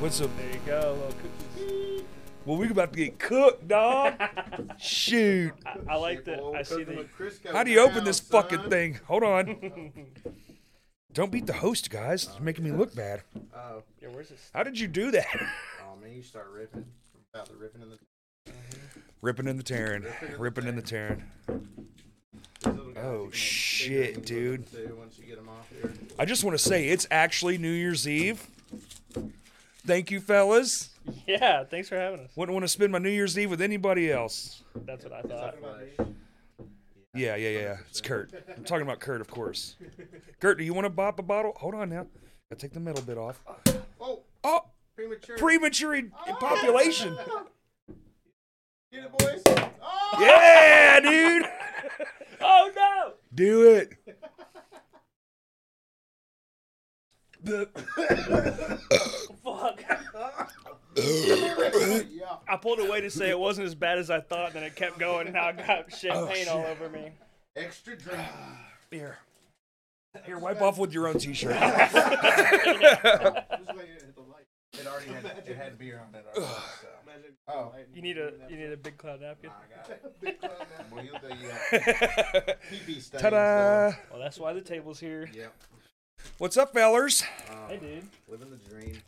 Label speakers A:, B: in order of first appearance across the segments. A: What's up?
B: There you go, little cookies.
A: Well, we about to get cooked, dog. Shoot.
B: I like that. I see the.
A: How do you open this fucking thing? Hold on. Don't beat the host, guys. It's making me look bad.
C: Oh,
B: Yeah, where's this?
A: How did you do that?
C: oh man, you start ripping. About the ripping in the
A: Ripping in the Terran. Ripping in the Terran.
C: these little guys,
A: Oh,
C: you can make
A: shit,
C: figurines with
A: dude.
C: them, too, once you get 'em off here.
A: I just want to say it's actually New Year's Eve. Thank you, fellas.
B: Yeah, thanks for having us.
A: Wouldn't want to spend my New Year's Eve with anybody else.
B: That's what I
C: It's
B: thought.
C: flesh.
A: Yeah, yeah, yeah. yeah. It's Kurt. I'm talking about Kurt, of course. Kurt, do you want to bop a bottle? Hold on now. I take the metal bit off.
C: Oh,
A: Oh,
C: premature.
A: premature in- in population.
C: Get it, boys. Oh,
A: Yeah, dude.
B: Oh no!
A: Do it.
B: Fuck!
C: yeah.
B: I pulled away to say it wasn't as bad as I thought, and then it kept going, and now I got champagne
A: shit.
B: all over me.
C: Extra drink.
A: Here. Here, wipe off with your own t-shirt.
C: Just wait, it hit the light. It already had it had beer on it already. So. Oh,
B: You need a you need a big cloud napkin.
C: I got it. Well, you'll uh, do you pee stains.
A: Ta-da.
C: though.
B: Well, that's why the table's here.
C: Yep.
A: What's up, fellers?
B: Hey, dude.
C: Living the dream.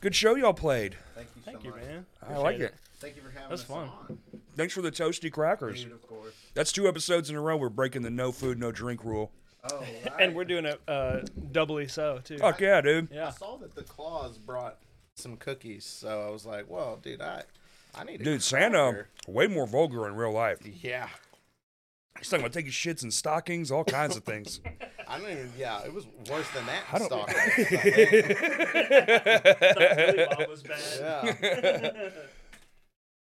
A: Good show y'all played.
C: Thank you
B: Thank
C: so
B: you,
C: much.
B: man.
A: I like
B: Appreciate
A: it.
C: Thank you for having
B: That's
C: us
B: fun.
C: on.
A: Thanks for the toasty crackers.
C: Dude, of course.
A: That's two episodes in a row we're breaking the no food, no drink rule.
C: Oh,
B: And
C: right.
B: we're doing it uh, doubly so too.
A: Fuck yeah, dude.
C: I
B: Yeah.
C: saw that the claws brought some cookies, so I was like, "Well, dude, I, I need a
A: Dude, Santa,
C: cracker.
A: way more vulgar in real life.
C: Yeah,
A: He's talking about taking shits in stockings, all kinds of things.
C: I don't even. Yeah, it was worse than that. in
A: don't-
C: stock. I think.
B: Really, Bob was bad.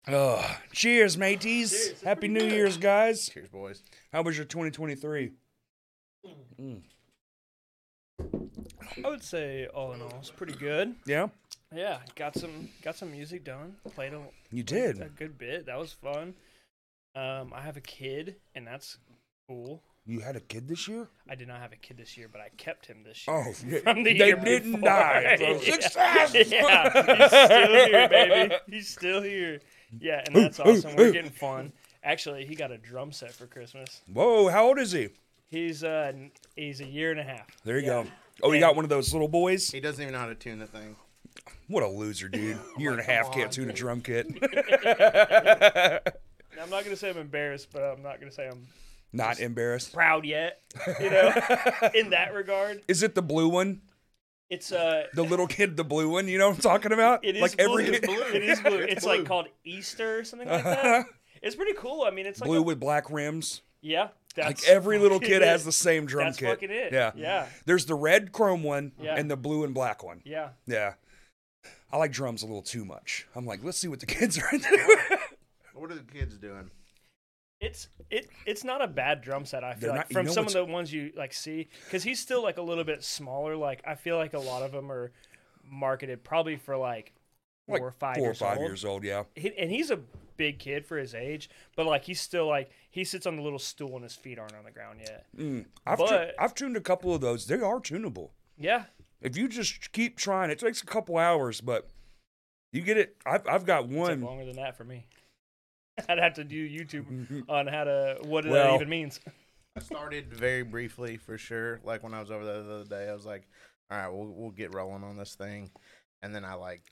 C: yeah.
A: Ugh. Cheers, mateys. Happy New Year's, guys.
C: Cheers, boys.
A: How was your 2023?
B: I would say all in all, it's pretty good.
A: Yeah,
B: Yeah, got some got some music done. Played a,
A: you
B: a
A: did.
B: good bit. That was fun. Um, I have a kid, and that's cool.
A: You had a kid this year?
B: I did not have a kid this year, but I kept him this year.
A: Oh, yeah.
B: From the
A: they
B: year
A: didn't
B: before.
A: die. bro.
B: Yeah.
A: Success!
B: yeah, he's still here, baby. He's still here. Yeah, and that's awesome. We're getting fun. Actually, he got a drum set for Christmas.
A: Whoa, how old is he?
B: He's uh he's a year and a half.
A: There you
B: Yeah.
A: go. Oh, you got one of those little boys?
C: He doesn't even know how to tune the thing.
A: What a loser, dude. Year and a half can't tune a drum kit.
B: Now, I'm not gonna say I'm embarrassed, but I'm not gonna say I'm
A: Not embarrassed.
B: proud yet. You know, in that regard,
A: Is it the blue one?
B: it's uh.
A: The little kid, the blue one? You know what I'm talking about?
B: It is
A: like
B: blue.
A: every kid.
B: It is blue. It's,
C: It's
B: like
C: blue.
B: called Easter or something like that. It's pretty cool. I mean, it's like
A: blue
B: a-
A: with black rims.
B: yeah. That's
A: Like every little
B: fucking
A: kid
B: it.
A: has the same drum
B: That's
A: kit.
B: fucking it.
A: Yeah.
B: Yeah.
A: There's the red chrome one
B: Yeah.
A: and the blue and black one.
B: Yeah.
A: Yeah. I like drums a little too much. I'm like, let's see what the kids are into.
C: What are the kids doing?
B: It's it it's not a bad drum set. I
A: They're
B: feel like
A: not- you
B: from
A: know
B: some of
A: what's-
B: the ones you like see because he's still like a little bit smaller. Like I feel like a lot of them are marketed probably for like four
A: Like
B: or five
A: four
B: years
A: or five
B: old.
A: years old, yeah.
B: He, and he's a big kid for his age, but like he's still like he sits on the little stool and his feet aren't on the ground yet.
A: I've,
B: But-
A: tu- I've tuned a couple of those. They are tunable.
B: Yeah,
A: If you just keep trying, it takes a couple hours, but you get it. I've, I've got
B: it's like
A: one.
B: longer than that for me. I'd have to do
A: Mm-hmm.
B: YouTube on how to what that
A: Well-
B: even means.
C: I started very briefly for sure. Like when I was over there the other day, I was like, "All right, we'll we'll get rolling on this thing," and then I like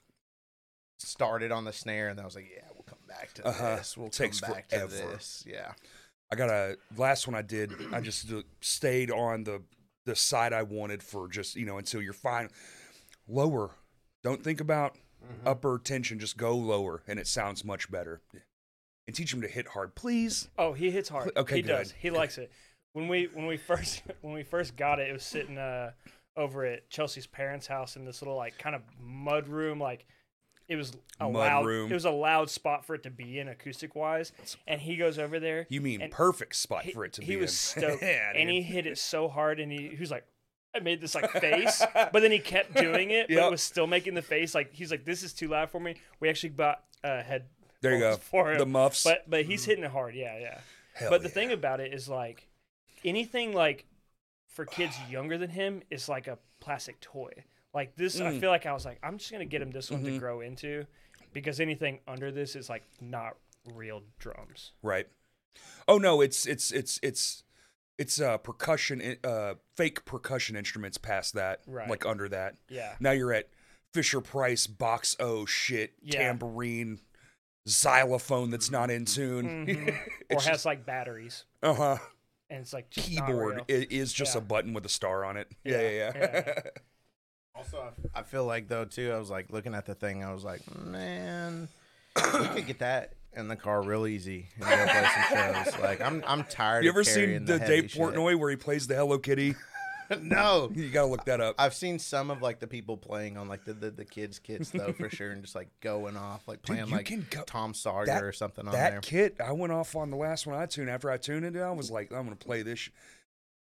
C: started on the snare, and I was like, "Yeah, we'll come back to
A: Uh-huh.
C: this. We'll
A: Takes
C: come back
A: forever.
C: to this." Yeah,
A: I got a last one I did. I just uh, stayed on the the side I wanted for just you know until you're fine. Lower, don't think about upper tension. Just go lower, and it sounds much better. And teach them to hit hard, please.
B: Oh, he hits hard.
A: Okay,
B: he
A: good.
B: does. He likes it. When we when we first when we first got it, it was sitting uh, over at Chelsea's parents' house in this little like kind of mud room. Like it was a
A: Mud
B: loud
A: room.
B: it was a loud spot for it to be in acoustic wise. And he goes over there.
A: You mean
B: and
A: perfect spot
B: he,
A: for it to
B: he
A: be.
B: was
A: in.
B: stoked,
A: Yeah,
B: and he
A: dude.
B: hit it so hard, and he, he was like. I made this like face, but then he kept doing it, but
A: Yep.
B: it was still making the face. Like he's like, "This is too loud for me." We actually bought uh, head.
A: There you go.
B: For him.
A: The muffs. Mm-hmm.
B: but but he's hitting it hard. Yeah, yeah
A: Hell
B: but the
A: yeah.
B: thing about it is like anything like for kids younger than him is like a plastic toy. Like this, I
A: Mm. Mm-hmm.
B: feel like I was like, I'm just gonna get him this one to grow into, because anything under this is like not real drums.
A: Right. Oh no, it's it's it's it's it's uh percussion in- uh fake percussion instruments past that.
B: Right.
A: Like under that.
B: Yeah,
A: Now you're at Fisher Price box O shit
B: Yeah.
A: tambourine xylophone that's not in tune.
B: Mhm. or
A: It's
B: has like batteries,
A: Uh-huh.
B: and it's like just not
A: Keyboard
B: real.
A: i- is just a
B: Yeah.
A: button with a star on it. Yeah,
B: Yeah,
A: yeah, yeah.
B: yeah.
C: Also, I feel like though too. I was like looking at the thing. I was like, man, you could get that in the car real easy and go play some shows. Like I'm, I'm tired.
A: you
C: of
A: ever seen
C: carrying the,
A: the,
C: heavy
A: Dave Portnoy where he plays the Hello Kitty?
C: shit. no,
A: You gotta look that up.
C: I've seen some of like the people playing on like the the, the kids' kits though for sure, and just like going off like playing
A: you
C: like
A: can go-
C: Tom Sawyer
A: that-
C: or something on
A: that
C: there.
A: kit i went off on the last one i tuned after i tuned it i was like i'm gonna play this sh-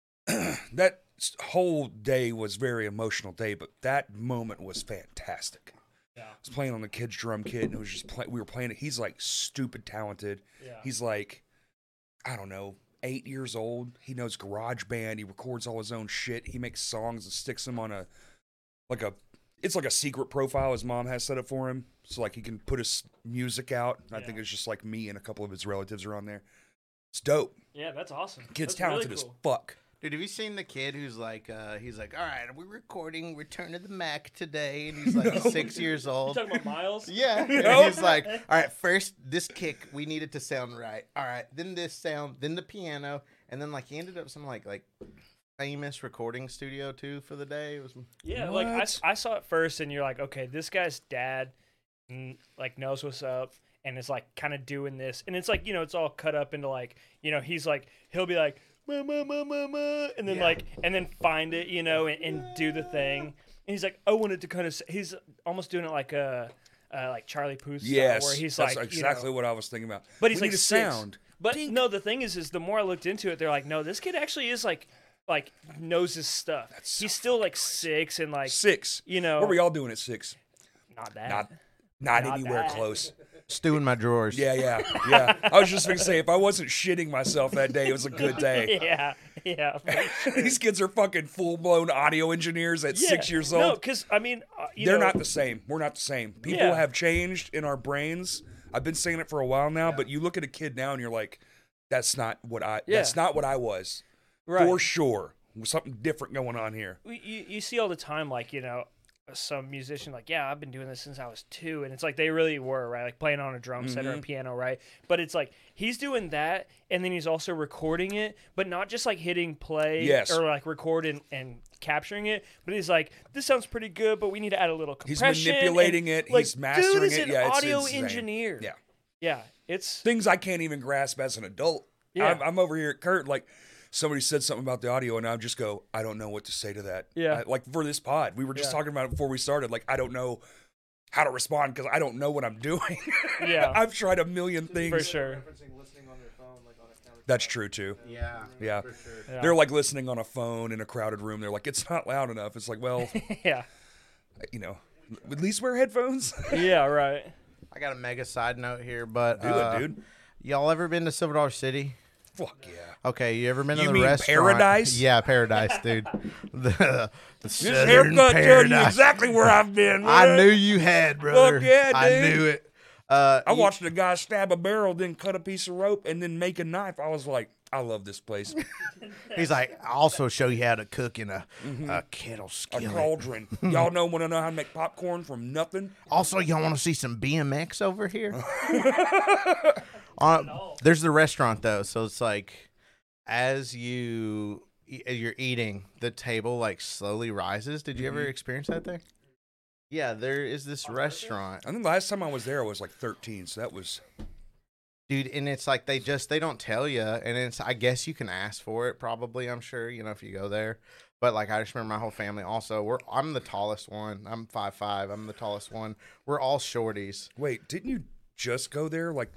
A: that s- whole day was very emotional day but that moment was fantastic
B: Yeah.
A: i was playing on the kids drum kit and it was just play- we were playing it he's like stupid talented
B: Yeah.
A: he's like i don't know eight years old he knows garage band he records all his own shit he makes songs and sticks them on a like a it's like a secret profile his mom has set up for him so like he can put his music out i think
B: Yeah.
A: it's just like me and a couple of his relatives are on there it's dope
B: yeah, that's awesome.
A: kid's
B: That's really
A: talented
B: cool.
A: as fuck
C: Dude, have you seen the kid who's like, uh, he's like, all right, we're recording Return of the Mac today, and he's like six years
B: You
C: old.
B: talking about Miles?
C: Yeah.
A: No.
C: And he's like, all right, first this kick, we need it to sound right. All right, then this sound, then the piano, and then like he ended up some like like famous recording studio too for the day. It was
B: Yeah, like I,
A: What?
B: I saw it first, and you're like, okay, this guy's dad, mm, like knows what's up, and is like kind of doing this, and it's like you know, it's all cut up into like you know, he's like he'll be like ma ma ma ma ma, and then
C: Yeah.
B: like and then find it, you know, and, and do the thing, and he's like, I wanted to kind of, he's almost doing it like a. Uh, like Charlie Puth, style,
A: yes
B: where he's
A: that's
B: like you know-
A: exactly what i was thinking about
B: but he's
A: we
B: like
A: need a
B: six.
A: sound
B: But no, the thing is, is the more I looked into it, they're like, no, this kid actually is like, like knows his stuff.
A: so
B: He's still like six and like
A: six
B: you know-
A: what are we all doing at six
B: not that.
A: not not,
B: Not
A: anywhere
B: that.
A: close
C: stew in my drawers.
A: Yeah, yeah, yeah. I was just gonna say, if I wasn't shitting myself that day, it was a good day.
B: yeah, yeah. for sure.
A: These kids are fucking full blown audio engineers at six
B: Yeah.
A: years
B: No,
A: old.
B: because I mean, uh, you
A: They're
B: know,
A: not the same. We're not the same. People
B: Yeah.
A: have changed in our brains. I've been saying it for a while now, but you look at a kid now and you're like, that's not what I. That's
B: Yeah.
A: not what I was
B: right.
A: for sure. Something different going on here.
B: we- you, you see all the time, like, you know, some musician, like, yeah, I've been doing this since I was two. And it's like, they really were, right? Like playing on a drum set or
A: Mm-hmm.
B: a piano, right? But it's like, he's doing that. And then he's also recording it, but not just like hitting play
A: Yes.
B: or like record and, and capturing it. But he's like, this sounds pretty good, but we need to add a little
A: He's
B: compression. and,
A: manipulating it.
B: like,
A: he's mastering
B: dude is
A: it.
B: an
A: yeah, it's
B: audio
A: insane.
B: engineer.
A: Yeah.
B: Yeah. It's,
A: things I can't even grasp as an adult.
B: Yeah.
A: I'm, I'm over here at Kurt, like somebody said something about the audio, and I just go, I don't know what to say to that.
B: Yeah.
A: I- like for this pod, we were just
B: Yeah.
A: talking about it before we started. Like, I don't know how to respond because I don't know what I'm doing.
B: Yeah.
A: I've tried a million things.
B: for sure.
A: That's true too.
C: Yeah.
A: Yeah.
C: sure.
B: Yeah.
A: They're like listening on a phone in a crowded room. They're like, it's not loud enough. It's like, well,
B: yeah.
A: you know, at least wear headphones.
B: Yeah. Right.
C: I got a mega side note here, but
A: Do
C: uh,
A: it, dude.
C: y'all ever been to Silver Dollar City?
A: Fuck yeah.
C: Okay, you ever been
A: You
C: to the
A: mean
C: restaurant?
A: paradise?
C: Yeah, paradise, dude. the the
A: This
C: southern
A: haircut tells you
C: paradise.
A: exactly where I've been.
C: I
A: man.
C: knew you had, brother.
A: yeah,
C: I
A: dude.
C: knew it. Uh,
A: I
C: you-
A: watched a guy stab a barrel, then cut a piece of rope, and then make a knife. I was like, I love this place.
C: He's like, I'll also show you how to cook in a, a
A: Mm-hmm.
C: kettle
A: A
C: skillet.
A: cauldron. Y'all know want to know how to make popcorn from nothing?
C: Also, y'all want to see some BMX over here? Uh, There's the restaurant though, so it's like as you e- as you're eating, the table like slowly rises. Did you ever experience that there? Yeah, there is this restaurant.
A: I think the last time I was there, I was like 13, so that was
C: dude and it's like they just they don't tell you and it's i guess you can ask for it probably i'm sure you know if you go there but like i just remember my whole family also we're i'm the tallest one i'm five five i'm the tallest one we're all shorties
A: wait. Didn't you just go there? Like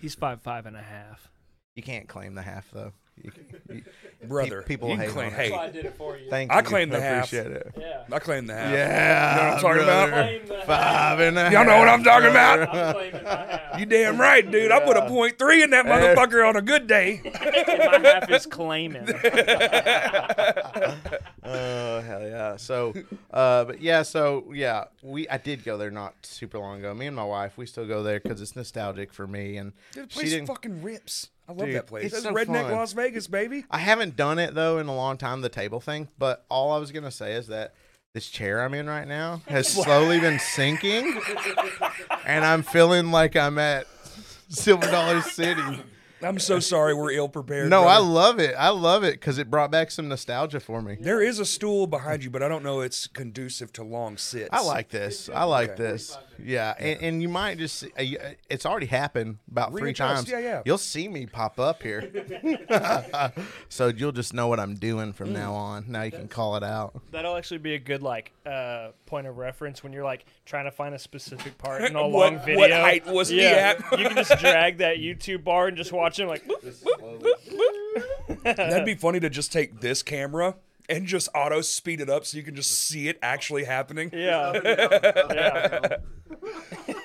B: He's five, five and a half.
C: you can't claim the half though You, you,
A: brother.
C: Pe- people
A: you can
C: hate
A: claim
C: on it.
A: hate.
B: That's why I did it for you.
C: thank
A: I
C: you.
A: claim the half.
C: appreciate it.
B: yeah.
A: I claim the half.
C: Yeah,
A: You know what I'm talking about?
B: Claim the half.
C: Five and a
A: Y'all know what
C: half,
A: I'm talking
C: brother.
A: about.
B: I'm claiming my half.
A: You damn right, dude. I put a point three in that motherfucker on a good day.
B: And my half is claiming.
C: Oh hell yeah! So, uh, but yeah, so yeah, we I did go there not super long ago. Me and my wife, we still go there because it's nostalgic for me. And
A: Dude, the
C: she
A: place
C: didn't.
A: fucking rips. I love
C: Dude,
A: that place. That's
C: it's so
A: redneck
C: fun.
A: Las Vegas, baby.
C: I haven't done it though in a long time. The table thing, but all I was gonna say is that this chair I'm in right now has slowly been sinking, and I'm feeling like I'm at Silver Dollar City.
A: I'm so sorry we're ill prepared.
C: No, I
A: brother.
C: love it. I love it because it brought back some nostalgia for me.
A: There is a stool behind you, but I don't know it's conducive to long sits.
C: I like this. I like this. Yeah, and, and you might just see, uh, you- uh, it's already happened about three
A: Readjust.
C: times.
A: Yeah, yeah.
C: You'll see me pop up here, so you'll just know what I'm doing from now
A: Mm.
C: on. Now you can call it out.
B: That'll actually be a good like uh, point of reference when you're like trying to find a specific part in a
A: What-
B: long
A: what
B: video.
A: height was he at?
B: you can just drag that YouTube bar and just watch him like. boop, boop, boop, boop.
A: That'd be funny to just take this camera and just auto speed it up so you can just see it actually happening.
B: yeah, yeah.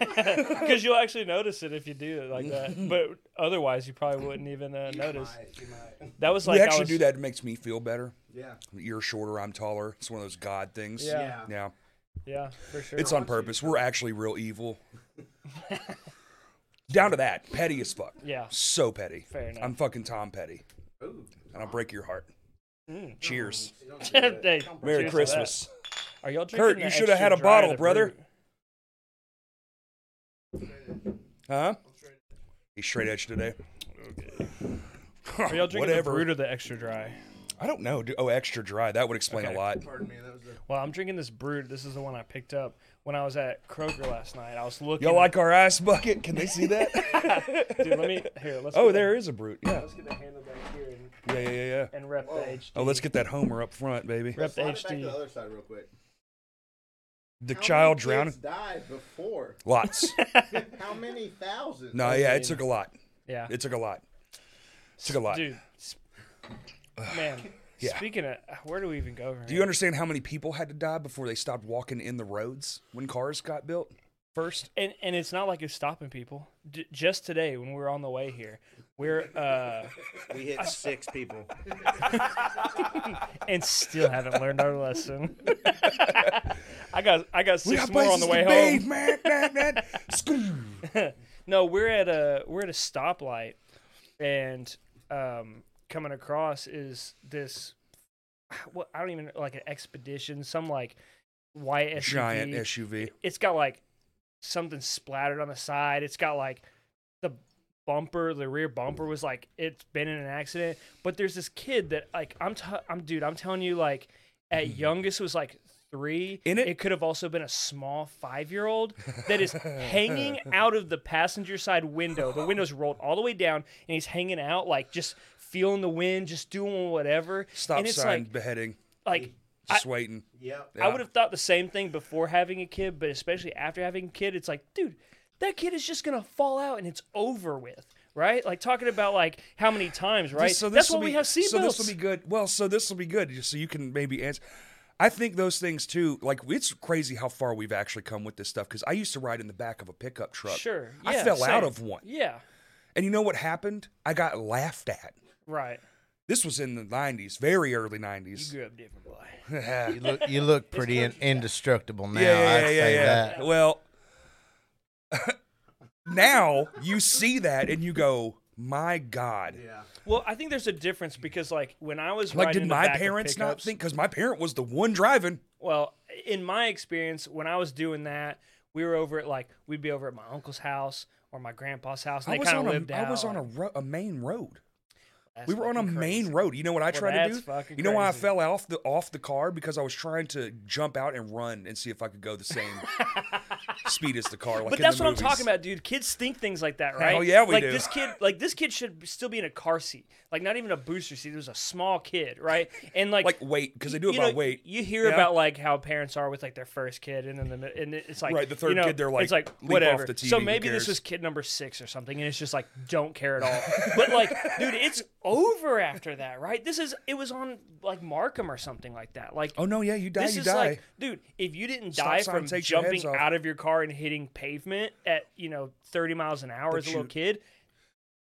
B: Because you'll actually notice it if you do it like that. But otherwise, you probably wouldn't even uh, notice. That was like
A: you
B: I
A: actually
B: was-
A: do that. It makes me feel better.
D: Yeah.
A: You're shorter, I'm taller. It's one of those God things.
B: Yeah.
D: Yeah.
A: Yeah.
B: Yeah, for sure.
A: It's on purpose. We're actually real evil. Down to that. Petty as fuck.
B: yeah.
A: So petty.
B: Fair enough.
A: I'm fucking Tom Petty.
D: Ooh.
A: And I'll break your heart.
B: Mm.
A: Cheers.
B: Hey,
A: Merry
B: cheers to that.
A: Christmas.
B: Are y'all drinking?
A: Kurt,
B: the
A: you shoulda
B: extra
A: had a
B: dry
A: bottle,
B: of the
A: brother.
B: fruit?
A: Huh? He's straight edge today.
B: Are y'all drinking
A: Whatever.
B: the brewed or the extra dry?
A: I don't know. dude. Oh, extra dry. That would explain
B: Okay.
A: a lot.
D: Pardon me. That was the.
B: Well, I'm drinking this brewed. This is the one I picked up when I was at Kroger last night. I was looking.
A: Y'all like our ice bucket? Can they see that?
B: dude? Let me here. Let's.
A: oh,
B: get
A: there
B: The,
A: is a brute. Yeah.
B: let's get the handle back here and,
A: Yeah, yeah, yeah, yeah.
B: and rep the HD.
A: Oh, let's get that Homer up front, baby.
B: rep the
C: Slide it back to the
B: HD.
C: other side real quick.
A: The
C: How many
A: child
C: kids
A: drowning.
C: Died before.
A: Lots.
C: How many thousands?
A: No, yeah, it took a lot.
B: Yeah,
A: It took a lot. took a lot.
B: dude. s- Man,
A: Yeah.
B: speaking of, where do we even go? From
A: Do you understand how many people had to die before they stopped walking in the roads when cars got built first?
B: and and it's not like it's stopping people. D- just today, when we were on the way here, we're uh,
E: We hit six people.
B: and still haven't learned our lesson. I got I got
A: We
B: six
A: got
B: more on
A: places
B: the way
A: to
B: home.
A: be, man. man, man. Scoom.
B: No, we're at a we're at a stoplight, and um, coming across is this. What I don't even like an expedition, some like white SUV.
A: Giant SUV.
B: It's got like something splattered on the side. It's got like the bumper, the rear bumper was like it's been in an accident. But there's this kid that like I'm t- I'm dude, I'm telling you like at youngest was like three.
A: Mm-hmm. In it-
B: it could have also been a small five year old that is hanging out of the passenger side window. The window's rolled all the way down, and he's hanging out like just feeling the wind, just doing whatever.
A: Stop
B: and it's
A: sign,
B: like
A: beheading.
B: like. I,
A: Just waiting.
E: Yep.
B: I would have thought the same thing before having a kid, but especially after having a kid, it's like, dude, that kid is just gonna fall out and it's over with, right? Like talking about like how many times, right?
A: This- so
B: That's
A: this will
B: why we
A: be-
B: have seatbelts.
A: So this will be good. Well, so this will be good. just So you can maybe answer. I think those things too. Like it's crazy how far we've actually come with this stuff. Because I used to ride in the back of a pickup truck.
B: sure.
A: I
B: yeah,
A: fell out
B: same.
A: of one,
B: Yeah,
A: and you know what happened? I got laughed at.
B: right.
A: This was in the '90s, very early
B: You
A: '90s.
B: grew up different, boy.
A: yeah,
C: You look, you look pretty in, indestructible now.
A: yeah,
C: I'd
A: yeah,
C: say
A: yeah.
C: that.
A: Well, now you see that and you go, "My God!"
D: Yeah.
B: Well, I think there's a difference because like when I was
A: Like,
B: riding
A: did
B: in the
A: my
B: back of
A: parents not
B: pickups-
A: think? Because my parent was the one driving.
B: Well, in my experience, when I was doing that, we were over at like we'd be over at my uncle's house or my grandpa's house, and
A: I
B: they
A: was
B: kind
A: on
B: of lived
A: a,
B: out.
A: I was on a,
B: like,
A: ro- a main road.
B: that's
A: We were on a
B: fucking crazy.
A: main road. You know what I tried to
B: that's
A: do?
B: fucking
A: You know why I
B: crazy.
A: fell off the off the car because I was trying to jump out and run and see if I could go the same speed as the car. Like
B: But
A: in
B: that's
A: the
B: what I'm talking
A: movies.
B: about, dude. Kids think things like that, right?
A: Hell yeah, we
B: like
A: do.
B: this kid, like this kid should still be in a car seat, like not even a booster seat. It was a small kid, right? And like,
A: Like weight because they do it
B: you
A: by
B: know,
A: weight.
B: You hear
A: Yeah.
B: about like how parents are with like their first kid, and then the mi- and it's like
A: Right, the
B: you
A: third
B: know,
A: kid, they're like,
B: it's like
A: leap off
B: whatever.
A: the TV,
B: so
A: who
B: maybe this
A: cares?
B: was kid number six or something, and it's just like don't care at all. but like, dude, it's over after that, right? This is it was on like Markham or something like that. Like
A: Oh no, yeah, you die,
B: this
A: you
B: is
A: die.
B: like, dude, if you didn't
A: Stop
B: die
A: sign
B: from
A: takes your heads
B: jumping
A: off.
B: out of your car and hitting pavement at you know 30 miles an hour
A: But
B: as a little
A: you-
B: kid,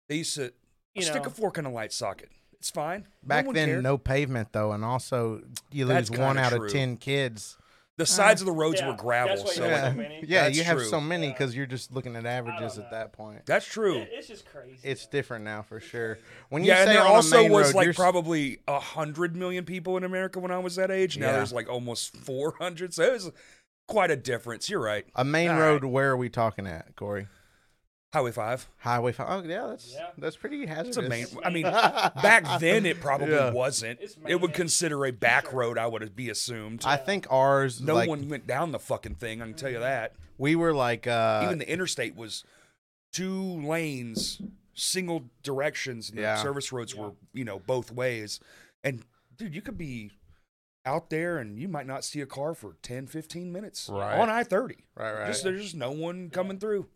A: they used to
B: you
A: stick
B: know.
A: a fork in a light socket. It's fine. No
C: Back
A: one
C: then,
A: cared.
C: no pavement though, and also you
A: That's
C: lose one
A: kinda
C: out
A: true.
C: of ten kids.
A: the sides of the roads
B: Yeah,
A: were gravel,
B: that's what
A: so
B: you're
A: like,
C: Yeah,
B: so many.
C: yeah
A: That's
C: you have so
A: true.
C: many because you're just looking at averages
B: know.
C: at that point.
A: that's true.
B: it- it's just crazy.
C: It's different now for sure. When you
A: Yeah, and
C: say
A: there
C: on a
A: also
C: main
A: was
C: road,
A: like
C: you're-
A: probably a hundred million people in America when I was that age. Now
C: Yeah.
A: there's like almost four hundred, so it was quite a difference. You're right.
C: a main
A: All
C: road. Where are we talking at, Corey?
A: Highway Five.
C: Highway five. Oh yeah, that's
B: Yeah.
C: that's pretty
A: It's
C: hazardous.
A: a main. I mean, back then it probably
C: Yeah.
A: wasn't.
B: It's
A: It would
B: mainly-
A: consider a back road. I would be assumed.
C: I think ours.
A: no
C: like,
A: one went down the fucking thing. I can tell you that.
C: We were like uh,
A: Even the interstate was two lanes, single directions. And the
C: Yeah.
A: service roads were you know both ways. And dude, you could be out there and you might not see a car for 10, 15 minutes
C: Right.
A: on I thirty.
C: right, right.
A: Just there's just no one coming through.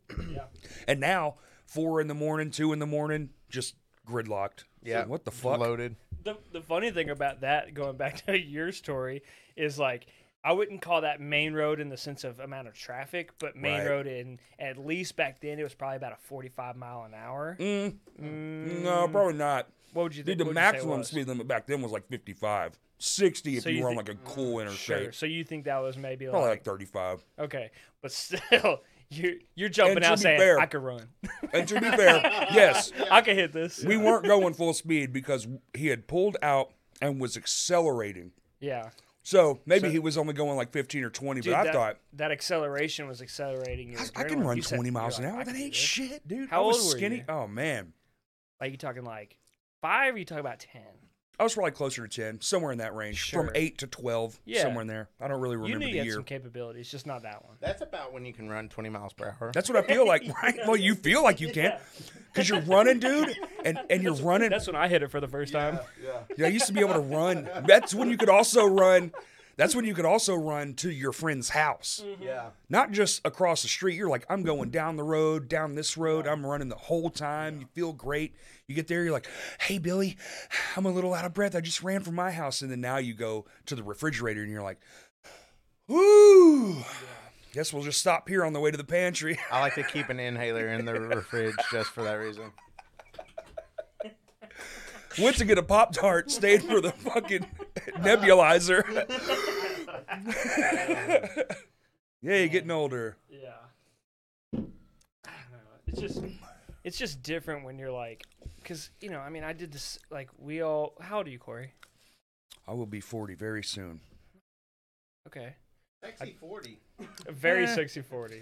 A: And now four in the morning, two in the morning, just gridlocked.
C: yeah.
A: What the fuck?
C: Loaded.
B: the the funny thing about that, going back to your story, is like I wouldn't call that main road in the sense of amount of traffic, but main
A: Right.
B: road in at least back then it was probably about a forty five mile an hour.
A: Mm, No, probably not.
B: What would you think?
A: Dude, the
B: what would you say it
A: maximum
B: was?
A: speed limit back then was like 55, 60 if
B: So
A: you
B: you
A: were on
B: think- Mm,
A: like a cool interstate.
B: Sure. So you think that was maybe
A: Probably like
B: like
A: 35.
B: okay, but still you're you're jumping
A: And to
B: out
A: be
B: saying
A: fair-
B: I could run,
A: And to be fair, yes,
B: I could hit this.
A: we weren't going full speed because he had pulled out and was accelerating.
B: yeah,
A: So maybe he was only going like 15 or 20,
B: Dude,
A: but I
B: that,
A: thought,
B: that acceleration was accelerating. Your
A: I, I can
B: adrenaline.
A: run
B: You said-
A: 20 miles an
B: you're like,
A: hour.
B: I
A: That
B: can
A: ain't
B: do this.
A: shit, dude.
B: How
A: I was
B: old were
A: skinny.
B: you?
A: Oh, man.
B: Like you talking like five? Or you talking about ten?
A: I was probably closer to 10, somewhere in that range, from
B: Sure.
A: 8 to 12,
B: Yeah.
A: somewhere in there. I don't really
B: You
A: remember the
B: knew you had
A: year.
B: some capabilities, just not that one.
C: That's about when you can run 20 miles per hour.
A: That's what I feel like, right? Well, you feel like you can, because you're running, dude, and, and you're running.
B: That's when I hit it for the first time.
A: Yeah, I used to be able to run. That's when you could also run. That's when you could also run to your friend's house,
C: yeah.
A: not just across the street. You're like, I'm going down the road, down this road. I'm running the whole time. You feel great. You get there, you're like, Hey, Billy, I'm a little out of breath. I just ran from my house, and then now you go to the refrigerator, and you're like, Whoo! Guess we'll just stop here on the way to the pantry.
C: I like to keep an inhaler in the fridge just for that reason.
A: Went to get a Pop Tart, stayed for the fucking nebulizer. yeah, you're getting older.
B: Yeah. I don't know. It's just it's just different when you're like cuz you know, I mean, I did this like we all how old are you, Corey?
A: I will be 40 very soon.
B: Okay.
C: Sexy 40.
B: A very
A: Eh.
B: sexy 40.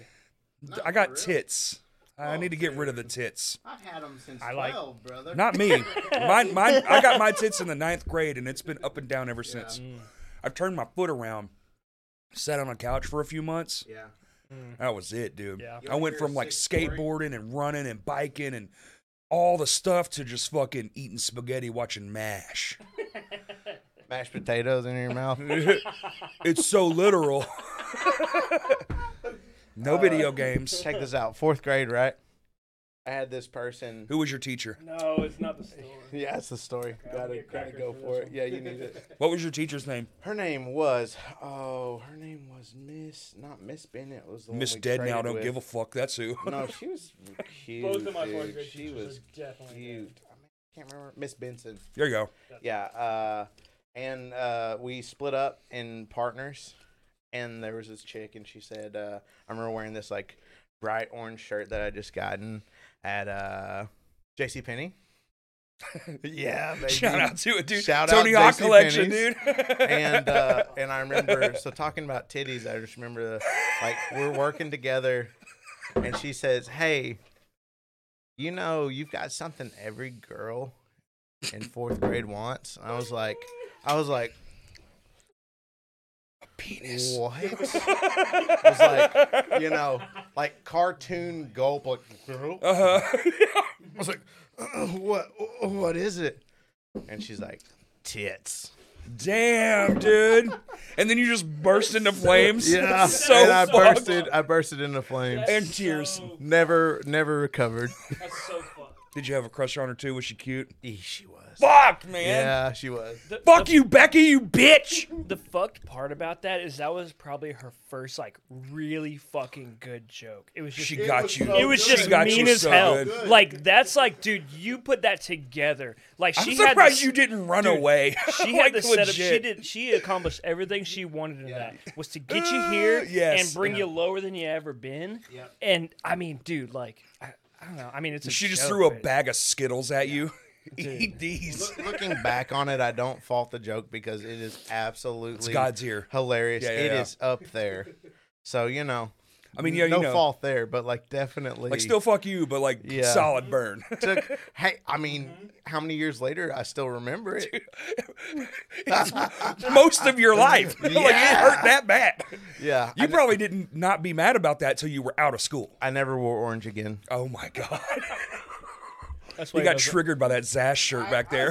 A: I got
C: for real?
A: tits. I
C: Oh,
A: need to get rid of the tits.
C: I've had them since
B: I like-
C: brother.
A: Not me. Mine, mine, I got my tits in the ninth grade, and it's been up and down ever since.
C: Mm.
A: I've turned my foot around, sat on a couch for a few months.
E: Yeah.
C: Mm.
A: That was it, dude.
B: Yeah.
A: I went from like skateboarding and running and biking and all the stuff to just fucking eating spaghetti, watching MASH.
C: Mashed potatoes in your mouth.
A: It's so literal. no
C: Uh.
A: video games.
C: Check this out. Fourth grade, right? I had this person.
A: Who was your teacher?
B: No, it's not the story.
C: Yeah, that's the story. Gotta, gotta go for it. Yeah, you need it.
A: What was your teacher's name?
C: Her name was oh, her name was Miss, not Miss Bennett. Was the one
A: Miss
C: we
A: Dead now.
C: traded
A: Don't
C: with.
A: give a fuck. That's who.
C: No, she was cute.
B: Both of my fourth
C: dude.
B: grade
C: She
B: teachers
C: was
B: are definitely
C: cute. I mean, I can't remember Miss Benson.
A: There you go.
C: Yeah, uh, and uh, we split up in partners, and there was this chick, and she said, uh, "I remember wearing this like bright orange shirt that I just gotten at uh, J.C. Penney." yeah, baby.
A: Shout out to it, dude.
C: Shout out
A: Tony Hawk
C: JC
A: collection,
C: Penney's.
A: dude.
C: and uh, and I remember so talking about titties. I just remember like we're working together, and she says, "Hey, you know you've got something every girl in fourth grade wants." And I was like, I was like,
A: penis.
C: what? I was like, you know, like cartoon gulp, like. I
A: Uh huh.
C: was like, what? What is it? And she's like, tits.
A: Damn, dude. And then you just burst into flames. so
C: and I
A: fucked.
C: bursted. I bursted into flames.
A: And tears.
C: Never, never recovered.
B: That's so fun.
A: Did you have a crush on her too? Was she cute?
C: she was. was.
A: Fuck, man.
C: Yeah, she was.
B: The-
A: Fuck
B: the-
A: you, Becky, you bitch.
B: The fucked part about that is that was probably her first like really fucking good joke. It was just
A: She
B: it,
A: got
D: was
A: you.
D: so
A: She
B: was
D: good.
B: just
A: got you
B: mean as
A: so
B: hell.
A: good.
D: Good.
B: Like that's like, dude, you put that together. Like
A: I'm
B: she
A: surprised
B: had this,
A: you didn't run away.
B: She
A: Like,
B: had the setup. She
A: legit.
B: did. She accomplished everything she wanted in that was to get you here
A: Uh, yes.
B: and bring you lower than you ever been.
D: Yep.
B: And I mean, dude, like I, I don't know. I mean, it's a
A: She just
B: joke,
A: threw a
B: but-
A: bag of Skittles at you. Eat these.
C: Look- Looking back on it, I don't fault the joke because it is absolutely
A: God's ear.
C: hilarious. It
A: Yeah,
C: is
A: yeah, yeah.
C: up there. So you know,
A: I mean, yeah,
C: no
A: you know,
C: fault there, but like definitely,
A: like still fuck you, but like
C: Yeah.
A: solid burn.
C: took. hey, I mean,
A: Mm-hmm.
C: how many years later? I still remember it.
A: Most of your life, like it hurt that bad.
C: Yeah, I
A: You
C: ne-
A: probably didn't not be mad about that till you were out of school.
C: I never wore orange again.
A: Oh my god,
B: That's why
A: you
B: he
A: got
B: does it.
A: triggered by that Zash shirt back there.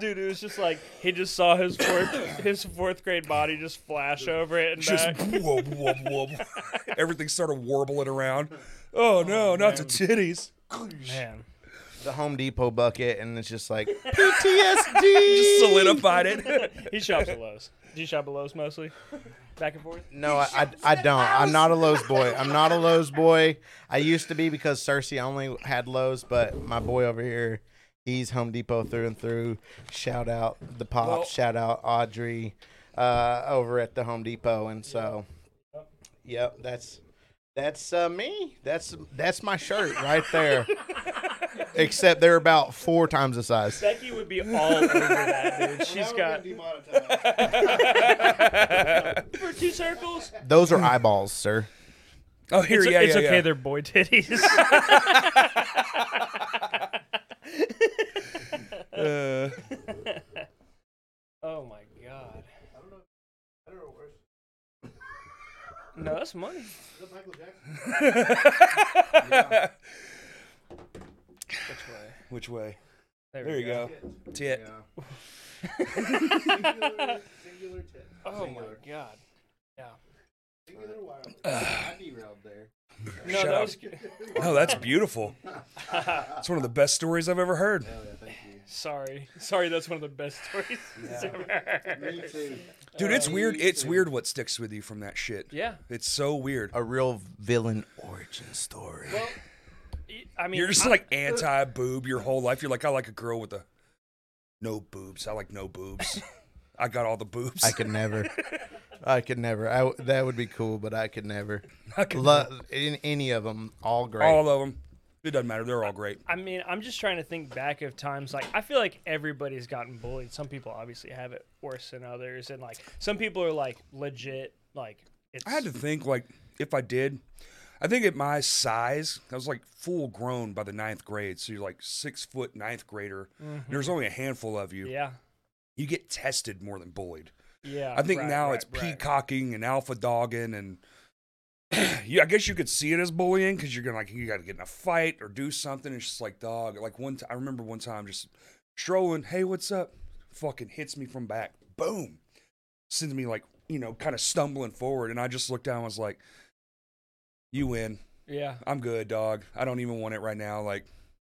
B: Dude, it was just like he just saw his fourth his fourth grade body just flash over it and
A: Just
B: back.
A: whoop, whoop, whoop. Everything started warbling around. Oh no, not the titties.
B: Man,
C: The Home Depot bucket, and it's just like PTSD.
A: Just solidified it.
B: he shops at Lowe's. Do you shop at Lowe's mostly? Back and forth.
C: No, I, I, I don't. I'm not a Lowe's boy. I'm not a Lowe's boy. I used to be because Cersei only had Lowe's, but my boy over here, he's Home Depot through and through. Shout out the pop.
A: Well-
C: shout out Audrey uh, over at the Home Depot, and so, yep, that's that's uh, me. That's that's my shirt right there. Except they're about four times the size.
B: Becky would be all over that, dude. She's
D: Now we're gonna
B: got
D: demonetize.
B: for two circles.
C: Those are eyeballs, sir.
A: Oh here,
B: It's,
A: yeah,
B: it's
A: yeah,
B: okay,
A: yeah.
B: they're boy titties.
A: Uh,
B: oh my god. No, that's money. Which way?
A: which way?
B: There,
A: There
B: we
A: you go. Tit.
D: Singular, singular tip.
B: Oh my god. Yeah.
D: Singular wireless.
C: I derailed there.
B: No,
A: Shut
B: that
A: up.
B: was good.
A: Oh, that's beautiful. It's one of the best stories I've ever heard.
B: Sorry. Sorry, that's one of the best stories ever.
A: Dude, it's weird. It's weird what sticks with you from that shit.
B: Yeah.
A: It's so weird.
C: A real villain origin story.
B: I mean,
A: You're just
B: I-
A: like anti boob your whole life. You're like, I like a girl with a no boobs. I like no boobs. I got all the boobs.
C: I could never. I could never. I w- that would be cool, but I could never.
A: I could Oh,
C: Lo- in any of them, all great.
A: all of them. It doesn't matter. They're all great.
B: I mean, I'm just trying to think back of times like I feel like everybody's gotten bullied. Some people obviously have it worse than others, and like some people are like legit like it's.
A: I had to think like if I did. I think at my size, I was like full grown by the ninth grade. So you're like six foot ninth grader. There's only a handful of you.
B: Mm-hmm. yeah,
A: You get tested more than bullied.
B: yeah.
A: I think
B: right,
A: now
B: right,
A: it's
B: right.
A: peacocking and alpha dogging and you, I guess you could see it as bullying because you're gonna like you got to get in a fight or do something. It's just like dog. Like one, t- I remember one time just strolling. Hey, what's up? Fucking hits me from back. Boom, sends me like you know kind of stumbling forward, and I just looked down. and was like, you win.
B: Yeah,
A: I'm good, dog. I don't even want it right now. Like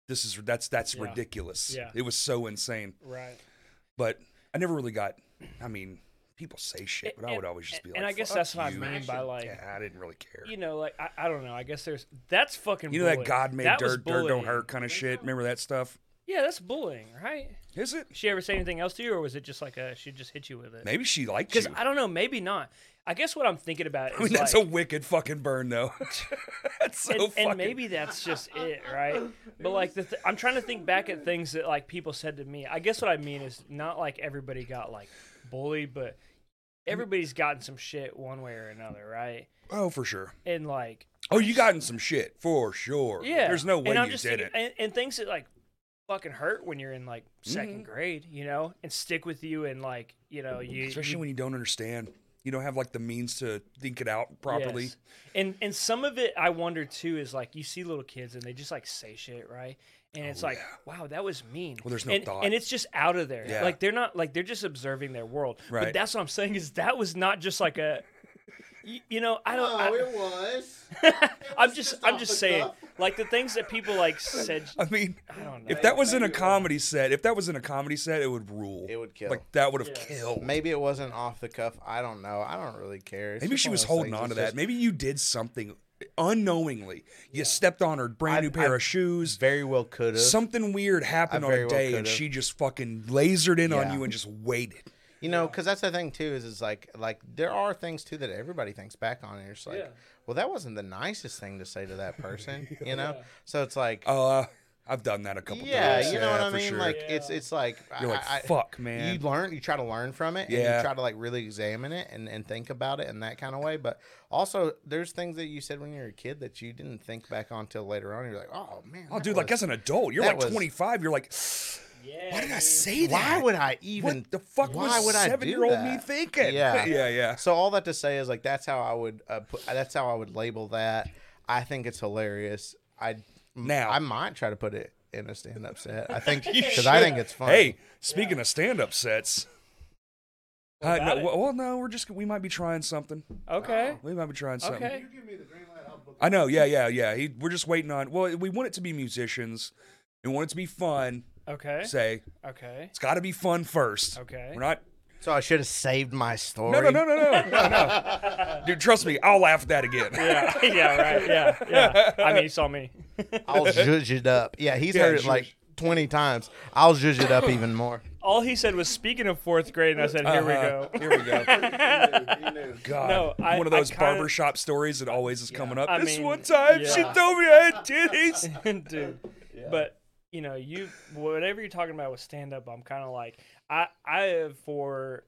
A: this is that's that's
B: Yeah.
A: ridiculous.
B: Yeah.
A: It was so insane,
B: right.
A: but I never really got. I mean. People say shit, but I would always just be like,
B: and I guess
A: "Fuck
B: that's what I
A: you."
B: mean by like,
A: Yeah, I didn't really care.
B: you know, like I, I don't know. I guess there's that's fucking.
A: You know that
B: bullying.
A: God made
B: That was
A: dirt, dirt don't
B: bullying.
A: hurt kind of shit. Remember that stuff?
B: Yeah, that's bullying, right?
A: Is it?
B: She ever say anything else to you, or was it just like a she just hit you with it?
A: Maybe she liked you.
B: Because I don't know, maybe not. I guess what I'm thinking about is
A: I mean, that's
B: like,
A: a wicked fucking burn, though. that's so
B: and, and
A: fucking.
B: maybe that's just it, right? But like, the th- I'm trying to think back at things that like people said to me. I guess what I mean is not like everybody got like bullied, but everybody's gotten some shit one way or another, right?
A: oh, for sure.
B: And like,
A: Oh, you got in some shit for sure.
B: yeah,
A: There's no way
B: and I'm
A: you
B: just
A: did
B: thinking-
A: it.
B: And, and things that like fucking hurt when you're in like 2nd
A: Mm-hmm.
B: grade, you know, and stick with you, and like, you know, you
A: Especially
B: you
A: when you don't understand. You don't have like the means to think it out properly.
B: Yes. And and some of it I wonder too is like you see little kids and they just like say shit, right? And it's like, wow, that was mean.
A: Oh, Well, there's no
B: and,
A: thought.
B: and it's just out of there.
A: Yeah.
B: Like they're not like they're just observing their world.
A: Right.
B: But that's what I'm saying is that was not just like a You, you know, I don't. I,
D: it was.
B: I'm
D: was
B: just,
D: just
B: I'm
D: off
B: just
D: the
B: saying,
D: cuff.
B: like the things that people like said.
A: I mean,
B: I don't know.
A: if that was in a comedy set, if that was in a comedy set, it would rule.
C: It would kill.
A: Like that would have
B: Yeah.
A: killed. Maybe,
C: Maybe it wasn't off the cuff. I don't know. I don't really care. It's just
A: she
C: one of
A: was
C: those
A: holding
C: things.
A: on to
C: It's
A: that.
C: just
A: Maybe you did something unknowingly. You stepped on her brand
C: I-
A: new pair
C: I-
A: of shoes.
C: Very well could have.
A: Something weird happened
C: I
A: on
C: very
A: a
C: well
A: day, and
C: could've.
A: she just fucking lasered in on
C: Yeah.
A: you and just waited.
C: You know, because that's the thing too is it's like like there are things too that everybody thinks back on, and you're just like,
B: Yeah.
C: well, that wasn't the nicest thing to say to that person, you know. So it's like,
A: Uh, I've done that a couple
C: yeah,
A: times.
C: you know what I
A: for
C: mean.
A: sure.
C: Like it's
B: Yeah.
C: it's like
A: you're like,
C: I- I-
A: fuck, man.
C: You learn, you try to learn from it, and
A: Yeah.
C: you try to like really examine it and, and think about it in that kind of way. But also, there's things that you said when you were a kid that you didn't think back on till later on. You're like, oh man,
A: oh,
C: that
A: dude, like
C: was-
A: as an adult, you're
C: that
A: like
C: was-
A: 25. You're like,
B: Yeah.
A: why did I
B: dude.
A: say that?
C: why would I even
A: What the fuck
C: why
A: was
C: would I do
A: seven-year-old me
C: that?
A: thinking?
C: Yeah.
A: yeah, yeah.
C: So all that to say is like that's how I would uh, put, that's how I would label that. I think it's hilarious. I
A: Now-
C: I might try to put it in a stand up set. I think because I think it's funny.
A: Hey, speaking of stand-up sets, uh,
B: about
A: no,
B: it?
A: well, well, no, we're just we might be trying something.
B: Okay.
A: We might be trying something.
B: Okay.
D: You give me the green light, I'll book
A: I know. Yeah, yeah, yeah. He, we're just waiting on. Well, we want it to be musicians. We want it to be fun.
B: Okay.
A: Say
B: Okay.
A: it's got to be fun first.
B: Okay.
A: We're not.
C: So I should have saved my story.
A: No, no, no, no, no, no, no. Dude, trust me, I'll laugh at that again.
B: Yeah. yeah. Right. Yeah. Yeah. I mean, you saw me.
C: I'll zhuzh it up. Yeah, he's
A: Yeah,
C: heard it
A: zhuzh.
C: like twenty times. I'll zhuzh it up even more.
B: All he said was, "Speaking of fourth grade," and I said, "Here we
A: Uh-huh.
B: go."
A: Here we go.
D: it. You knew, you knew.
A: God,
B: No, I-
A: one of those
B: I kinda-
A: barbershop stories that always is coming up.
B: I
A: this
B: mean,
A: one time, she
B: yeah.
A: told me I had titties.
B: dude. But you know, you whatever you're talking about with stand up, I'm kind of like I I have for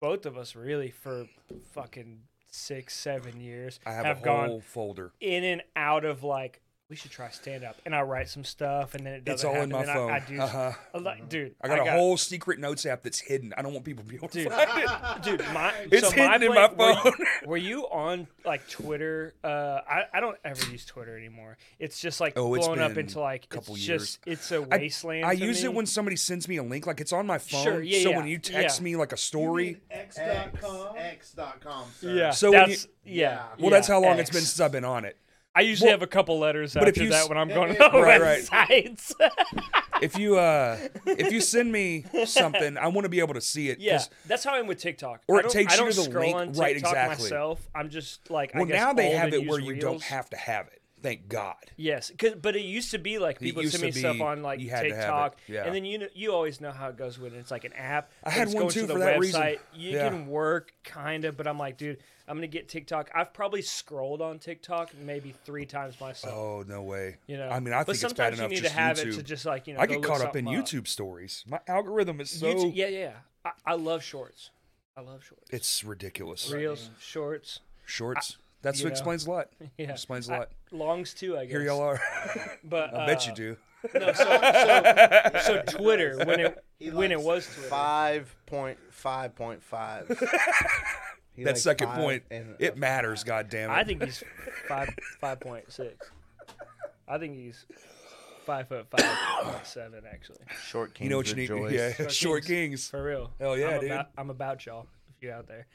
B: both of us really for fucking six seven years
A: I have, a
B: gone
A: whole folder.
B: in and out of like we should try stand up, and I write some stuff, and then it doesn't.
A: It's all in
B: happen,
A: my
B: and I-
A: phone.
B: I, do,
A: Uh-huh.
B: I'm like, dude.
A: I got a whole secret notes app that's hidden. I don't want people to be able to
B: Dude,
A: find it.
B: dude, my
A: It's
B: so
A: hidden in
B: pla-
A: my
B: were you-
A: phone.
B: Were, you on like Twitter? Uh, I, I don't ever use Twitter anymore. It's just like
A: Oh, it's
B: blown up
A: been
B: into like
A: couple
B: it's
A: years.
B: just it's a wasteland.
A: I
B: to
A: use
B: me.
A: it when somebody sends me a link, like it's on my phone.
B: yeah,
A: so
B: yeah,
A: when you text
B: yeah.
A: me like a story,
D: X.com.
E: X.com. Sir.
B: yeah.
A: So
B: So
A: when you-
B: that's yeah.
A: well, that's
B: yeah,
A: how long
B: X.
A: it's been since I've been on it.
B: I usually
A: well,
B: have a couple letters
A: but if
B: after
A: you s-
B: that when I'm going
D: yeah,
B: on
A: right, right.
B: websites.
A: If you uh, if you send me something, I want to be able to see it. 'cause-
B: yeah, that's how I'm with TikTok.
A: Or
B: I
A: it
B: don't-
A: takes
B: I
A: you
B: don't
A: to the
B: scroll
A: link,
B: on TikTok
A: right, exactly.
B: myself. I'm just like, I
A: Well,
B: guess
A: now they
B: old
A: have
B: and
A: it where
B: use
A: you don't
B: Reels.
A: have to have it. Thank God.
B: Yes, 'cause- but it used to be like people would
A: used
B: send
A: to
B: me stuff
A: be
B: on like
A: you had to have it,
B: TikTok,
A: yeah.
B: and then you know, you always know how it goes when it's like an app.
A: I
B: but
A: had
B: it's
A: one
B: going
A: too
B: to the
A: for that
B: website.
A: reason.
B: You
A: Yeah.
B: can work kind of, but I'm like, dude, I'm gonna get TikTok. I've probably scrolled on TikTok maybe three times myself.
A: Oh no way.
B: You know,
A: I mean, I think
B: but
A: it's bad
B: sometimes
A: enough
B: you need
A: just
B: to have
A: YouTube.
B: it to just like you know.
A: I
B: go
A: get
B: look
A: caught up in
B: something
A: YouTube stories. My algorithm is so
B: YouTube- yeah, yeah. yeah. I, I love shorts. I love shorts.
A: it's ridiculous.
B: Reels, shorts.
A: Shorts. That's
B: you
A: what
B: know.
A: explains a lot.
B: Yeah,
A: Explains a
B: I-
A: lot.
B: longs too, I guess.
A: Here y'all are.
B: But
A: I bet
B: uh,
A: you do.
B: No, so, so, so Twitter when it
E: He
B: when it
E: likes
B: was Twitter.
C: Five point five point five. He
A: That
C: likes
A: second
C: five
A: point,
C: and- uh,
A: it matters. God damn it.
B: I think he's five five point six. I think he's five foot five point seven actually.
C: short king.
A: you know what you need. Yeah, short kings.
B: For real.
A: Hell yeah,
B: I'm
A: dude.
B: About, I'm about y'all if you're out there.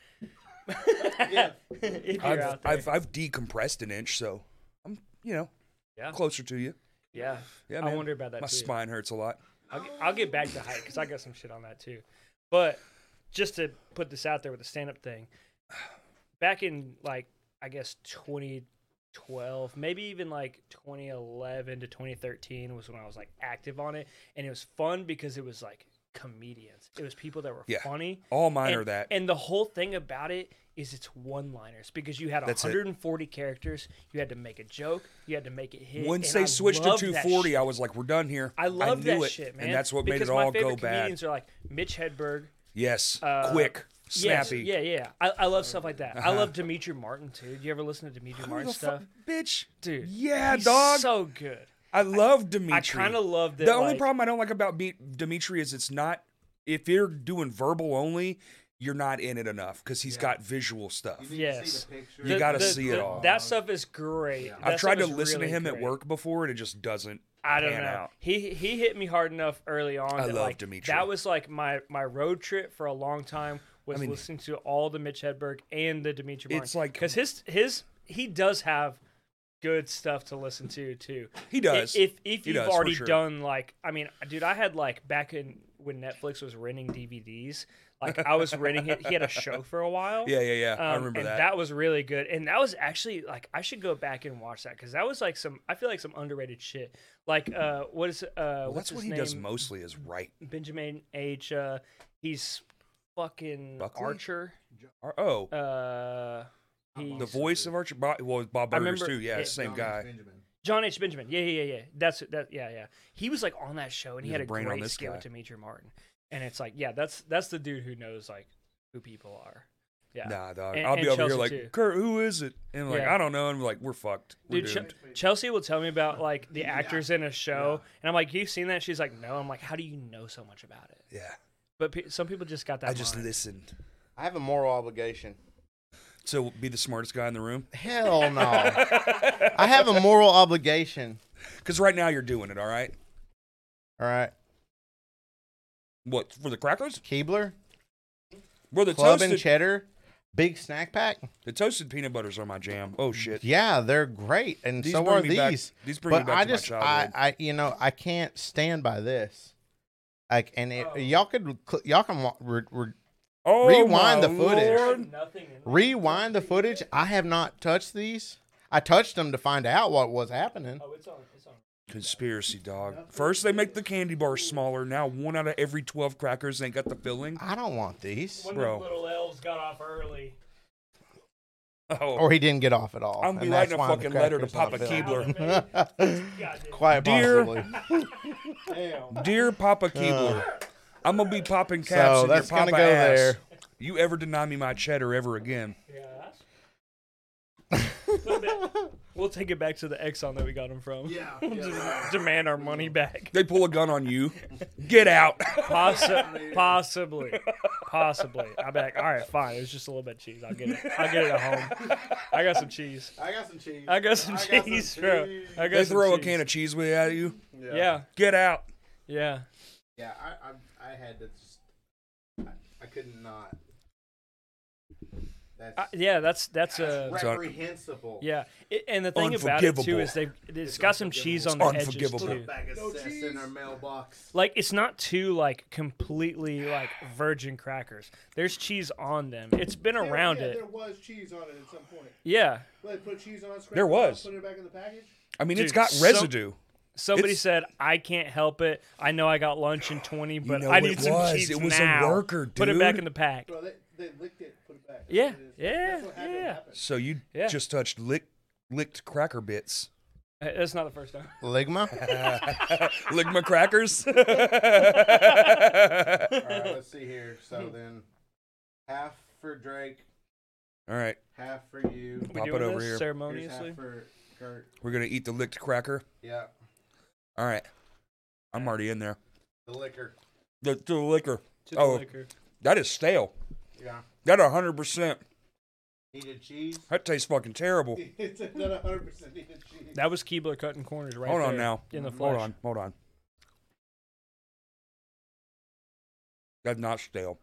D: Yeah.
B: If you're
A: I've,
B: out there.
A: I've I've decompressed an inch, so I'm you know
B: yeah.
A: closer to you.
B: Yeah.
A: Yeah,
B: I
A: man.
B: wonder about that
A: My
B: too.
A: spine hurts a lot.
B: I'll get, I'll get back to height because I got some shit on that too. But just to put this out there with the stand up thing, back in like, I guess 2012, maybe even like 2011 to 2013 was when I was like active on it. And it was fun because it was like comedians, it was people that were
A: Yeah.
B: funny.
A: All mine
B: and,
A: are that.
B: And the whole thing about it is it's one liners because you had
A: That's it.
B: 140 characters. You had to make a joke, you had to make it hit.
A: Once
B: and
A: they
B: I
A: switched to
B: love that shit.
A: 240, I was like, we're done here.
B: I love
A: knew
B: that
A: it,
B: shit, man.
A: And that's what made
B: Because
A: it
B: my
A: all go
B: favorite
A: bad.
B: Comedians are like Mitch Hedberg,
A: yes.
B: uh,
A: Quick.
B: yes,
A: Snappy. Uh-huh.
B: yeah, yeah. I, I love stuff like that. I love Dimitri Martin too. Do you ever listen to Dimitri
A: Who
B: Martin
A: the
B: stuff,
A: fuck- bitch.
B: dude?
A: Yeah,
B: he's
A: dog.
B: So good.
A: I love Dimitri.
B: I kind of love that.
A: The only
B: like-
A: problem I don't like about Be- Dimitri is it's not if you're doing verbal only, you're not in it enough because he's got visual stuff.
D: You need to
B: Yes.
D: see the picture.
A: You gotta see it
B: the-
A: all.
B: That stuff is great. That
A: I've
B: stuff
A: tried to
B: is
A: listen
B: really
A: to him at
B: great.
A: work before, and it just doesn't.
B: I don't
A: pan
B: know.
A: Out.
B: He he hit me hard enough early on.
A: I
B: that
A: love
B: like,
A: Dimitri.
B: That was like my my road trip for a long time. was
A: mean-
B: listening to all the Mitch Hedberg and the Dimitri.
A: It's like-
B: because his his he does have good stuff to listen to too.
A: He does.
B: If if
A: He
B: you've
A: does, for
B: already
A: sure.
B: done like I mean, dude, I had like back in when Netflix was renting DVDs, like I was renting it. He had a show for a while.
A: Yeah, yeah, yeah. I
B: Um,
A: remember
B: and
A: that.
B: was really good, and that was actually like I should go back and watch that because that was like some I feel like some underrated shit. Like uh, what is uh,
A: Well, that's
B: what's
A: what
B: his
A: he
B: name?
A: does mostly is write.
B: Benjamin H. Uh, he's fucking
A: Buckley?
B: Archer.
A: Ar- Oh,
B: Uh, he,
A: the voice of Archer. Bob, well, it's Bob
B: I
A: Burgers
B: remember
A: too. Yeah,
B: it-
A: same
D: John
A: guy.
D: Benjamin.
B: John H. Benjamin. Yeah, yeah, yeah, yeah. That's that. Yeah, yeah. He was like on that show, and he
A: He has
B: had a
A: a brain on
B: great
A: this
B: skit with
A: guy.
B: Dimitri Martin. And it's like, yeah, that's that's the dude who knows like who people are. Yeah.
A: Nah, dog.
B: And-
A: I'll
B: and
A: be over
B: Chelsea,
A: here like,
B: too.
A: Kurt, who is it? And I'm like,
B: Yeah.
A: I don't know. And I'm like, we're fucked. We're
B: Dude,
A: doomed.
B: Ch- Chelsea will tell me about like the actors in a show, and I'm like, "You've seen that?" She's like, "No." I'm like, "How do you know so much about it?"
A: yeah,
B: But pe- some people just got that.
A: I just
B: mind.
A: listened.
C: I have a moral obligation.
A: So be the smartest guy in the room.
C: Hell no. I have a moral obligation.
A: Because right now you're doing it, all right?
C: All right.
A: What, for the crackers?
C: Keebler,
A: Bro, the
C: Club
A: toasted,
C: and Cheddar, Big Snack Pack.
A: the toasted peanut butters are my jam. Oh, shit.
C: Yeah, they're great, and
A: These
C: so
A: bring
C: are
A: me back-
C: these.
A: these bring me
C: but
A: back
C: I
A: to my
C: just,
A: childhood.
C: I, I, you know, I can't stand by this. Like, and it, y'all could, cl- y'all can wa- re, re,
A: Oh,
C: Rewind
A: my
C: the footage.
A: Lord.
B: nothing. In
C: rewind the footage. I have not touched these. I touched them to find out what was happening.
B: oh, it's on. It's on.
A: Conspiracy, dog. First, they make the candy bars smaller. Now, one out of every 12 crackers ain't got the filling.
C: I don't want these.
B: One
A: of Bro.
B: of the little elves got off early.
A: Oh,
C: Or he didn't get off at all.
A: I'm gonna be
C: and that's
A: writing a
C: why the
A: fucking letter to
C: cracker's not
A: Papa
C: filled.
A: Keebler.
C: Quite
A: Dear-
C: possibly.
A: Dear Papa Keebler, I'm going to be popping caps
C: Oh. Uh. so
A: in your
C: that's gonna
A: Papa
C: go
A: ass.
C: there.
A: You ever deny me my cheddar ever again.
B: We'll take it back to the Exxon that we got him from.
D: Yeah,
B: We'll
D: yeah.
B: just demand our money back.
A: They pull a gun on you. Get out.
B: Possi- possibly, possibly. I'll be like, all right, fine. It was just a little bit of cheese. I'll get it. I'll get it at home. I got some cheese.
D: I got some cheese.
B: I got some cheese, bro. I got
A: they
B: some
A: throw a
B: cheese.
A: can of cheese with at you.
D: Yeah.
B: Yeah,
A: Get out.
B: yeah.
D: Yeah, I, I, I had to. Just, I, I could not. That's
B: I, Uh, yeah, that's that's a
A: It's un-
D: reprehensible.
B: yeah. It, and the thing about it too is they it's got some cheese on the edges
A: unforgivable.
B: too.
D: Bag of cess in our mailbox.
B: Like it's not too like completely like virgin crackers. There's cheese on them. It's been around
D: yeah,
B: it.
D: There was cheese on it at some point.
B: Yeah.
D: Well, they put cheese on it. scrape
A: There
D: it off,
A: was.
D: Put it back in the package.
A: I mean, it's
B: Dude,
A: got
B: so-
A: residue.
B: Somebody
A: It's-
B: said I can't help it. I know I got lunch in 20, but
A: know
B: I
A: it
B: need some
A: was.
B: cheese
A: It was a
B: now.
A: worker,
B: Put it back
A: dude.
B: in the pack.
D: Bro, they, they licked it, put it back. That's
B: Yeah,
D: what it is.
B: yeah,
D: That's what had to
B: yeah.
D: happen.
A: so you
B: Yeah.
A: just touched lick, licked cracker bits.
B: Uh, That's not the first time.
C: Ligma.
A: Lick my crackers.
D: All right, let's see here. So then, half for Drake,
A: All right,
D: half for you.
B: We
A: Pop it
B: doing
A: over
B: this
A: here.
D: Here's half
B: ceremoniously.
D: for Kurt.
A: we're gonna eat the licked cracker.
D: Yeah,
A: All right, I'm already in there.
D: the liquor.
A: The, to the liquor.
B: To the
A: Oh.
B: liquor.
A: That is stale.
D: Yeah,
A: That 100. percent
D: needed cheese.
A: That tastes fucking terrible.
D: it's not 100 percent needed cheese.
B: That was Keebler cutting corners right
A: hold on
B: there
A: now.
B: In the flesh.
A: hold on. Hold on. That's not stale.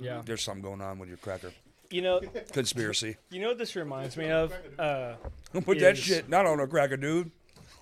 B: Yeah.
A: There's something going on with your cracker.
B: You know,
A: Conspiracy.
B: you know what this reminds me of? Uh,
A: Don't put that
B: Yes.
A: shit not on a cracker, dude.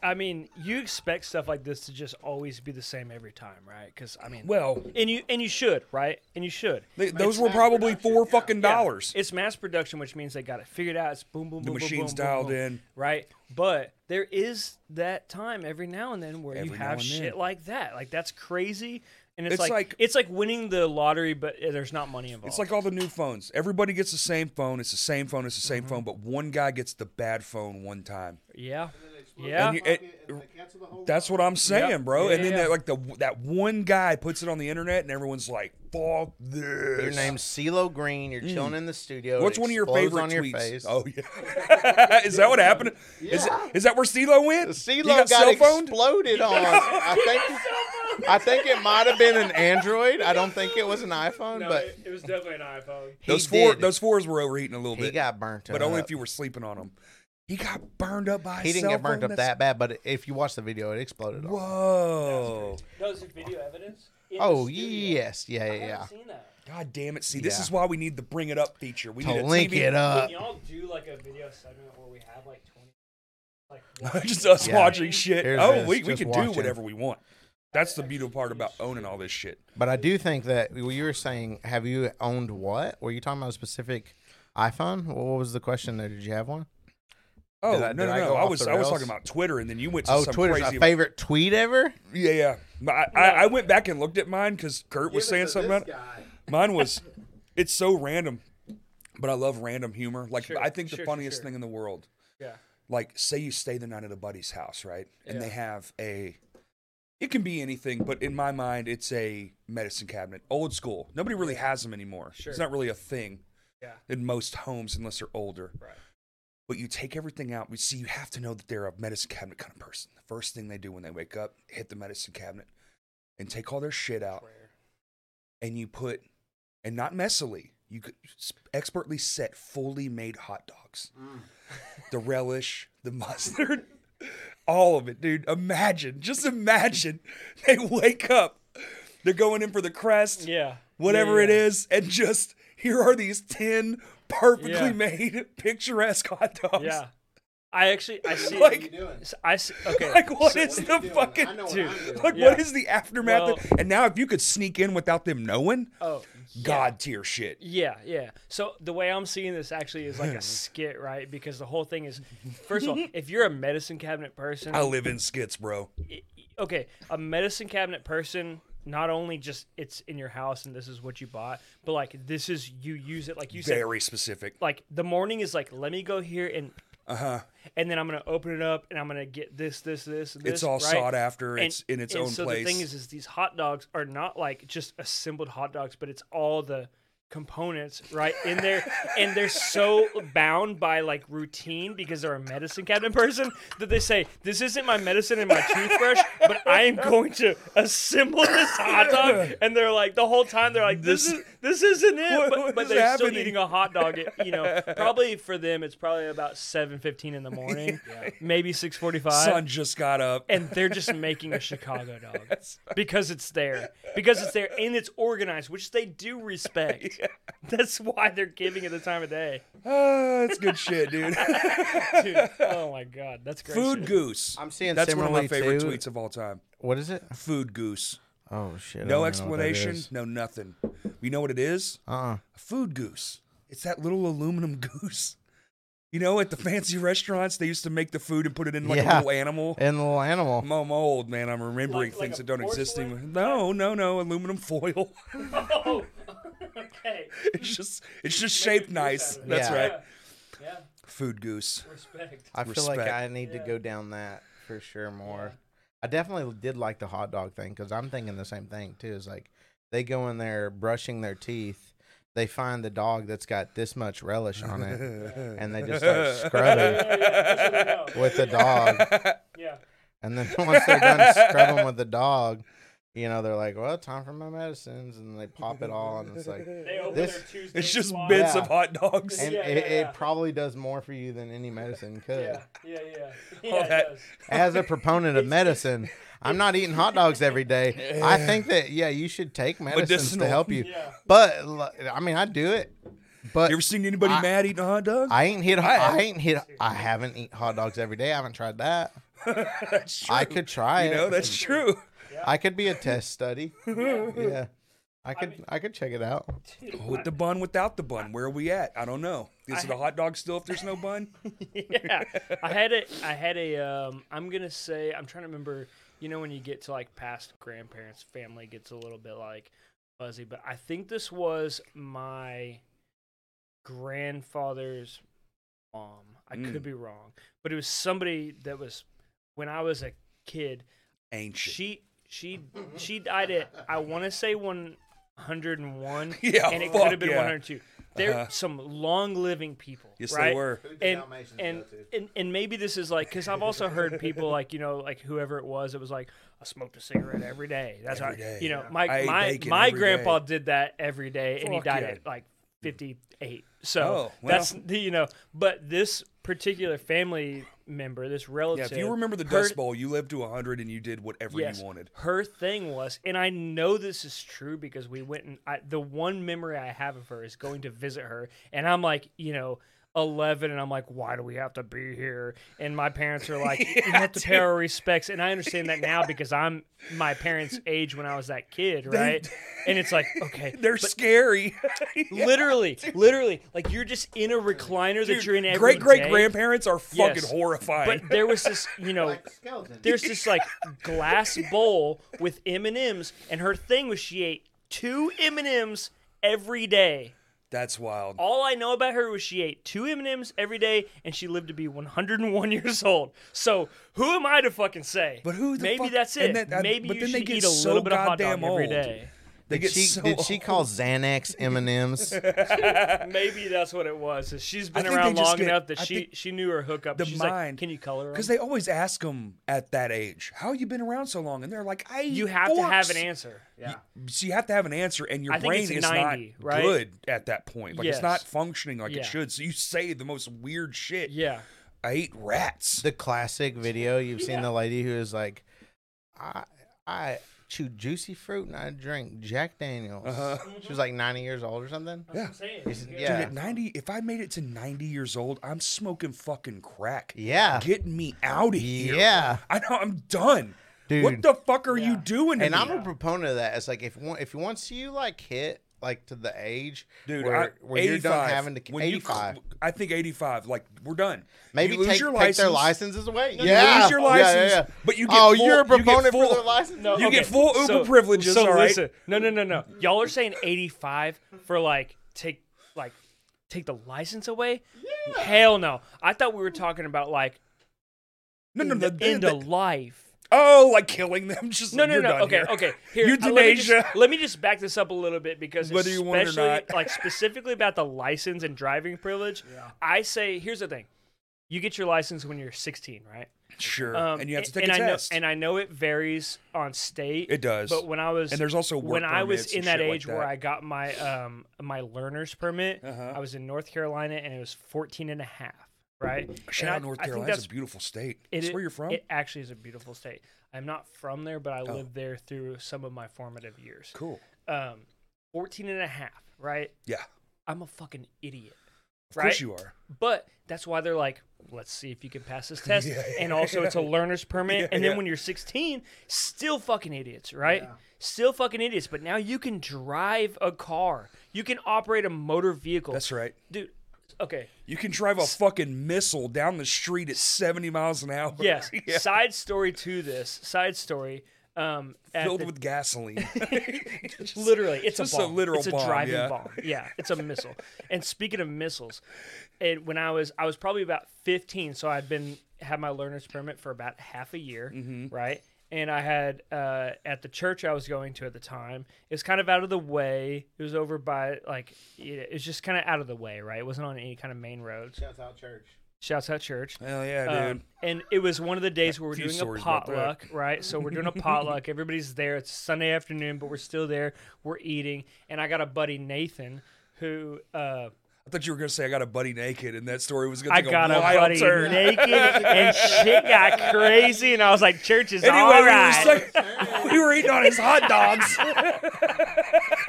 B: I mean, you expect stuff like this to just always be the same every time, right? Because I mean,
A: Well,
B: and you and you should, right? And you should.
A: they, those were probably four fucking
B: Yeah.
A: dollars.
B: It's mass production, which means they got it figured out. It's boom, boom,
A: The
B: boom. boom,
A: machine's
B: boom, boom,
A: dialed
B: boom,
A: in.
B: right? But there is that time every now and then where you
A: Every now
B: have
A: and
B: shit
A: then.
B: like that. Like that's crazy, and it's,
A: It's
B: like,
A: like-
B: it's like winning the lottery, but eh, there's not money involved.
A: It's like all the new phones. Everybody gets the same phone. It's the same phone. It's the
B: Mm-hmm.
A: same phone. But one guy gets the bad phone one time.
B: yeah,
A: And
B: yeah,
A: you-
D: Fuck
A: it-
D: it, and they cancel the whole
A: that's what I'm saying,
B: Yeah.
A: bro. and
B: Yeah,
A: then
B: yeah.
A: that, like the that one guy puts it on the internet, and everyone's like, "Fuck this."
C: Your name's CeeLo Green. You're chilling in the studio. it
A: Hmm. What's one of your
C: explodes
A: favorite
C: on
A: tweets?
C: your face.
A: Oh yeah, is that what happened? Is, is that where CeeLo went?
C: CeeLo
A: You got,
C: got,
A: cell phoned.
C: exploded on. I think I think it might have been an Android. I don't think it was an iPhone, but
B: was definitely an iPhone.
C: he
A: Those four,
C: did.
A: those fours were overheating a little
C: he
A: bit,
C: got burnt up.
A: but only if you were sleeping on them. He got burned up by.
C: He
A: a
C: didn't
A: cell
C: get burnt
A: phone?
C: up
A: That's-
C: that bad, but if you watch the video, it exploded. on.
A: Whoa!
B: That was video evidence.
C: Oh yes, yeah, yeah, yeah.
B: seen that.
A: God damn it! See, this
C: Yeah.
A: is why we need the bring it up feature. We
C: To
A: need a
C: link
A: TV
C: it up.
B: y'all do like a video segment where we have like twenty, like
A: just us
C: Yeah.
A: watching shit.
C: Here's
A: oh,
C: this,
A: we, we
C: just
A: can do
C: watching.
A: whatever we want. That's the beautiful part about owning all this shit.
C: But I do think that well, you were saying, have you owned what? Were you talking about a specific iPhone? What was the question there? Did you have one?
A: Oh
C: Did I-
A: no
C: did
A: no
C: I
A: no!
C: go
A: I
C: off
A: was
C: the
A: I was
C: rails?
A: talking about Twitter, and then you went to
C: Oh,
A: some
C: Twitter's
A: crazy.
C: my favorite tweet ever.
A: Yeah yeah. But I, I, I went back and looked at mine because Kurt was saying something about it. Mine was, it's so random, but I love random humor. Like
B: Sure,
A: I think the
B: sure, sure,
A: funniest
B: sure.
A: thing in the world.
B: Yeah.
A: Like say you stay the night at a buddy's house, right? And they
B: Yeah.
A: have a. It can be anything, but in my mind, it's a medicine cabinet, old school. Nobody really has them anymore.
B: Sure.
A: It's not really a thing
B: yeah,
A: in most homes unless they're older.
B: right.
A: But you take everything out. We see you have to know that they're a medicine cabinet kind of person. The first thing they do when they wake up, hit the medicine cabinet and take all their shit out
B: Rare.
A: and you put, and not messily, you could s- expertly set fully made hot dogs.
B: Mm.
A: The relish, the mustard, all of it, dude. Imagine, just imagine they wake up, they're going in for the crest,
B: Yeah.
A: whatever
B: Yeah,
A: it
B: yeah.
A: is, and just here are these 10 perfectly
B: Yeah.
A: made, picturesque hot dogs.
B: Yeah. I actually I see
A: Like-
D: you doing?
B: s- I see, okay.
A: Like, what
B: so-
A: is
D: what are
A: the
D: you doing?
A: fucking
D: I know what
A: dude?
D: I'm doing.
A: Like,
B: Yeah.
A: what is the aftermath?
B: Well-
A: of- and now, if you could sneak in without them knowing,
B: oh
A: god tier shit.
B: Yeah, yeah. So the way I'm seeing this actually is like a skit, right? Because the whole thing is, first of all, if you're a medicine cabinet person,
A: I live in skits, bro.
B: i- okay, a medicine cabinet person, not only just it's in your house and this is what you bought, but like this is you use it like you said.
A: Very specific.
B: Like the morning is like, let me go here and
A: Uh huh.
B: and then I'm gonna open it up and I'm gonna get this, this, this, and this.
A: It's all
B: right?
A: sought after. It's in its
B: and
A: own
B: so
A: place.
B: the thing is, is these hot dogs are not like just assembled hot dogs, but it's all the components right in there, and they're so bound by like routine because they're a medicine cabinet person that they say this isn't my medicine and my toothbrush, but I am going to assemble this hot dog, and they're like the whole time they're like this,
A: This-
B: is this isn't it,
A: What-
B: but,
A: what
B: but
A: is
B: they're still
A: happening?
B: eating a hot dog. At, you know, probably for them it's probably about seven fifteen in the morning, maybe six forty five
A: Son just got up.
B: and they're just making a Chicago dog because it's there, because it's there, and it's organized, which they do respect. That's why they're giving it the time of day.
A: Ah, it's good shit, dude.
B: Dude, oh my god, that's great.
A: Food
B: shit.
A: goose.
C: I'm seeing
A: That's one of my
C: similarly
A: favorite
C: too-
A: tweets of all time.
C: What is it?
A: Food goose.
C: Oh shit! I don't know
A: No
C: what
A: explanation.
C: that is.
A: No nothing. You know what it is?
C: Uh-uh.
A: A food goose. It's that little aluminum goose. You know, at the fancy restaurants, they used to make the food and put it in like a
C: Yeah.
A: little animal.
C: And the little animal.
A: I'm, I'm old, man. I'm remembering
B: Like- like
A: things
B: a
A: that don't exist
B: porcelain?
A: anymore. No, no, no. Aluminum foil.
B: Oh, okay.
A: it's just, it's just
B: Make a
A: shaped
B: goose
A: nice.
B: out of it.
A: That's
C: Yeah.
A: right.
B: Yeah,
A: Food goose.
B: respect.
C: I feel like
A: Respect.
C: I need
B: Yeah.
C: to go down that for sure more. I definitely did like the hot dog thing because I'm thinking the same thing too. Is like they go in there brushing their teeth, they find the dog that's got this much relish on it, and they just start scrubbing with the dog.
B: Yeah.
C: And then once they're done scrubbing with the dog, you know they're like, "Well, time for my medicines," and they pop it all, and it's like,
B: They open
C: This-
B: their Tuesday
A: It's just
B: slot.
A: bits
C: Yeah.
A: of hot dogs.
C: and
B: Yeah,
C: it,
B: yeah, yeah.
C: it probably does more for you than any medicine could.
B: Yeah, yeah, yeah. yeah
A: All
B: it
A: that-
B: does.
C: as a proponent of medicine, I'm not eating hot dogs every day. I think that yeah, you should take medicines
A: Medicinal.
C: to help you.
B: Yeah.
C: But l- I mean, I do it. But
A: you ever seen anybody
C: I-
A: mad eating a hot dog?
C: I ain't hit.
A: I have.
C: I ain't hit. I haven't eaten hot dogs every day. I haven't tried that.
A: that's true.
C: I could try
A: you know,
C: it.
A: that's true.
C: I could be a test study.
B: Yeah.
C: yeah. I could. I, could check it out.
B: Dude,
A: With the bun, without the bun, where are we at? I don't know. Is it a hot dog still if there's no bun?
B: yeah, I had a, I had a, um, I'm gonna say, I'm trying to remember. You know, when you get to like past grandparents, family gets a little bit like fuzzy. But I think this was my grandfather's mom. I could
A: Mm.
B: be wrong, but it was somebody that was when I was a kid.
A: Ancient.
B: She she she died at I want to say 101,
A: Yeah,
B: and it
A: fuck
B: could have been
A: yeah.
B: 102. They're
A: Uh-huh.
B: some long living people.
A: yes,
B: right?
A: they were.
D: Who did
B: and
D: Dalmatians
B: and,
D: go to?
B: and and maybe this is like because I've also heard people like you know like whoever it was it was like I smoked a cigarette every day. That's
A: Every day,
B: right. You know
A: yeah. I
B: my
A: ate
B: my
A: bacon
B: my
A: every
B: grandpa
A: day.
B: did that every day and he
A: Fuck
B: died
A: yeah.
B: at like fifty eight. So
A: Oh, well.
B: that's the you know, but this particular family member, this
A: Yeah,
B: relative.
A: if you remember the
B: her-
A: Dust Bowl, you lived to 100 and you did whatever
B: yes,
A: you wanted.
B: Her thing was, and I know this is true because we went and I, the one memory I have of her is going to visit her, and I'm like, you know. 11 and I'm like why do we have to be here and my parents are like you have to pay our respects and I understand that now because I'm my parents age when I was that kid right and it's like okay
A: They're scary.
B: literally literally like you're just in a recliner that you're in every
A: Great great
B: day.
A: grandparents are fucking
B: Yes.
A: horrifying.
B: but there was this you know
D: Like skeleton.
B: there's this like glass bowl with m&ms and her thing was she ate two m&ms every day
A: That's wild.
B: all i know about her was she ate two m&ms every day and she lived to be 101 years old so who am i to fucking say
A: But who the
B: maybe
A: fuck-
B: that's it
A: and that- I-
B: maybe
A: but
B: you
A: then they
B: should
A: get
B: eat a
A: so
B: little bit of hot dog
A: goddamn
B: every
A: old.
B: day
A: They
C: Did
A: get
C: she,
A: so
C: did she call Xanax M and M's?
B: maybe that's what it was is she's been
A: think they
B: around
A: just
B: long
A: get-
B: enough that
A: I
B: she
A: think
B: she knew her hookup
A: the
B: she's
A: mind-
B: like can you color 'em?"
A: because they always ask them at that age, "How you been around so long?" And they're like, "I."
B: you have to have an answer
D: yeah.
A: So you have to have an answer, and your
B: I think
A: brain
B: it's
A: is
B: 90,
A: not
B: right?
A: good at that point. Like
B: Yes.
A: it's not functioning like
B: Yeah.
A: it should. So you say the most weird shit.
B: yeah
A: I ate rats.
C: the classic video you've seen the lady who is like, I I chew juicy fruit and I drink Jack Daniels.
A: Uh-huh.
C: She was like 90 years old or something.
A: yeah. Dude,
C: Yeah,
A: at 90, if I made it to 90 years old, I'm smoking fucking crack.
C: Yeah.
A: Get me out of here.
C: yeah.
A: I know I'm done. What
C: Dude.
A: the fuck are you doing? to
C: And
A: me?
C: I'm a proponent of that. It's like if one, if once you like hit like to the age,
A: dude,
C: where,
A: I,
C: where
A: 85,
C: you're done having to
A: when you cl-
C: 85,
A: I think 85. Like we're done.
C: maybe
A: you lose
C: take,
A: your
C: take
A: license.
C: their licenses away.
A: you
C: yeah,
A: lose your
C: Yeah, yeah,
A: license,
C: yeah.
A: but you get
C: oh,
A: full-
C: you're
A: you
C: a
A: get
C: proponent for
A: full-
C: their license.
B: No,
A: You get full Uber privileges, all right?
B: no, no, no, no. Y'all are saying 85 for like take like take the license away? Hell no. I thought we were talking about like
A: No, no,
B: in
A: no.
B: the
A: the-
B: end
A: the-
B: of life.
A: oh, like killing them. Just
B: No,
A: like,
B: no,
A: you're
B: no.
A: done
B: Okay,
A: here.
B: okay. Here, uh, let me just- Let me,
A: euthanasia.
B: just, back this up a little bit because
A: Whether you want it or
B: especially-
A: not.
B: like specifically about the license and driving privilege, I say here's the thing. You get your license when you're 16, right?
A: Sure,
B: Um,
A: and you have to
B: a-
A: take
B: and
A: a
B: I know-
A: test.
B: and I know it varies on state.
A: It does.
B: But when I was
A: And there's also work
B: when I was
A: permits
B: in
A: and
B: that
A: shit like
B: age where
A: that. Uh-huh.
B: I got my um my learner's permit, I was in North Carolina and it was 14 and a half, right?
A: Shout
B: And
A: out
B: I-
A: North
B: I think
A: Carolina.
B: that's-
A: It's a beautiful state.
B: it
A: That's
B: i-
A: where you're from. Oh.
B: It actually is a beautiful state. I'm not from there, but I lived there through some of my formative years.
A: cool.
B: Um 14 and a half, right?
A: Yeah.
B: I'm a fucking idiot.
A: Of
B: right?
A: course you are.
B: But that's why they're like, let's see if you can pass this test. and also, it's a learner's permit. and then
A: yeah.
B: when you're 16, still fucking idiots, right? Still fucking idiots. But now you can drive a car, you can operate a motor vehicle.
A: That's right.
B: Dude, okay.
A: You can drive a fucking missile down the street at 70 miles an hour.
B: Yes.
A: Yeah.
B: Side story to this side story. Um, at
A: Filled
B: the-
A: with gasoline.
B: literally it's
A: just
B: a
A: a
B: bomb.
A: literal
B: it's a
A: bomb,
B: driving
A: yeah.
B: bomb yeah it's a missile and speaking of missiles it, when i was i was probably about 15 so i'd been had my learner's permit for about half a year
A: Mm-hmm.
B: right and i had uh, at the church i was going to at the time it was kind of out of the way it was over by like it was just kind of out of the way right it wasn't on any kind of main roads
D: Shouts out church.
B: shouts out church
A: Hell yeah, dude.
B: um, and it was one of the days where we're
A: Few
B: doing a
A: stories about that.
B: potluck, right? So we're doing a potluck. Everybody's there. It's Sunday afternoon, but we're still there. We're eating, and I got a buddy Nathan who uh,
A: I thought you were gonna say I got a buddy naked, and that story was gonna
B: I
A: take
B: got
A: a
B: a
A: wild
B: buddy
A: turn.
B: naked, and shit got crazy. And I was like, "Church is
A: Anyway,
B: all
A: we, were
B: right."
A: saying- we were eating on his hot dogs. yeah,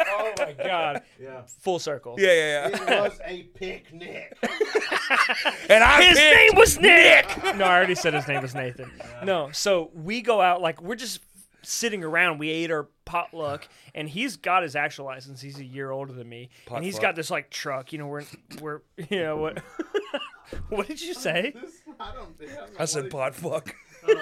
B: oh my god!
D: Yeah.
B: Full circle.
A: yeah,
D: It
A: yeah.
D: was a picnic.
A: And I
B: His
A: picked-
B: name was Nick. no, I already said his name was Nathan. No, so we go out like we're just sitting around. We ate our potluck, and he's got his actual license. He's a year older than me, and he's
A: Potluck.
B: got this like truck. You know, we're we're you know what. What did you say,
D: I don't think
A: I said pot fuck.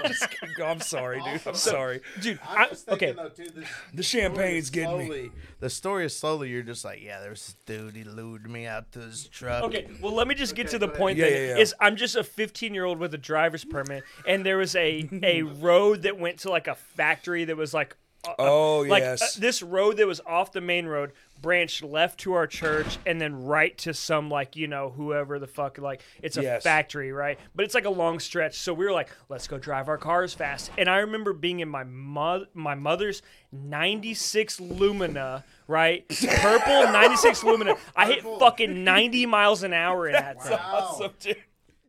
A: Just kidding. I'm sorry, dude. I'm sorry.
B: dude?
D: I'm
B: I,
D: just thinking
B: okay,
D: though too this
A: The champagne's getting me.
D: slowly
C: The story is slowly. You're just like, yeah, there's this dude. He lured me out to his truck.
B: Okay, well, let me just get to the point.
A: Yeah,
B: that
A: yeah, yeah.
B: is I'm just a 15 year old with a driver's permit, and there was a a road that went to like a factory that was like uh,
A: Oh,
B: like uh,
A: yes.
B: this road that was off the main road branched left to our church and then right to some like you know whoever the fuck like it's a
A: Yes.
B: factory right but it's like a long stretch so we were like let's go drive our cars fast and i remember being in my mo- my mother's 96 lumina right purple 96 lumina i hit fucking 90 miles an hour in that thing
A: awesome, dude.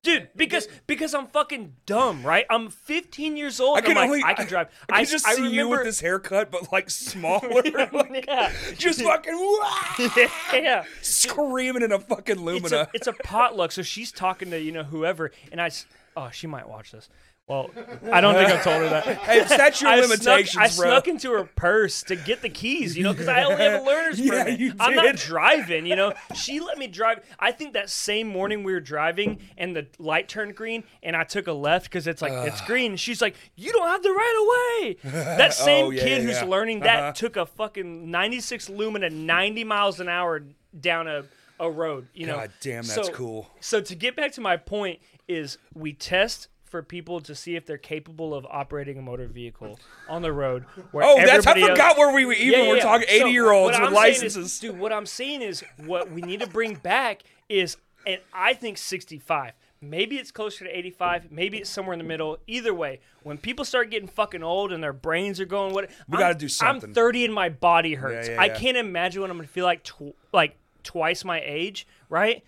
B: dude because because i'm fucking dumb right i'm 15 years old
A: I
B: I
A: can
B: can I'm
A: only-
B: like, i can drive
A: I can just see you with
B: remember-
A: this haircut, but like smaller. like,
B: yeah
A: just fucking wah,
B: yeah
A: screaming in a fucking
B: it's a,
A: Lumina.
B: it's a potluck so she's talking to you know whoever and i s- oh she might watch this well i don't think i've told her that
A: hey, statue
B: I
A: of
B: snuck,
A: limitations,
B: I
A: bro.
B: snuck into her purse to get the keys, you know, because I only have a learner's
A: Yeah,
B: permit.
A: you
B: I'm not
A: did.
B: driving, you know. She let me drive. I think that same morning we were driving and the light turned green and I took a left because it's like it's green. She's like, "You don't have the right of way." That same
A: Oh, yeah,
B: kid
A: yeah,
B: who's
A: yeah.
B: learning that
A: Uh-huh.
B: took a fucking 96 Lumina 90 miles an hour down a a road, you know.
A: God damn, that's
B: So-
A: cool.
B: so to get back to my point is we test for people to see if they're capable of operating a motor vehicle on the road. Where
A: Oh, that's I
B: everybody else-
A: forgot where we were even
B: yeah,
A: we're
B: yeah.
A: talking
B: So
A: eighty year olds
B: what
A: with
B: I'm saying is-
A: licenses.
B: dude, what I'm saying is what we need to bring back is, and I think 65. Maybe it's closer to 85. Maybe it's somewhere in the middle. Either way, when people start getting fucking old and their brains are going, what we
A: gotta do something.
B: I'm 30 and my body hurts.
A: Yeah, yeah,
B: I
A: yeah.
B: can't imagine what I'm gonna feel like, tw- like twice my age, right?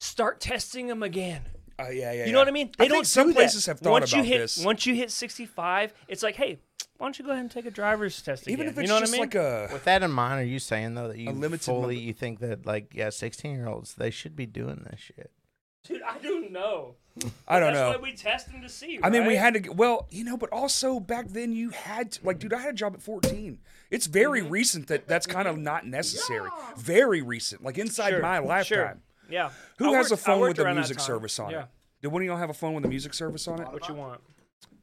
B: Start testing them again.
A: Uh, yeah, yeah.
B: You know what I mean? They
A: I
B: don't
A: think some
B: do that.
A: places have thought
B: once
A: about
B: you hit,
A: this.
B: Once you hit 65, it's like, hey, why don't you go ahead and take a driver's test again?
A: even if it's
B: you know
A: just
B: what I mean?
A: like a
C: With that in mind, are you saying though that you
A: limited number-
C: fully you think that like yeah, sixteen year olds they should be doing this shit?
B: Dude, I don't know.
A: I don't
B: That's
A: know.
B: why we test them to see.
A: I mean, we
B: right?
A: had to. g- Well, you know, but also back then you had to, like, dude, I had a job at fourteen. It's very
B: Mm-hmm.
A: recent that that's kind of not necessary. Very recent, like inside
B: Sure,
A: my
B: sure.
A: lifetime.
B: Yeah.
A: Who
B: I
A: has a
B: worked- I
A: phone
B: worked
A: with a
B: around that
A: music
B: time.
A: service on
B: Yeah.
A: it? Did one of y'all have a phone with a music service on it?
B: What you want?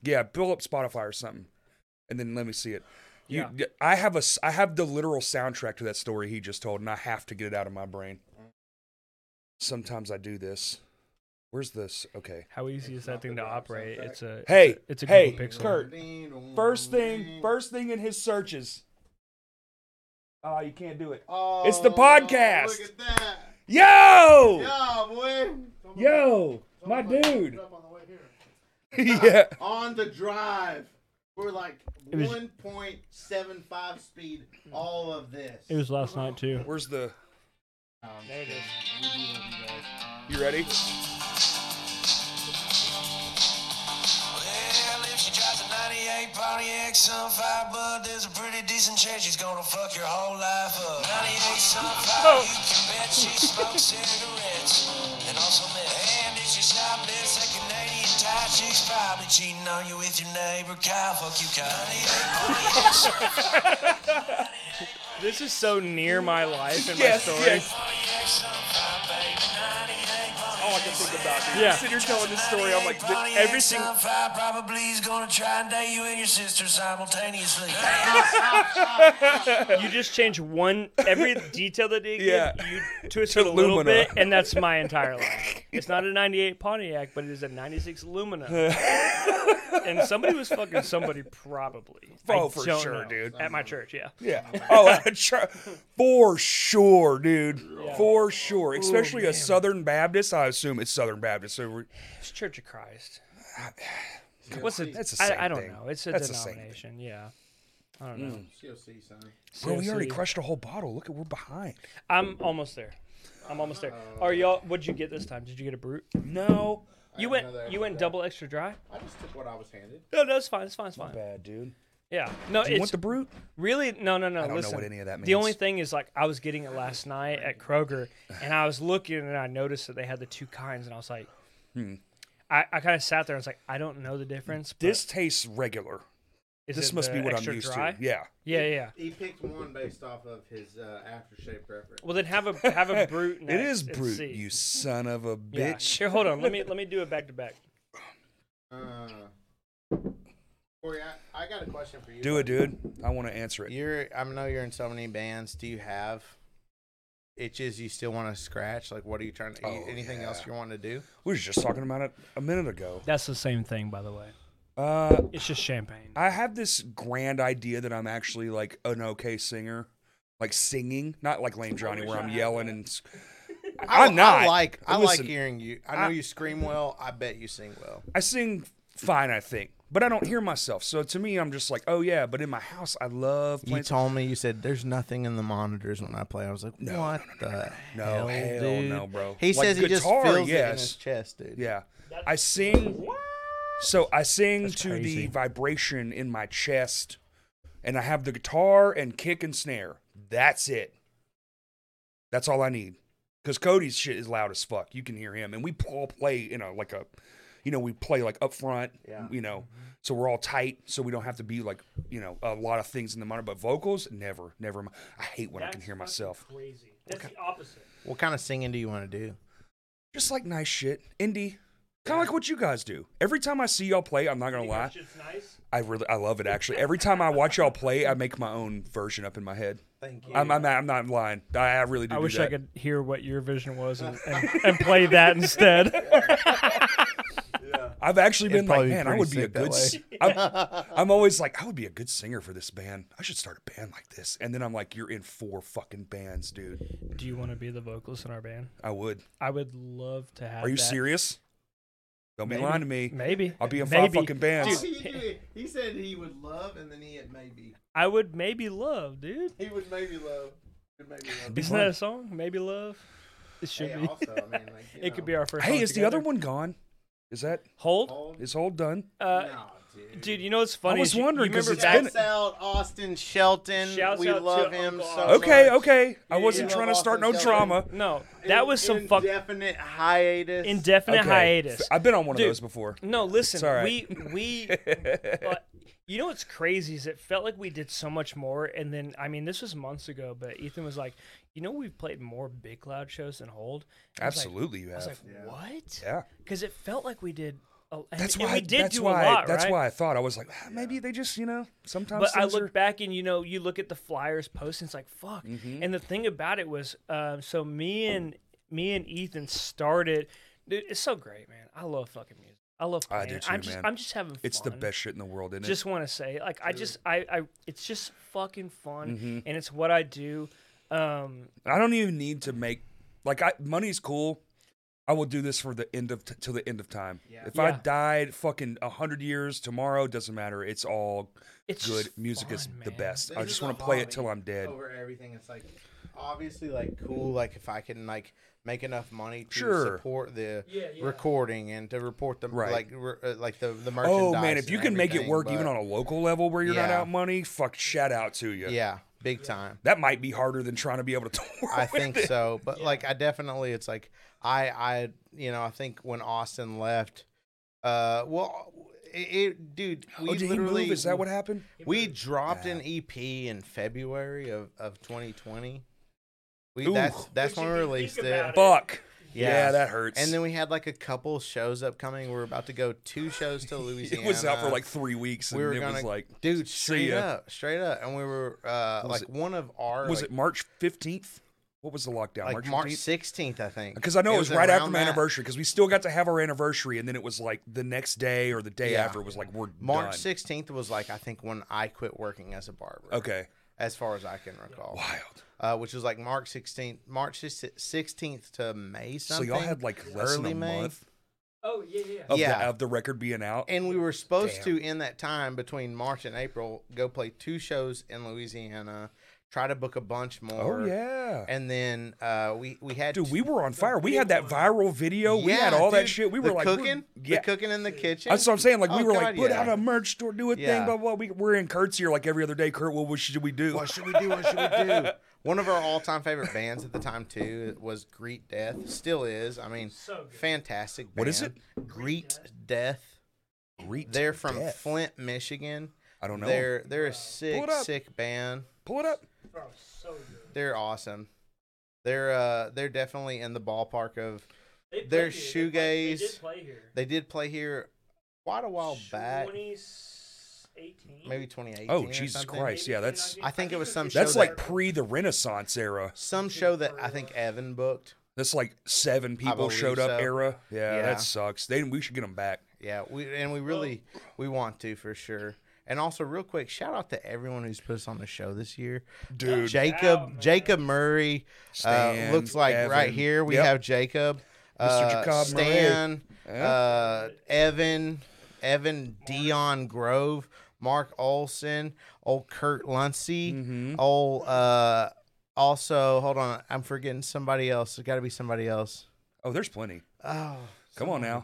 A: Yeah, pull up Spotify or something, and then let me see it. You,
B: Yeah.
A: I have a, s- I have the literal soundtrack to that story he just told, and I have to get it out of my brain. Sometimes I do this. Where's this? Okay.
B: How easy is that thing to operate? It's a
A: Hey,
B: it's a
A: hey,
B: Google Pixel.
A: Kurt. First thing, first thing in his searches. Oh, you can't do it.
D: Oh,
A: It's the podcast.
D: Look at that.
A: Yo,
D: Yeah, boy.
A: yo, my
D: Someone
A: dude.
D: up on the way here.
A: yeah.
D: On the drive. We're like
B: was-
D: 1.75 speed. All of this.
B: It was last night too.
A: Where's the?
D: Um, there it is. We do love you guys.
A: You ready?
F: Well, if she drives a 98 Pontiac Sunfire, bud, there's a pretty decent chance she's gonna fuck your whole life up. 98 Sunfire, you can bet she smokes cigarettes and also meth. And if she's not this, that Canadian tie, she's probably cheating on you with your neighbor Kyle. Fuck you, Kyle. 98 Pontiac
B: This is so near my life and
A: Yes,
B: my story.
A: yes.
F: Pontiac Sunfire, baby. 98
A: Oh, I can think about it.
B: Yeah.
A: Sitting here telling this story, I'm like, th-
F: Pontiac
A: every single.
F: Sunfire probably is gonna try and date you and your sister simultaneously.
B: You just change one every detail that they give.
A: Yeah.
B: You twist
A: To
B: it a little
A: Lumina.
B: bit, and that's my entire life. It's not a '98 Pontiac, but it is a '96 Lumina. and somebody was fucking somebody probably. I
A: Oh, for
B: don't
A: sure,
B: know.
A: dude.
B: At my church, yeah.
A: Yeah. Oh, at a chur- for sure, dude. For sure.
B: Oh,
A: Especially a Southern Baptist. I assume it's Southern Baptist. So we're-
B: It's Church of Christ. What's it?
A: That's the
B: I,
A: same
B: I don't
A: thing.
B: know. It's a
A: That's the same
B: denomination. Yeah. I don't know.
D: COC, son.
A: bro, we already
B: Seriously.
A: crushed a whole bottle. Look at we're behind.
B: I'm almost there. I'm almost there.
D: Uh,
B: Are y'all? What'd you get this time? Did you get a brute?
A: No.
B: You
D: got
B: went.
D: another
B: You went
D: extra dry.
B: double extra dry.
D: I just took what I was handed.
B: No, no, it's fine. It's fine. It's fine.
A: Bad, dude.
B: Yeah. No,
A: You
B: it's
A: want the brute?
B: really no, no, no.
A: don't know
B: listen,
A: what any of that
B: The only
A: means.
B: thing is like I was getting it last night at Kroger, and I was looking and I noticed that they had the two kinds, and I was like,
A: Hmm.
B: I, I kind of sat there and was like, I don't know the difference. but
A: This tastes regular.
B: is
A: this
B: it
A: must
B: the
A: be what I'm
B: extra
A: used
B: dry?
A: to. Yeah.
B: Yeah, yeah, yeah.
D: He picked one based off of his uh, aftershave preference.
B: Well, then have a have a brute. Next
A: It is
B: and
A: brute,
B: see.
A: you son of a
B: Yeah.
A: bitch.
B: Here, hold on. Let me let me do it back to back.
D: Uh, Corey, I, I got a question for you.
A: Do it, dude. I want to answer it.
C: You're I know you're in so many bands. Do you have itches you still want to scratch? Like what are you trying to
A: Oh,
C: anything else
A: yeah.
C: you want to do?
A: We were just talking about it a minute ago.
B: That's the same thing, by the way.
A: Uh,
B: It's just champagne.
A: I have this grand idea that I'm actually like an okay singer, like singing, not like lame Johnny where I'm yelling and. s- I'm not.
C: I like I
A: Listen,
C: like hearing you. I know
A: I-
C: you scream well. I bet you sing well.
A: I sing fine, I think, but I don't hear myself. So to me, I'm just like, oh yeah. But in my house, I love
C: You
A: playing.
C: told me you said there's nothing in the monitors when I play. I was like, what the
A: no,
C: hell,
A: hell
C: dude?
A: no, bro.
C: He
A: Like,
C: says he just
A: guitar,
C: feels it in
A: yes.
C: his chest, dude.
A: yeah, I sing. So I sing to
B: crazy.
A: the vibration in my chest, and I have the guitar and kick and snare. That's it. That's all I need. Cause Cody's shit is loud as fuck. You can hear him, and we all play in a like a, you know, we play like up front.
E: Yeah.
A: You know, so we're all tight, so we don't have to be like you know a lot of things in the monitor. But vocals, never, never. mi- I hate when I can hear myself.
B: Crazy. That's the opposite.
C: What kind of singing do you want to do?
A: Just like nice shit, indie. Kind of like what you guys do. Every time I see y'all play, I'm not gonna lie.
B: It's nice.
A: I really I love it actually. Every time I watch y'all play, I make my own version up in my head.
C: Thank you.
A: I'm I'm, I'm not lying. I, I really do.
B: I
A: do
B: wish I
A: that.
B: could hear what your vision was and, and, and play that instead.
A: I've actually
C: It'd
A: been like,
C: probably be
A: man, I
C: pretty
A: would be a
C: sick that
A: good.
C: way."
A: s- I'm, I'm always like, I would be a good singer for this band. I should start a band like this. And then I'm like, you're in four fucking bands, dude.
B: Do you want to be the vocalist in our band?
A: I would.
B: I would love to have.
A: Are you
B: that.
A: serious? Don't be
B: Maybe.
A: lying to me.
B: Maybe.
A: I'll be in five
B: maybe.
A: fucking bands.
B: Dude.
D: He said he would love, and then he had maybe.
B: I would maybe love, dude.
D: He would maybe love. Would maybe love.
A: Be
B: Isn't
A: fun.
B: that a song? Maybe love. It should
D: Hey,
B: be.
D: also, I mean, like, you
B: it could
D: know,
B: be our first.
A: Hey,
B: song
A: is the
B: together.
A: other one gone? Is that
B: hold?
D: Old,
A: is hold done?
B: Uh,
D: no, dude.
B: Dude, you know what's funny?
A: was
B: is you-
A: wondering
B: you
A: 'cause
B: remember
A: it's
B: back-
A: been-
C: Shouts out Austin Shelton.
B: Shouts
C: we
B: out to
C: love him
B: Uncle
C: so
B: Austin.
A: Okay,
C: much.
A: okay. I
C: Yeah,
A: wasn't
C: yeah.
A: trying to start no
C: Austin
A: drama.
C: Sheldon.
B: No, that was some fuck
C: indefinite hiatus.
B: indefinite
A: Okay.
B: hiatus.
A: I've been on one of
B: Dude.
A: those before.
B: No, listen,
A: all right.
B: we we, uh, you know what's crazy is it felt like we did so much more, and then I mean this was months ago, but Ethan was like, you know, we've played more Big Loud shows than Hold. And I was like-
A: Absolutely, you
B: I was
A: have.
B: like, what?
A: Yeah.
B: Because it felt like we did. A, and,
A: That's
B: and
A: why
B: we did
A: that's
B: do
A: why
B: a lot,
A: that's
B: right?
A: why I thought I was like "Ah, maybe they just you know sometimes.
B: But I
A: things
B: look
A: are-
B: back and you know you look at the flyers post and it's like fuck.
A: Mm-hmm.
B: And the thing about it was, um, so me and me and Ethan started. Dude, it's so great, man. I love fucking music. I love.
A: I
B: Playing.
A: do
B: it.
A: too,
B: I'm just,
A: man.
B: I'm just having. Fun.
A: it's the best shit in the world, isn't
B: Just want to say, like, I just, I, I, it's just fucking fun,
A: Mm-hmm.
B: and it's what I do. Um,
A: it? I don't even need to make like I money's cool. I will do this for the end of t- till the end of time. If I
B: Yeah.
A: died fucking a hundred years tomorrow, doesn't matter. It's all
B: it's
A: good.
B: just
A: Music is
B: fun,
A: the
B: man.
A: best.
D: This
A: I
D: is
A: just
D: a
A: want to play it
D: hobby
A: till I'm dead.
D: over everything. It's like
C: obviously like cool like if i can like make enough money to
A: Sure.
C: support the
B: yeah.
C: recording and to report the
A: Right.
C: like re- uh, like the the merchandise
A: Oh man, if you
C: and
A: can make it
C: everything,
A: work even
C: but
A: on a local level where you're not
C: Yeah.
A: out money, fuck, shout out to you.
C: yeah big time
A: That might be harder than trying to be able to tour.
C: i
A: with
C: think
A: it.
C: so but like i definitely it's like i i you know i think when austin left uh well it, it dude we
A: Oh, did he
C: literally
A: move? Is that what happened?
C: we dropped an ep in february of of 2020 we,
A: Ooh.
C: that's that's
B: Which
C: when
B: if
C: we
B: you think
C: released it
B: about it,
A: Fuck.
C: Yeah.
A: Yeah, that hurts.
C: And then we had like a couple shows upcoming. We were about to go two shows to Louisiana.
A: It was out for like three weeks, and
C: we were
A: it
C: gonna,
A: was like,
C: dude,
A: see
C: straight
A: ya.
C: up, straight up, and we were uh,
A: Was
C: like
A: it-
C: one of our
A: was
C: like,
A: it March fifteenth? What was the lockdown?
C: like March
A: 15th?
C: sixteenth, I think,
A: Because I know it was, right after
C: around
A: my
C: that.
A: anniversary. Because we still got to have our anniversary, and then it was like the next day or the day
C: Yeah.
A: after was like we're
C: March
A: done.
C: sixteenth was like I think when I quit working as a barber.
A: Okay,
C: as far as I can recall,
A: wild.
C: uh, which was like March sixteenth, March sixteenth to May
A: So
C: something.
A: y'all had like less
C: early
A: than a
C: May.
A: month
B: Oh yeah, yeah.
A: of, the,
C: Yeah.
A: of the record being out.
C: And we were supposed
A: Damn.
C: to, in that time between March and April, go play two shows in Louisiana, try to book a bunch more.
A: oh yeah,
C: And then uh, we we had
A: dude,
C: t-
A: we were on fire. We had that viral video. we had
C: Yeah,
A: all that
C: dude,
A: shit. We
C: the
A: were like we're-
C: cooking,
A: Yeah,
C: the cooking in the kitchen.
A: That's what I'm saying. Like we
C: Oh,
A: were
C: God,
A: like, put
C: yeah.
A: out a merch store, do a thing,
C: Yeah.
A: blah blah. We, we're in Kurt's here, like every other day. Kurt, well, what should we do?
C: What should we do? What should we do? One of our all-time favorite bands at the time too was Greet Death. Still is. I mean, fantastic. Band.
A: What is
C: Greet Death.
A: Greet
C: They're from
A: death.
C: Flint, Michigan.
A: I don't know.
C: They're they're a
A: it
C: sick
A: up.
C: sick band.
A: Pull it up.
C: They're awesome. They're uh they're definitely in the ballpark of They're here. They did shoegaze.
B: play here.
C: they did play here quite a while back,
B: 2018.
C: maybe 2018.
A: Oh
C: or
A: Jesus
C: something.
A: Christ! Yeah, that's
C: I think it was some
A: that's
C: show
A: like
C: that-
A: pre the Renaissance era.
C: Some show that I think Evan booked.
A: That's like seven people
C: believe
A: showed up
C: so.
A: era. Yeah,
C: Yeah.
A: that sucks. They we should get them back.
C: Yeah, we and we really we want to for sure. And also, real quick, shout out to everyone who's put us on the show this year,
A: Dude.
C: Jacob,
B: Wow, man.
C: Jacob Murray uh,
A: Stan,
C: looks like right
A: Evan.
C: here we
A: Yep.
C: have Jacob,
A: Mr.
C: uh,
A: Jacob Murray.
C: Stan,
A: Yeah.
C: uh, Evan, Evan, Dion Grove, Mark Olson, old Kurt Luncy,
A: Mm-hmm.
C: old uh, also hold on, I'm forgetting somebody else. There's got to be somebody else.
A: Oh, there's plenty.
C: Oh,
A: Come on now.
C: Mm.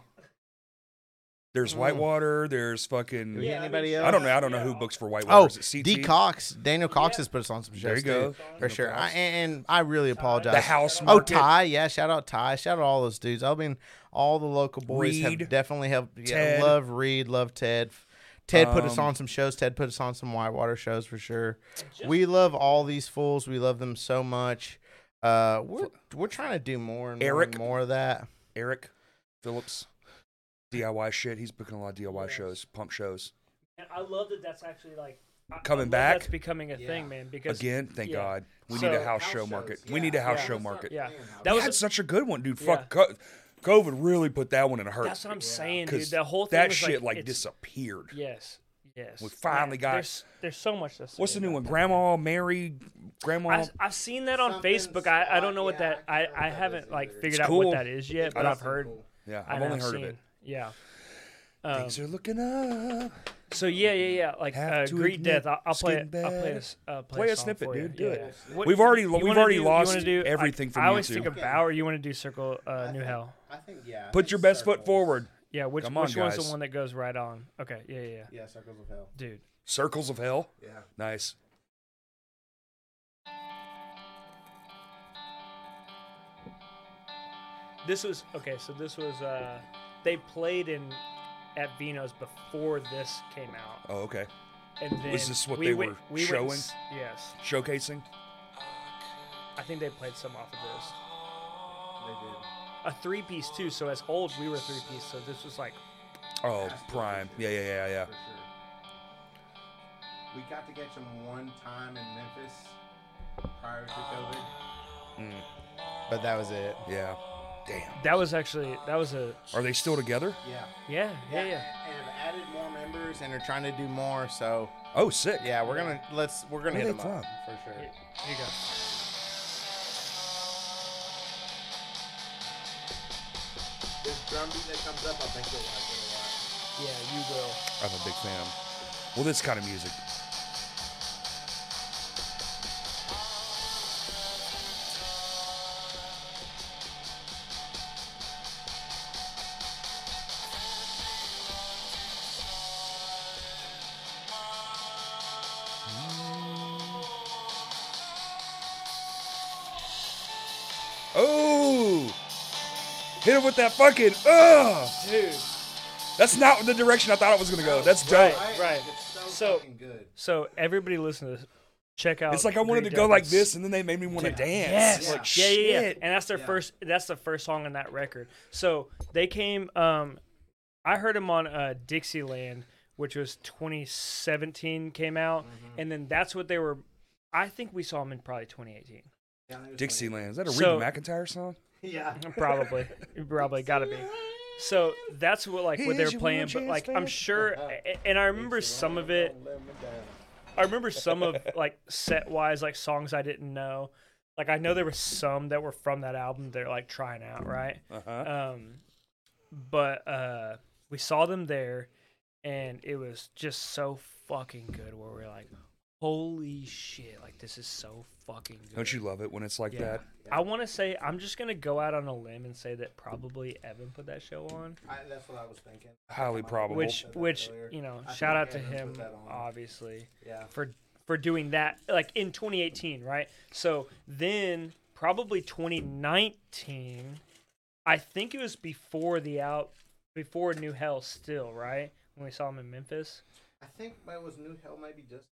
A: There's Whitewater. There's fucking.
C: Yeah, anybody
A: I don't know. I don't know who books for Whitewater.
C: oh,
A: Is it CT?
C: D Cox, Daniel Cox has put us on some shows.
A: There you go.
C: too, for
A: Daniel
C: sure. I,
A: Cox.
C: and and I really apologize.
A: The house.
C: Oh,
A: Market,
C: Ty, yeah, shout out Ty, shout out all those dudes. I mean, all the local boys
A: Reed,
C: have definitely helped. Yeah,
A: Ted.
C: love Reed, love Ted. Ted put us
A: Um,
C: on some shows. Ted put us on some Whitewater shows for sure. we love all these fools. We love them so much. Uh, we're we're trying to do more and more,
A: Eric.
C: and more of that.
A: Eric Phillips. DIY shit. He's booking a lot of DIY shows, pump shows.
B: And I love that that's actually like I- I
A: Coming
B: love
A: back?
B: That's becoming a thing, man. Because
A: Again, thank
B: yeah.
A: God. We
B: So-
A: need a house,
D: House
A: show
D: shows,
A: market.
D: yeah.
A: we need a house
B: Yeah.
A: show market.
B: yeah,
A: That
B: that
A: we
B: was
A: had such a good one, dude.
B: Yeah.
A: Fuck, co- COVID really put that one in a hurt.
B: that's what I'm saying, dude.
A: Because
B: That whole thing
A: that
B: was
A: shit like,
B: it's-
A: disappeared.
B: Yes, yes.
A: We finally got-
B: There's, there's so much. That's
A: What's the new one? Grandma, Mary, Grandma.
B: I, I've seen that on
D: Something
B: Facebook. I, I don't know what
D: spot,
B: that.
D: yeah, I
B: I,
D: can't
B: I
D: remember what that
B: haven't
D: is
B: like
D: either.
B: figured
A: It's
B: out
A: cool.
B: what that is yet, but I've
D: Something
B: heard.
D: cool.
A: yeah, I've
B: and
A: only heard
B: seen.
A: of it.
B: Yeah.
A: Things are looking up.
B: So Um, yeah, yeah, yeah. Like
A: Have
B: uh,
A: to
B: Greed
A: admit
B: Death. I'll, I'll
A: it's
B: play.
A: getting
B: it- I'll play
A: bad.
B: this. Uh, play
A: Play a
B: song
A: snippet,
B: for you.
A: dude. Do
B: Yeah.
A: it.
B: What-
A: We've already-
B: you
A: we've
B: wanna
A: already
B: do- you
A: lost
B: wanna do,
A: everything
B: I,
A: from
B: I always
A: YouTube.
B: think of Bauer. You want to do Circle uh, New Hell?
D: I think yeah. I
A: Put
D: think
A: your best foot
D: circles.
A: forward.
B: Yeah. Which
A: Come on,
B: which one's
A: guys.
B: the one that goes right on? Okay. Yeah, yeah, yeah.
D: Yeah, circles of hell.
B: Dude.
A: Circles of Hell.
D: Yeah.
A: Nice.
B: This was okay. So this was uh, they played in at Vino's before this came out,
A: Oh, okay.
B: and then
A: Was this what
B: we
A: they
B: went-
A: were
B: we went
A: showing?
B: s- yes,
A: Showcasing.
B: I think they played some off of this.
D: They did.
B: A three piece too. So as old we were three piece. So this was like
A: Oh, Prime. Yeah, yeah, yeah, yeah.
D: For sure. We got to catch them one time in Memphis prior to COVID.
C: But that was it.
A: Yeah. Damn.
B: that was actually that was a
A: Are they still together?
D: Yeah.
B: yeah yeah yeah.
D: And have added more members.
C: And they're trying to do more. So
A: Oh, sick.
C: yeah, we're gonna let's we're gonna
A: Where
C: hit
A: they
C: them
A: from?
C: up for sure.
B: Here you go.
D: This drum beat that comes up, I think you'll like it a lot.
B: Yeah, you will.
A: I'm a big fan. Well, this kind of music. Mm. Oh! Hit him with that fucking ugh!
B: Dude.
A: That's not the direction I thought it was gonna go. That's dope.
B: Right.
D: It's so,
B: So-
D: fucking good.
B: So everybody listen to this. Check out.
A: It's like I wanted to
B: Greed
A: go
B: Death.
A: like this, and then they made me want to dance.
B: Oh, Yes.
A: Like
B: yeah,
A: shit.
B: yeah, yeah. And that's their
D: Yeah.
B: first. That's the first song on that record. So they came. Um, I heard them on uh, Dixieland, which was 2017 came out,
A: Mm-hmm.
B: and then that's what they were. I think we saw them in probably 2018.
D: Yeah, I think it was
A: Dixieland. Is that a
B: So-
A: Reba McIntyre song?
D: funny. Yeah.
B: Probably, probably gotta be. So that's what like what they
A: Here's
B: were
A: your
B: playing,
A: one
B: but
A: chance,
B: like I'm
A: baby.
B: sure, a- and I remember some of it.
D: Don't let me down.
B: I remember some of like set wise like songs I didn't know. Like I know there were some that were from that album they're like trying out, right?
A: Uh-huh.
B: Um but uh we saw them there and it was just so fucking good where we're like holy shit, like this is so fucking good.
A: Don't you love it when it's like
B: yeah.
A: that?
B: I want to say I'm just gonna go out on a limb and say that probably Evan put that show on,
D: I, that's what I was thinking.
A: Highly probable.
B: which
D: said that
B: which
D: earlier.
B: you know,
D: I think
B: shout out to
D: Evan put
B: him
D: that on.
B: obviously
D: Yeah.
B: for for doing that like in 2018 right so then probably 2019 i think it was before the out before new hell still right when we saw him in memphis
D: I think it was New Hell maybe just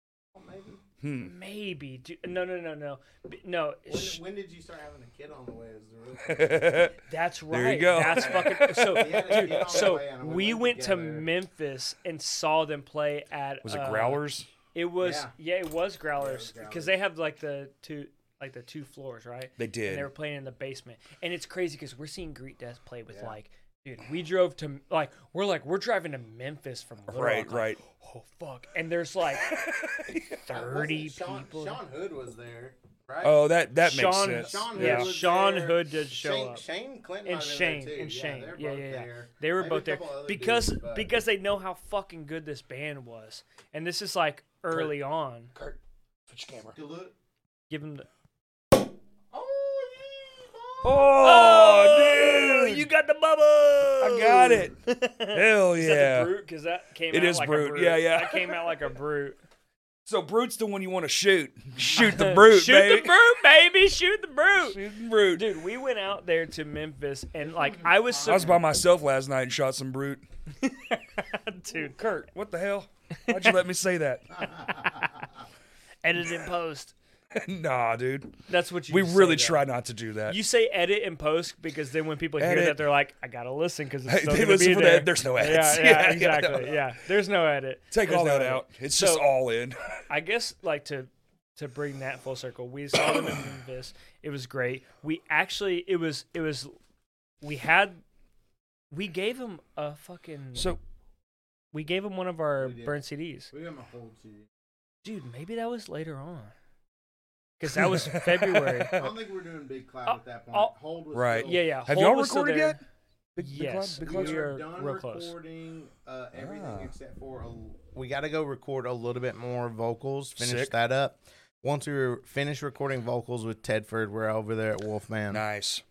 D: maybe.
A: Hmm.
B: maybe du- no no no no B- no
D: When,
B: sh-
D: when did you start having a kid on the way? Is the real
B: that's right
A: you go.
B: that's fucking so
D: had a kid on
B: dude
D: the
B: so
D: way and Oh, we
B: we
D: went
B: went to
D: together.
B: memphis and saw them play at
A: Was it
B: uh,
A: Growlers?
B: it was
D: Yeah.
B: yeah, it was growlers because
D: Growlers.
B: they have like the two like the two floors right
A: They
B: and
A: did.
B: they were playing in the basement. And it's crazy because we're seeing Greet Death play with like Dude, we drove to like we're like we're driving to Memphis from Little
A: Right,
B: Rock, like,
A: right.
B: oh fuck, and there's like thirty
D: Wasn't Sean,
B: people.
D: Sean Hood was there, right?
A: Oh, that that makes
B: Sean-
A: sense.
D: Sean Hood
B: yeah,
D: was
B: Sean
D: there.
B: Hood did show
D: Shane,
B: up.
D: Shane Clinton
B: and
D: might have
B: Shane
D: been there too.
B: and Shane,
D: they're
B: yeah,
D: both
B: yeah, yeah.
D: there.
B: They were
D: Maybe a
B: both there
D: couple other
B: because
D: dudes, but-
B: because they know how fucking good this band was, and this is like early on.
A: Kurt, switch camera.
D: Good look.
B: Give them the
D: Oh, yeah, boy.
A: Oh, dude,
B: you got the bubble.
A: I got it. Hell
B: Is that
A: yeah.
B: the brute? Because that came
A: It
B: out
A: is
B: like
A: Brute.
B: a brute.
A: Yeah, yeah.
B: That came out like a brute.
A: So brute's the one you want to shoot. Shoot the brute,
B: Shoot
A: baby.
B: the brute, baby. Shoot the brute.
A: Shoot the brute.
B: Dude, we went out there to Memphis and like I was
A: I
B: so
A: was by myself last night and shot some brute.
B: dude
A: Kurt, what the hell? Why'd you let me say that?
B: edit and post.
A: nah, dude.
B: That's what you
A: We
B: say,
A: really
B: though.
A: try not to do that.
B: You say edit and post because then when people hear
A: Edit.
B: that, they're like, I gotta listen because it's
A: Hey,
B: still
A: they
B: gonna
A: listen
B: be
A: for
B: there.
A: that. There's no edits.
B: Yeah,
A: Yeah,
B: yeah,
A: yeah,
B: exactly.
A: no.
B: Yeah, there's no edit.
A: Take
B: There's
A: all
B: no
A: that
B: edit.
A: out. It's
B: So-
A: just all in.
B: I guess like to to bring that full circle. We saw them in Memphis. It was great. We actually it was it was we had we gave him a fucking
A: So
B: we gave him one of our
D: We did.
B: burn CDs.
D: We got my whole team.
B: Dude, maybe that was later on. Cuz that was February.
D: I don't think we're doing big clap
B: Oh,
D: at that point.
B: oh,
D: Hold was
A: Right.
D: still-
B: Yeah, yeah.
A: Have
B: Hold
A: y'all
B: was still
A: recorded
B: there.
A: yet? Big- big clap-
B: Yes,
A: big
B: we
A: clap-
D: We are
B: are
D: done
B: real close.
D: recording uh, everything
A: Ah.
D: except for a
C: we got to go record a little bit more vocals, finish
A: Sick.
C: that up. Once we were finished recording vocals with Tedford, we're over there at Wolfman.
A: Nice.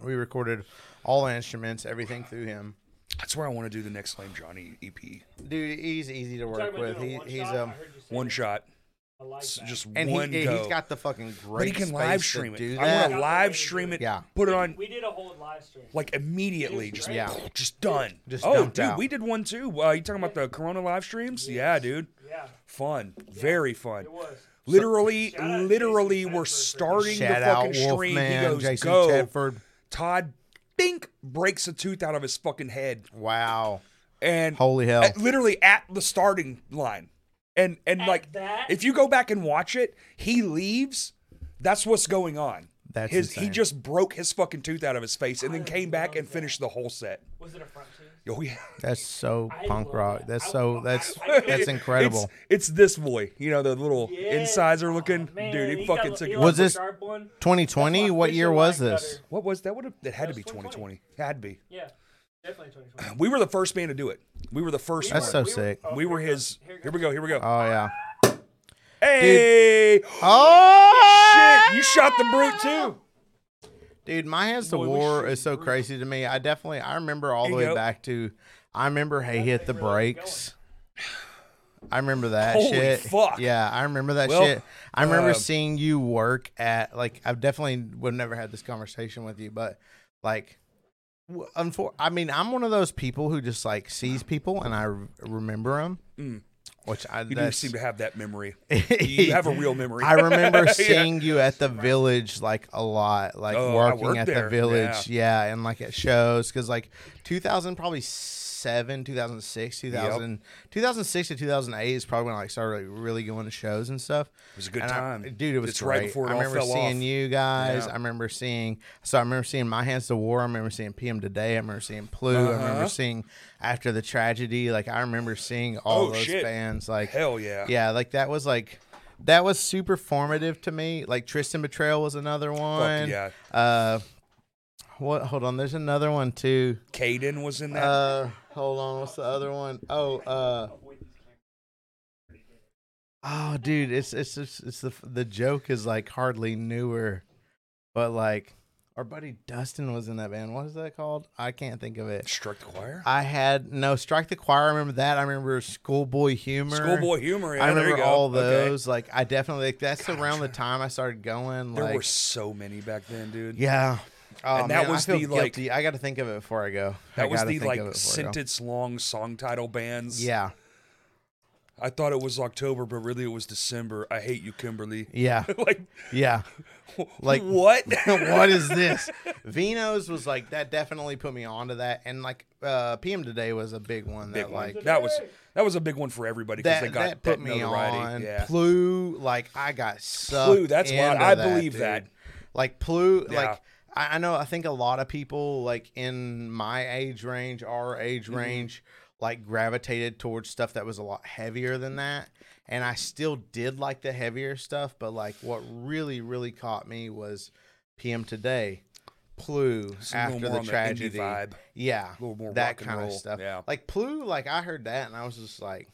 C: We recorded all instruments, everything through him.
A: That's where I want to do the next Lame Johnny E EP.
C: Dude, he's easy to work with. He, he's um,
A: One shot.
B: like
A: S- Just
C: and
A: one
C: he,
A: go.
C: he's got the fucking great.
A: but he can
C: space
A: live
C: to
A: stream
C: do
A: it. I
C: that.
A: want to live stream it.
C: Yeah.
A: Put it on
B: We did a whole live stream.
A: like immediately. Just
C: Yeah.
A: Just done.
C: Just
A: oh,
C: dumped
A: dude,
C: out.
A: we did one too. Uh, you talking about the Corona live streams? Yeah, dude.
B: Yeah,
A: Fun. Very fun.
B: it was.
A: Literally,
B: Shout out
A: literally,
B: Jason
A: we're
B: Tedford for
A: starting
C: Shout
A: the
C: out
A: fucking stream.
C: Wolfman,
A: he goes,
C: Jason
A: go.
C: Tedford.
A: Todd, bink, breaks a tooth out of his fucking head.
C: Wow.
A: And
C: Holy hell.
A: at- literally at the starting line. And and like
B: that?
A: if you go back and watch it, he leaves. That's what's going on.
C: That's
A: his he
C: insane.
A: just broke his fucking tooth out of his face and then came back and finished the whole set.
B: Was it a front series?
A: Oh yeah.
C: That's so
B: I
C: punk
B: love
C: rock.
B: that.
C: That's
B: I-
C: so
B: I-
C: that's
B: I- I-
C: that's incredible.
A: It's, it's this boy, you know, the little incisor looking
B: Man,
A: dude. Oh, He,
B: he got
A: fucking
B: a-
A: took
B: he
A: it.
B: like
C: Was
B: a
C: this-
B: sharp one.
C: 2020.
B: That's my
C: What year
B: fishing
C: was
B: line
C: this?
B: cutter.
A: What was that? Would have that had to
B: was
A: be
B: 2020.
A: 2020. Had to be.
B: Yeah, definitely 2020.
A: We were the first band to do it. We were the first.
C: That's
A: one.
C: so sick.
A: we were his. Here we go. Here we go.
C: Oh yeah.
A: hey,
C: Oh
A: shit! You shot the brute too.
C: Dude, My Hands to
A: Boy, we
C: War
A: should
C: is so crazy to me. I definitely I remember all the
A: There
C: way
A: you go.
C: back to I remember Hey Hit the Brakes. I remember that
A: Holy
C: shit.
A: fuck.
C: Yeah, I remember that
A: Well,
C: shit. I remember
A: uh,
C: seeing you work at like I've definitely would never had this conversation with you, but like w- unfor- I mean, I'm one of those people who just like sees people and I re- remember them. Which I
A: Mm. You do
C: that's-
A: seem to have that memory. You have a real memory.
C: I remember seeing you at the village like a lot, like
A: Oh, I
C: working
A: worked
C: at the
A: there,
C: village, yeah. and like at shows because like 2000 probably seven, 2006, 2000, 2006 to 2008 is probably when I started like, really going to shows and stuff. It
A: was a good
C: and I-
A: time.
C: dude. It was
A: It's
C: great.
A: right before it
C: I
A: all
C: remember
A: fell
C: seeing
A: off.
C: you guys.
A: Yeah.
C: I remember seeing so I remember seeing My Hands to War. I remember seeing PM Today. I remember seeing Blue. I remember
A: Uh-huh.
C: seeing After the Tragedy. Like I remember seeing all
A: Oh,
C: those
A: shit.
C: bands. Like
A: Hell yeah.
C: yeah, like that was like that was super formative to me. Like Tristan Betrayal was another one.
A: yeah.
C: Uh, what? Hold on. There's another one too.
A: Caden was in that.
C: Uh, hold on. What's the other one? Oh, uh. Oh, dude, it's it's it's, it's the the joke is like hardly newer, but like our buddy Dustin was in that band. What is that called? I can't think of it.
A: Struck the choir.
C: I had no strike the choir. I remember that. I remember Schoolboy Humor.
A: Schoolboy humor. Yeah,
C: I
A: there you
C: remember
A: go.
C: all
A: Okay.
C: those. Like I definitely like that's around the time I started going.
A: There
C: like
A: were so many back then, dude.
C: yeah. Oh,
A: And that
C: man,
A: was
C: I feel
A: the, like-
C: guilty. I got to think of it before I go. I
A: That was
C: gotta
A: the
C: think of it
A: like
C: before I go.
A: sentence long song title bands.
C: Yeah,
A: I thought it was October, but really it was December. I hate you, Kimberly.
C: yeah,
A: like,
C: yeah. Like-
A: like what?
C: what is this? Vino's was like that. Definitely put me onto that. And like uh PM today was a big one.
A: Big
C: that
A: one.
C: like
A: that was that was a big one for everybody because
C: that,
A: they got
C: that put me
A: notoriety.
C: on.
A: Yeah.
C: Plu, like I got sucked.
A: that's
C: into
A: wild. I believe
C: dude.
A: that.
C: Like Plu,
A: Yeah.
C: like I, I know. I think a lot of people like in my age range, our
A: Mm-hmm.
C: age range, like gravitated towards stuff that was a lot heavier than that. And I still did like the heavier stuff, but like what really, really caught me was PM Today, Plu
A: It's a little more
C: after the
A: on the indie
C: tragedy,
A: vibe.
C: yeah,
A: A little more
C: that
A: rock and
C: kind of
A: roll,
C: stuff.
A: yeah.
C: like Plu, like I heard that and I was just like,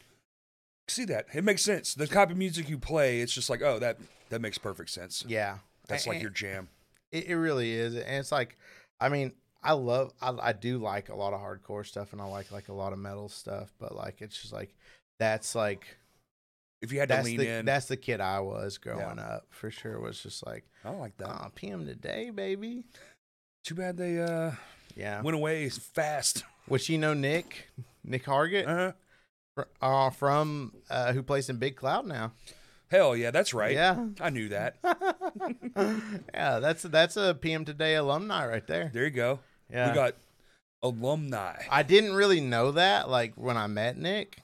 A: See that? It makes sense. The type of music you play, it's just like, oh, that that makes perfect sense.
C: yeah,
A: That's
C: A-
A: like
C: a-
A: your jam.
C: It, it really is, and it's like, I mean, I love, I, I do like a lot of hardcore stuff, and I like like a lot of metal stuff, but like it's just like that's like
A: If you had to
C: that's
A: lean
C: the
A: in,
C: that's the kid I was growing up for sure. Was just like,
A: I like that.
C: oh, PM today, baby.
A: Too bad they uh,
C: Yeah,
A: went away fast.
C: which you know, Nick, Nick Hargett,
A: Uh-huh.
C: fr- uh, from uh, who plays in Big Cloud now.
A: Hell yeah, that's right.
C: Yeah,
A: I knew that.
C: yeah, that's that's a PM today alumni right there.
A: There you go.
C: Yeah,
A: We got alumni.
C: I didn't really know that like when I met Nick.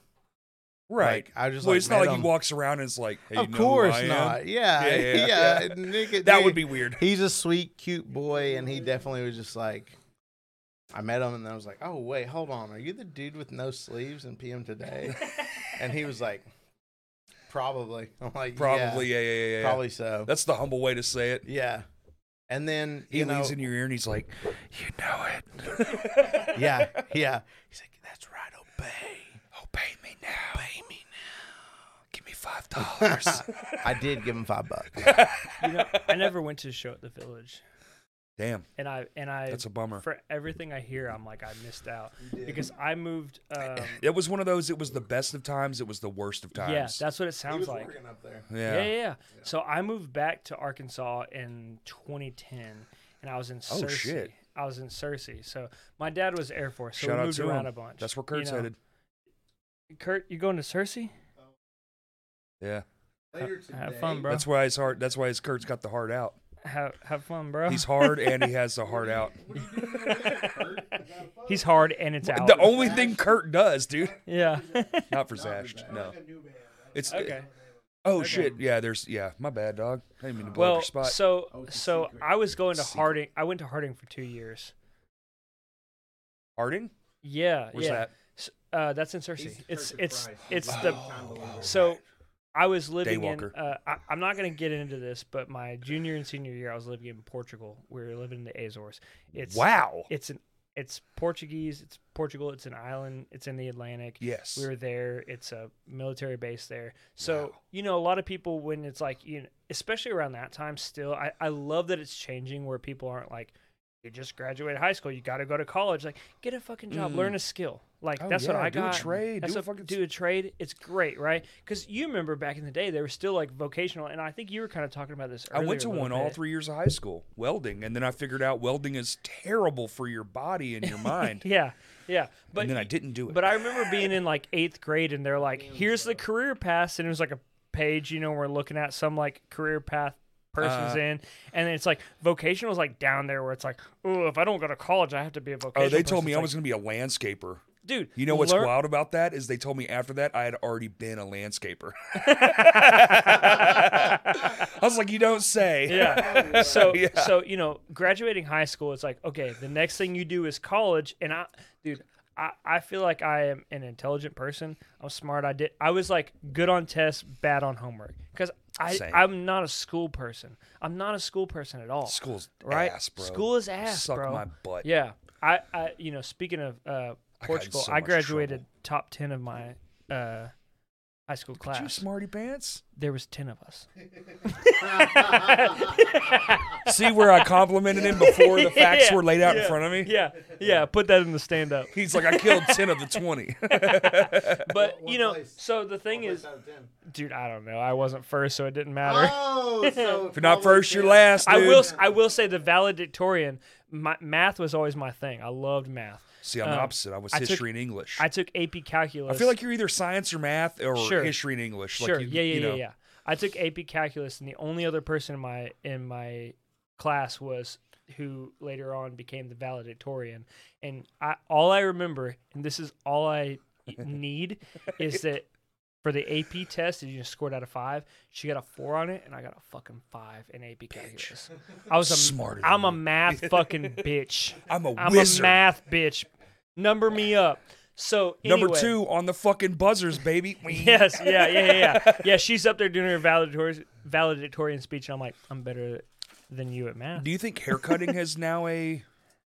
A: Right.
C: Like, I just,
A: well,
C: like,
A: it's not
C: met
A: like
C: him.
A: he walks around and it's like, hey, you
C: of
A: know who
C: course
A: I am?
C: not. Yeah,
A: Yeah, yeah,
C: yeah.
A: yeah.
C: Nick,
A: That
C: Nick-
A: would be weird.
C: He's a sweet, cute boy, and he definitely was just like. I met him, and I was like, "Oh wait, hold on. Are you the dude with no sleeves in PM today?" and he was like, "Probably." I'm like,
A: Probably.
C: "Yeah,
A: Yeah, yeah, yeah. yeah, yeah.
C: probably so."
A: That's the humble way to say it.
C: yeah. And then
A: He
C: you know,
A: leans in your ear and he's like, you know it.
C: yeah, yeah. He's like, "That's right. Obey,
A: Obey Oh, me now.
C: obey me
A: Give me five dollars.
C: now." I did give him five bucks.
B: You know, I never went to a show at the Village,
A: Damn,
B: and I and I
A: that's a bummer.
B: for everything I hear, I'm like I missed out because I moved. Um,
A: It was one of those. It was the best of times. It was the worst of times.
B: yeah, that's what it sounds
C: was
B: like.
C: working up there.
A: yeah.
B: Yeah. Yeah, yeah, So I moved back to Arkansas in 2010, and I was in
A: Oh,
B: Searcy.
A: shit.
B: I was in Searcy. So my dad was Air Force, so
A: Shout
B: we
A: out
B: moved
A: to him.
B: around a bunch.
A: That's where
B: you
A: Kurt's
B: know.
A: headed.
B: Kurt, you going to Searcy?
A: Yeah,
D: Later today,
B: Have fun, bro.
A: that's why his heart. That's why his Kurt's got the heart out.
B: Have have fun, bro.
A: He's hard and he has the heart out.
B: He's hard and it's out.
A: The only thing Kurt does, dude.
B: yeah.
A: Not for Zash. No. It's
B: okay.
A: Oh shit. Yeah. There's. Yeah. My bad, dog. I didn't mean to blow up
B: Well,
A: your spot.
B: so so I was going to
A: Secret.
B: Harding. I went to Harding for two years.
A: Harding.
B: Yeah,
A: Where's
B: yeah.
A: that?
B: S- Uh, that's in Searcy.
D: the
B: It's
D: Church of
B: it's
D: Christ.
B: it's
D: He's
B: the
D: time believer.
B: so I was living in.
A: Daywalker.
B: Uh, I, I'm not going to get into this, but my junior and senior year, I was living in Portugal. We were living in the Azores. It's
A: wow.
B: It's an it's Portuguese. It's Portugal. It's an island. It's in the Atlantic.
A: Yes.
B: we were there. It's a military base there. So you know, a lot of people when it's like you, know, especially around that time, still, I I love that it's changing where people aren't like, you just graduated high school, you got to go to college. Like, get a fucking job, learn a skill. Like
A: Mm. Oh,
B: that's what
A: yeah,
B: I
A: do a
B: got.
A: trade,
B: That's
A: do a
B: what-
A: fucking s-
B: do a trade. It's great, right? Because you remember back in the day, they were still like vocational, and I think you were kind of talking about this.
A: I
B: earlier
A: went to
B: a little
A: one all
B: bit.
A: three years of high school, welding, and then I figured out welding is terrible for your body and your mind.
B: Yeah, yeah, but
A: and then I didn't do it.
B: But I remember being in like eighth grade, and they're like, "Here's the career paths," and it was like a page, you know, we're looking at some like career path person's
A: Uh.
B: in, and then it's like vocational is like down there where it's like, "Oh, if I don't go to college, I have to be a vocational."
A: oh, they told
B: person."
A: me
B: It's
A: I
B: like,
A: was going to be a landscaper.
B: dude.
A: You know what's
B: learn-
A: wild about that is they told me after that I had already been a landscaper. I was like, you don't say.
B: Yeah. So
A: Yeah.
B: so you know, graduating high school, it's like okay, the next thing you do is college, and I, dude. I, I feel like I am an intelligent person. I'm smart. I did. I was like good on tests, bad on homework. Because I
A: Same.
B: I'm not a school person. I'm not a school person at all.
A: School's
B: right?
A: ass, bro.
B: School is ass,
A: Suck
B: bro.
A: my butt.
B: Yeah. I, I you know speaking of uh,
A: in
B: Portugal,
A: so
B: I
A: much
B: graduated
A: trouble.
B: top ten of my uh, high school
A: You
B: class.
A: smarty pants.
B: there was ten of us.
A: See where I complimented him before the facts
B: Yeah,
A: were laid out in
B: yeah,
A: front of me?
B: Yeah, yeah. Put that in the stand up.
A: He's like, I killed 10 of the 20.
B: But
D: What
B: you know,
D: place?
B: so the thing is, dude, I don't know. I wasn't first, so it didn't matter.
D: Oh, so
A: if you're not first, you're last.
B: I
A: dude.
B: will. s- I will say the valedictorian. My, math was always my thing. I loved math.
A: See, I'm
B: um,
A: the opposite. I was
B: I took-
A: history and English.
B: I took AP Calculus.
A: I feel like you're either science or math or
B: Sure.
A: history and English.
B: sure.
A: Like you,
B: yeah, yeah,
A: you know,
B: yeah, yeah. I took AP Calculus, and the only other person in my in my class was who later on became the valedictorian. And I all I remember, and this is all I need, is that for the AP test, and you just scored out of five. She got a four on it, and I got a fucking five in AP calculus. I was a
A: Smarter than
B: I'm a
A: you.
B: math fucking bitch.
A: I'm a
B: I'm
A: wizard.
B: a math bitch. Number me up. So
A: Number
B: anyway-
A: two on the fucking buzzers, baby.
B: Yes, yeah, yeah, yeah, yeah. yeah, she's up there doing her valedictorian, valedictorian speech, and I'm like, I'm better than you at math.
A: Do you think haircutting is now a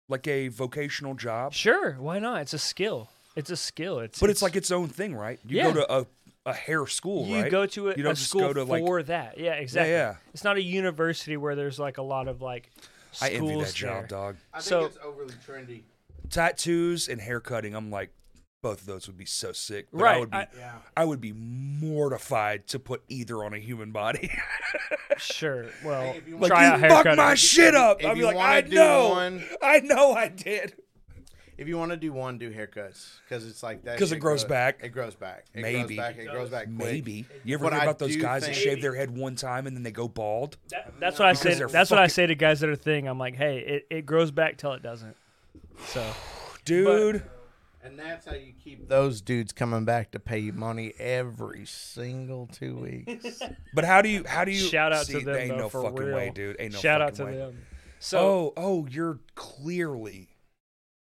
A: like a vocational job?
B: Sure, why not? It's a skill. It's a skill. It's
A: But it's like its own thing, right? You
B: Yeah.
A: go to a, a hair school,
B: you
A: right?
B: go to a,
A: You don't
B: a
A: just
B: school
A: go to, like-
B: for that. Yeah, exactly.
A: yeah.
B: It's not a university where there's like a lot of like schools
A: I envy that
B: there.
A: job, dog.
D: I think
B: So-
D: it's overly trendy.
A: Tattoos and haircutting. I'm like, both of those would be so sick. But I
B: Right,
A: would be,
B: I-
D: Yeah.
A: I would be mortified to put either on a human body.
B: Sure. Well,
D: if you
A: like
B: try
A: you
B: out
A: fucked
B: haircutting.
A: my shit up.
C: if
A: I'd be
C: you
A: like,
C: wanna
A: I
C: do
A: know,
C: one-
A: I know, I did.
C: If you want to do one, do haircuts because it's like that.
A: 'Cause it
C: shit
A: grows back.
C: It grows back. It
A: Maybe.
C: Grows back. It grows back. Quick.
A: Maybe you ever
C: But
A: hear
C: I
A: about those
C: do
A: guys that
C: think-
A: shave their head one time and then they go bald?
B: that- that's what I
A: Because
B: say.
A: they're
B: That's what I
A: fucking-
B: say to guys that are thing. I'm like, hey, it, it grows back till it doesn't. So
A: Dude,
D: And that's how you keep
C: Those dudes coming back to pay you money every single two weeks.
A: But how do you how do you
B: shout out
A: see,
B: to them
A: Ain't
B: though,
A: no
B: for
A: fucking
B: real.
A: way, dude. Ain't no
B: shout out to
A: fucking way.
B: them. So
A: oh, oh, you're clearly,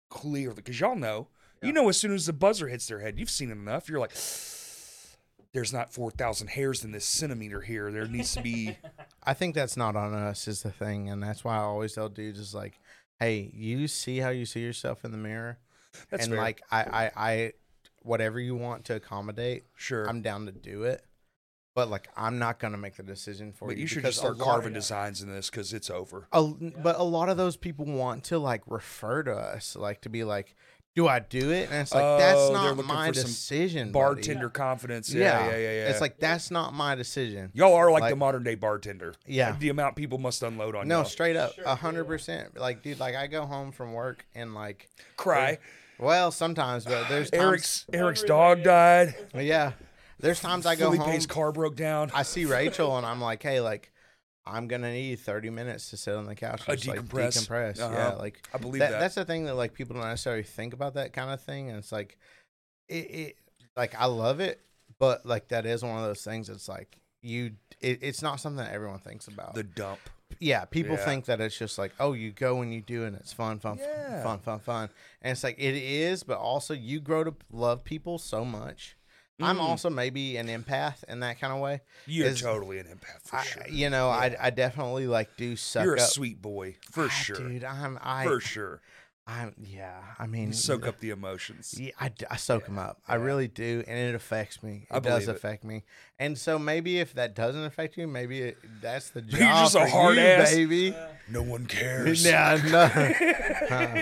A: clearly, because y'all know, you know, as soon as the buzzer hits their head, you've seen it enough. You're like, there's not four thousand hairs in this centimeter here. There needs to be.
C: I think that's not on us is the thing, and that's why I always tell dudes is like, hey, you see how you see yourself in the mirror,
A: That's
C: and
A: fair.
C: like I, I, I, whatever you want to accommodate,
A: sure.
C: I'm down to do it. But like, I'm not gonna make the decision for
A: but
C: you.
A: you should
C: because
A: just
C: a
A: start
C: lot-
A: carving designs in this because it's over.
C: a, but a lot of those people want to like refer to us like to be like do i do it and it's like
A: Oh,
C: that's
A: they're
C: not
A: looking
C: my
A: for some
C: decision buddy."
A: Bartender confidence. Yeah, yeah, yeah, yeah.
C: it's like that's not my decision
A: y'all are like, the
C: like-
A: modern day bartender.
C: Yeah.
A: The amount people must unload on
C: no
A: y'all.
C: straight up a 100% like dude like i go home from work and like
A: Cry.
C: well sometimes but there's times,
A: Eric's Eric's dog died.
C: yeah there's times i go home
A: Felipe's car broke down.
C: i see rachel and i'm like hey like i'm gonna need 30 minutes to sit on the couch
A: Uh,
C: and just, like,
A: decompress.
C: decompress yeah
A: Uh-huh.
C: like
A: I believe
C: that,
A: that.
C: that's the thing that like people don't necessarily think about that kind of thing and it's like it, it like i love it but like that is one of those things it's like you it, it's not something that everyone thinks about
A: the dump.
C: yeah people
A: yeah.
C: think that it's just like oh you go and you do and it's fun fun fun,
A: Yeah.
C: fun fun fun and it's like it is but also you grow to love people so much i'm also maybe an empath in that kind of way
A: Mm. You're
C: Is-
A: totally an empath for
C: I,
A: sure.
C: you know I, I definitely like do suck
A: You're a
C: up
A: sweet boy for
C: Ah,
A: sure.
C: dude i'm i
A: for sure.
C: i'm yeah i mean
A: You soak up the emotions.
C: Yeah, I, d- I soak them up. I really do, and it affects me. It
A: I
C: does
A: believe it.
C: affect me. And so maybe if that doesn't affect you, maybe it, that's the job
A: You're just a
C: for
A: hard
C: you,
A: ass.
C: baby.
A: No one cares.
C: Yeah, no.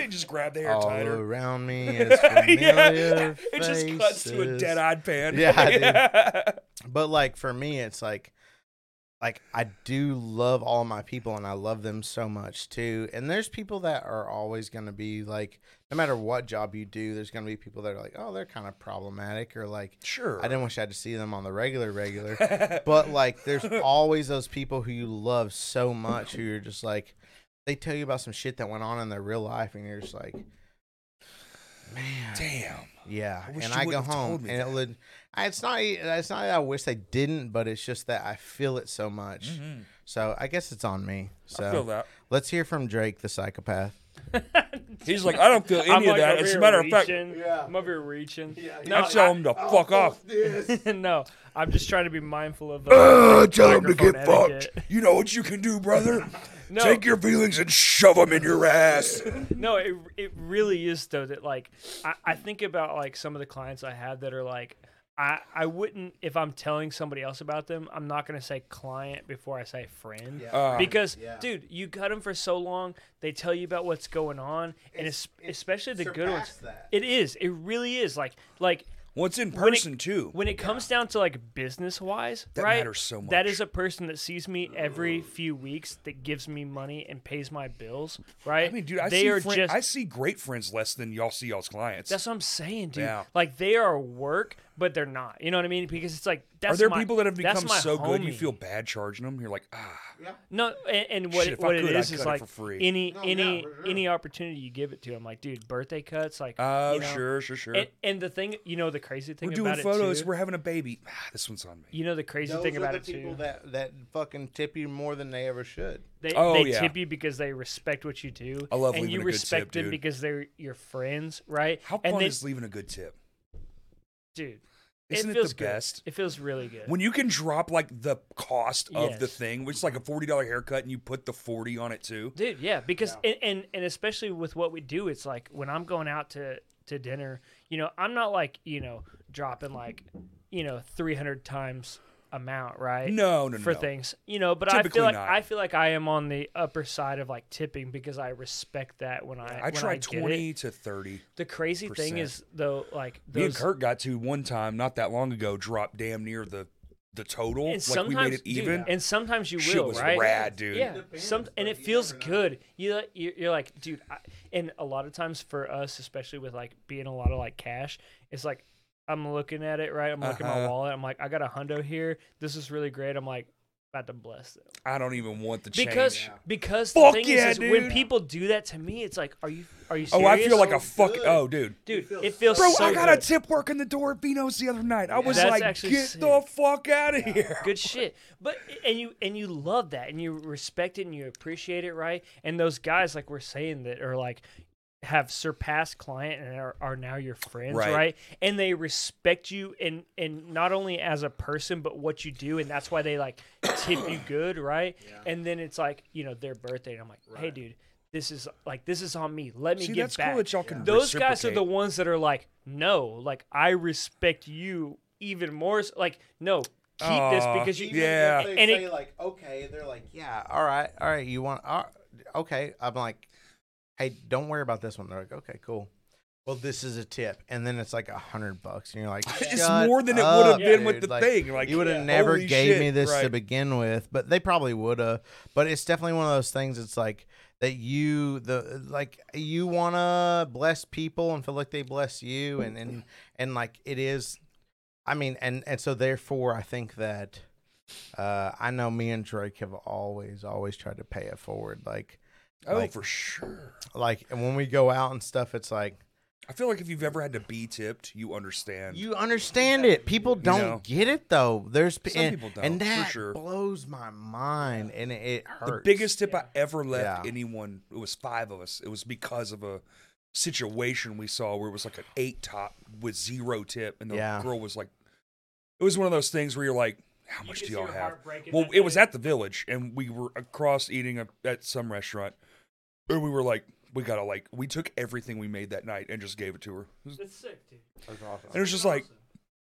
A: just grab the hair
C: All
A: tighter.
C: around me is familiar
A: It just cuts to a
C: faces.
A: dead eyed pan.
C: Yeah, dude. But like for me, it's like, like I do love all my people, and I love them so much too. And there's people that are always going to be like, no matter what job you do, there's going to be people that are like, oh, they're kind of problematic, or like,
A: Sure.
C: I didn't wish I had to see them on the regular, regular. but like, there's always those people who you love so much who you're just like, they tell you about some shit that went on in their real life, and you're just like, man,
A: Damn.
C: yeah.
A: wish
C: and
A: you
C: I go
A: wouldn't have told
C: home,
A: me
C: and it
A: that.
C: would. I- It's not. e- It's not that I wish they didn't, but it's just that I feel it so much. So I guess it's on me. So
A: Mm-hmm. I feel that.
C: let's hear from Drake, the psychopath.
A: He's like, I don't feel any
B: I'm
A: of
B: like
A: that.
B: over
A: As a
B: here
A: matter of fact,
B: reaching.
D: Yeah.
B: I'm over here reaching.
A: I tell him to fuck off.
B: no, I'm just trying to be mindful of. Uh,
A: Uh, tell him to get
B: microphone etiquette.
A: fucked. You know what you can do, brother?
B: No.
A: Take your feelings and shove them in your ass.
B: no, it it really is though that like I, I think about like some of the clients I have that are like I I wouldn't if I'm telling somebody else about them I'm not gonna say client before I say friend
A: Uh,
B: because
D: Yeah.
B: dude you cut them for so long they tell you about what's going on and
D: It's-
B: it's, especially the good ones
D: surpassed that.
B: it is it really is like like
A: What's in
B: when it-
A: person, too?
B: When it comes down to like business wise,
A: That
B: right?
A: matters so much.
B: That is a person that sees me every few weeks, that gives me money and pays my bills, right?
A: I mean, dude, I,
B: they
A: see
B: are
A: friend-
B: just.
A: I see great friends less than y'all see y'all's clients.
B: that's what I'm saying, dude.
A: Yeah.
B: Like they are work, but they're not. You know what I mean? Because it's like That's
A: Are there
B: my-
A: people that have
B: that's
A: become
B: my
A: so good you
B: homie.
A: feel bad charging them? You're like, ah,
B: No, and, and what
A: Shit,
B: it,
A: if I
B: what it
A: could, I'd
B: is
A: cut
B: is
A: it
B: like
A: for free.
B: any
D: No, yeah,
B: any
D: for sure.
B: any opportunity you give it to. I'm like, dude, birthday cuts, like,
A: oh,
B: you know,
A: sure, sure, sure.
B: And, and the thing, you know, the crazy thing
A: We're doing
B: about
A: photos.
B: it too.
A: We're having a baby. Ah, this one's on me.
B: you know, the crazy
C: Those
B: thing
C: are
B: about
C: the
B: it
C: people
B: too.
C: that that fucking tip you more than they ever should.
B: They,
A: Oh,
B: they
A: yeah.
B: tip you because they respect what you do.
A: I love
B: and
A: leaving
B: you
A: a good
B: respect
A: tip,
B: them
A: dude.
B: because they're your friends, right?
A: How
B: and
A: fun
B: they,
A: is leaving a good tip?
B: dude?
A: Isn't
B: it
A: it,
B: feels
A: the
B: good.
A: best?
B: It feels really good.
A: When you can drop like the cost of the
B: Yes.
A: thing, which is like a forty dollar haircut, and you put the forty on it too.
B: dude yeah because And, and and especially with what we do it's like when i'm going out to to dinner you know i'm not like you know dropping like you know 300 times amount right
A: No, no, no,
B: for
A: no.
B: things you know but i
A: Typically
B: feel like
A: not.
B: i feel like i am on the upper side of like tipping because i respect that when i
A: I
B: when
A: tried
B: get it.
A: twenty to thirty.
B: the crazy thing
A: percent.
B: is though like
A: Me and
B: those
A: Kurt got to one time not that long ago. Drop damn near the the total. like
B: and
A: we
B: sometimes
A: made it
B: dude,
A: even.
B: and sometimes you
A: Shit
B: will
A: was
B: right
A: rad, dude.
B: yeah
D: depends,
B: some and
D: but
B: it
D: you
B: feels
D: never know.
B: good you like you- you're like dude I, and a lot of times for us especially with like being a lot of like cash it's like i'm looking at it right i'm looking at my
A: Uh-huh.
B: wallet i'm like i got a hundo here this is really great i'm like about to bless them
A: I don't even want the change.
B: because because the
A: Fuck
B: thing
A: yeah,
B: is, is when
A: dude.
B: people do that to me it's like are you are you serious?
A: oh, I feel like a
D: So
A: fuck.
D: good.
A: Oh, dude.
B: dude
D: feel
B: it feels
A: Bro,
B: so
A: I got a
B: good.
A: tip working the door at Vino's the other night. I was
B: That's
A: like,
B: actually
A: get
B: sick.
A: the fuck out of here.
B: good shit but and you and you love that and you respect it and you appreciate it right and those guys like we're saying that are like have surpassed client and are, are now your friends right.
A: Right.
B: and they respect you and and not only as a person but what you do and that's why they like tip you good right and then it's like you know their birthday and i'm like hey dude this is like this is on me let me
A: See,
B: get
A: that's
B: back
A: cool that y'all can
B: those guys are the
A: reciprocate.
B: ones that are like, no, like I respect you even more. s- Like, no, keep this
A: Aw,
B: because you.
A: Even Yeah.
D: If they
B: And
D: say
B: it-
D: like okay, they're like yeah.
C: Yeah. All right. All right. You want? Uh, okay. I'm like, hey, don't worry about this one. They're like, okay, cool. Well, this is a tip, and then it's like a hundred bucks, and you're like,
A: It's
C: "Shut
A: more than it would have
C: up,
A: been with
C: dude."
A: the
C: Like,
A: thing. Like
C: you would have never
A: holy
C: gave
A: shit,
C: me this to
A: right.
C: begin with, but they probably would have. But it's definitely one of those things. It's like that you the like you want to bless people and feel like they bless you, and and and like it is. I mean, and and so therefore, I think that uh, I know me and Drake have always always tried to pay it forward. Like
A: Oh,
C: Like-
A: for sure.
C: like and when we go out and stuff, it's like
A: I feel like if you've ever had to be tipped, you understand.
C: You understand it. People don't
A: know.
C: get it though. There's p-
A: Some
C: and,
A: people
C: and
A: don't, for
C: that
A: sure.
C: blows my mind, and it, it hurts.
A: the biggest tip I ever left
C: Yeah.
A: anyone. It was five of us. It was because of a situation we saw where it was like an eight top with zero tip, and the
C: Yeah.
A: girl was like, it was one of those things where you're like, how
B: You
A: much
B: could
A: do
B: see
A: y'all
B: her
A: have?
B: heart break in
A: Well,
B: that
A: it was
B: minute.
A: at the village, and we were across eating a, at some restaurant, and we were like, we gotta like, we took everything we made that night and just gave it to her. And
B: That's sick, dude.
A: it was just like,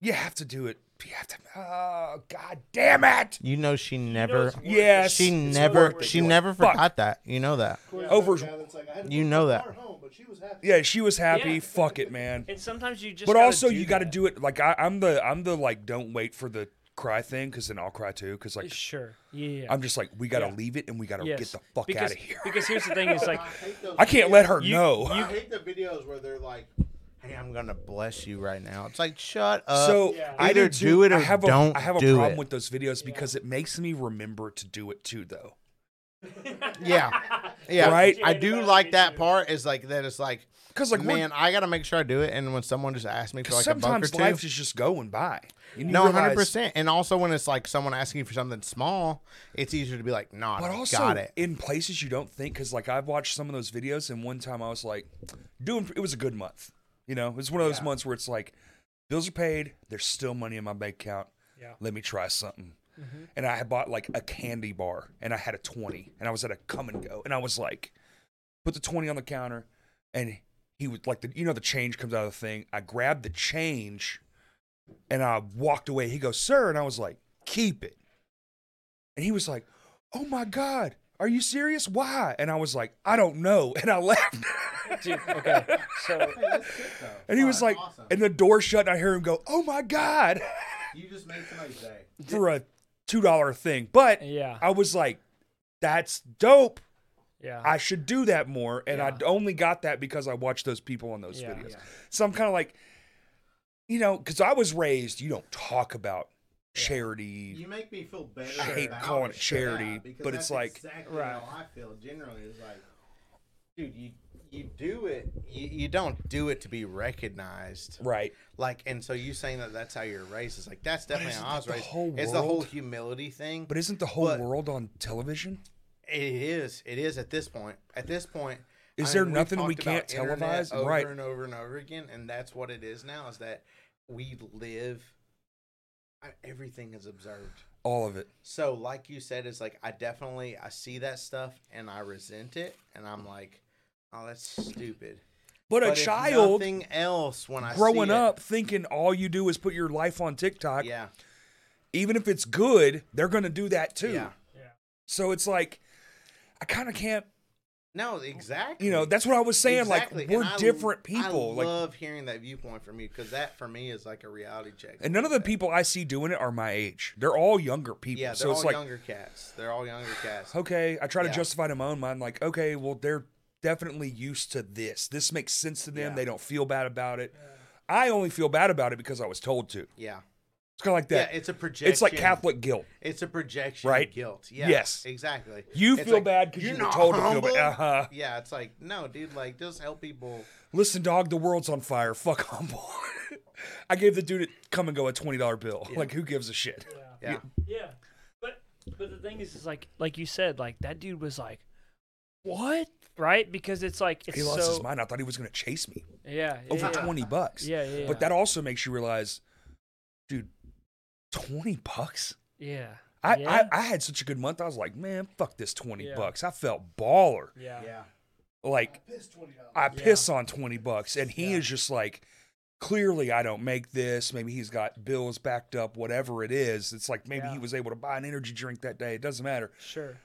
A: you have to do it. You have to. Oh god damn it!
C: You know, she never.
B: it's-
A: Yes,
C: she
A: It's
C: never.
A: worth it.
C: She
A: You're like,
C: never
A: "Fuck."
C: forgot that. You know that.
A: Over-
C: You know that.
D: Home, but she was happy.
A: Yeah, she was happy.
B: Yeah.
A: Fuck it, man.
B: And sometimes you just.
A: but also you got
B: got
A: to do it like I, i'm the i'm the like don't wait for the cry thing because then i'll cry too because like
B: Sure. Yeah. yeah.
A: i'm just like we gotta
B: Yeah.
A: leave it and we gotta
B: Yes.
A: get the fuck
B: because,
A: out of here
B: because here's the thing: is like
D: I hate those.
A: i can't let her
B: You-
A: know
D: I hate the videos where they're like,
C: Hey, I'm gonna bless you right now. It's like shut
B: uh,
C: up.
A: so
C: either
A: either
C: do it or
A: I have a,
C: don't
A: I have a
C: do
A: problem
C: it.
A: with those videos because it makes me remember to do it too, though.
C: yeah, yeah.
A: Right?
C: I do like that part. Is like that. It's like
A: Because like
C: man,
A: man,
C: I gotta make sure I do it. And when someone just asks me for like a buck or
A: sometimes
C: two,
A: life is just going by. And you
C: No,
A: realize-
C: hundred percent. And also, when it's like someone asking you for something small, it's easier to be like, "Nah,
A: But
C: I
A: also
C: got it."
A: in places you don't think, because like I've watched some of those videos, and one time I was like, doing it was a good month. You know, it's one of those months where it's like, bills are paid, there's still money in my bank account.
B: Yeah.
A: Let me try something.
C: Mm-hmm.
A: And I had bought like a candy bar, and I had a twenty, and I was at a come and go, and I was like, put the twenty on the counter, and he would like the you know the change comes out of the thing. I grabbed the change, and I walked away. He goes, "Sir," and I was like, "Keep it." And he was like, Oh my God, are you serious? Why? And I was like, I don't know. And I left.
B: Dude, okay. So
D: hey, that's sick though.
A: And he was
D: Fine,
A: like,
D: awesome.
A: and the door shut, and I hear him go, Oh my God,
D: you just made somebody's day.
A: for a $2 thing. But
B: yeah,
A: I was like, That's dope.
B: yeah.
A: I should do that more. And I
B: Yeah.
A: only got that because I watched those people on those
B: Yeah.
A: videos. So I'm kind of like, you know, because I was raised, you don't talk about charity.
D: You make me feel better.
A: I hate
D: about
A: calling it charity,
D: because
A: but it's
D: that's
A: like-
D: exactly
B: Right.
D: how I feel generally. Is like
C: dude, you you do it. You, you don't do it to be recognized.
A: Right.
C: Like, and so you saying that that's how you're raised is like that's definitely
A: isn't
C: how I was
A: that the
C: raised.
A: whole
C: it's the whole
A: world?
C: humility thing.
A: But isn't the whole
C: But-
A: world on television?
C: It is. It is at this point. At this point,
A: Is there
C: we've
A: nothing we
C: talked about
A: can't
C: internet
A: televise?
C: Over
A: Right.
C: and over and over again, and that's what it is now. Is that we live. I- Everything is observed.
A: All of it.
C: So, like you said, it's like I definitely I see that stuff and I resent it, and I'm like, oh, that's stupid.
A: But, a
C: But if
A: child
C: nothing else when I see
A: growing
C: it-
A: up thinking all you do is put your life on TikTok,
C: yeah,
A: even if it's good, they're going to do that too.
C: yeah,
A: So it's like, I kind of can't,
C: no, exactly.
A: you know, that's what I was saying.
C: Exactly.
A: Like,
C: And
A: we're
C: I-
A: different people.
C: I
A: like,
C: love hearing that viewpoint from you because that for me is like a reality check.
A: and none of the people I see doing it are my age. They're all younger people.
C: Yeah, they're
A: so
C: all
A: it's like,
C: younger cats. They're all younger cats.
A: okay, I try to
C: Yeah.
A: justify it in my own mind. Like, okay, well, they're definitely used to this. This makes sense to them.
C: Yeah.
A: They don't feel bad about it. I only feel bad about it because I was told to. It's
C: Yeah,
A: kind of like that.
C: yeah. It's a projection.
A: it's like Catholic guilt.
C: It's a projection.
A: Right?
C: Of guilt. Yeah,
A: Yes.
C: Exactly.
A: You
C: It's
A: feel
C: like,
A: bad 'cause
C: "You're
A: you were
C: not
A: told to feel bad."
C: humble?"
A: Uh-huh.
C: Yeah, it's like no, dude. Like just help people.
A: Listen, dog, the world's on fire. Fuck humble. I gave the dude at come and go a twenty dollar bill. Like, who gives a shit?
C: Yeah.
B: Yeah, but but the thing is, is like like you said, like that dude was like, what? Right? Because it's like it's
A: He lost
B: so
A: his mind. I thought he was gonna chase me
B: yeah
A: over
B: yeah,
A: twenty bucks.
B: Yeah, yeah,
A: But
B: yeah.
A: that also makes you realize, dude, twenty bucks.
B: yeah
A: I,
B: yeah.
A: I I had such a good month. I was like, man, fuck this twenty
B: Yeah.
A: bucks. I felt baller.
B: yeah.
D: yeah,
A: Like I piss on twenty bucks, and he
B: Yeah.
A: is just like, clearly I don't make this. Maybe he's got bills backed up, whatever it is. It's like maybe
B: Yeah.
A: he was able to buy an energy drink that day. It doesn't matter.
B: sure.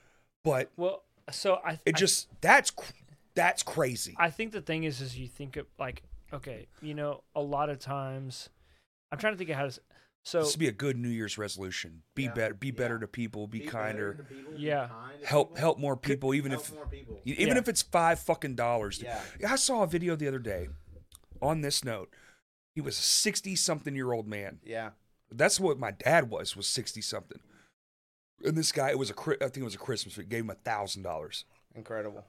A: But
B: Well, so I
A: It
B: I-
A: just that's cr- that's crazy.
B: I think the thing is, is you think of like, okay, you know, a lot of times, I'm trying to think of how to. s- So
A: this would be a good New Year's resolution. Be
D: Yeah,
A: better, be
D: yeah.
A: better to people, be,
D: Be better
A: kinder,
D: to people, be
B: Yeah.
D: kind to
A: help
D: people,
A: help more people, even
D: help
A: if
D: more people.
A: y- even
B: Yeah.
A: if it's five fucking dollars.
D: Yeah.
A: I saw a video the other day. On this note, he was a sixty something year old man.
C: Yeah.
A: That's what my dad was was sixty something. And this guy, it was a Chri- I think it was a Christmas. We gave him a thousand dollars.
C: Incredible.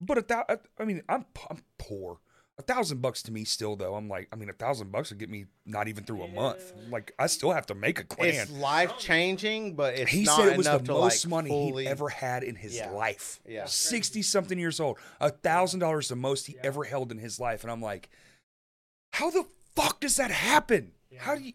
A: But a thousand, I mean, I'm p- I'm poor. A thousand bucks to me still though. I'm like, I mean, a thousand bucks would get me not even through a month. Like, I still have to make a grand.
C: It's life changing, but it's
A: he
C: not
A: said it was the
C: enough to
A: most
C: like
A: money
C: fully.
A: he ever had in his
C: Yeah.
A: life.
C: Yeah.
A: sixty something years old, a thousand dollars the most he ever held in his life, and I'm like, how the fuck does that happen? How do you?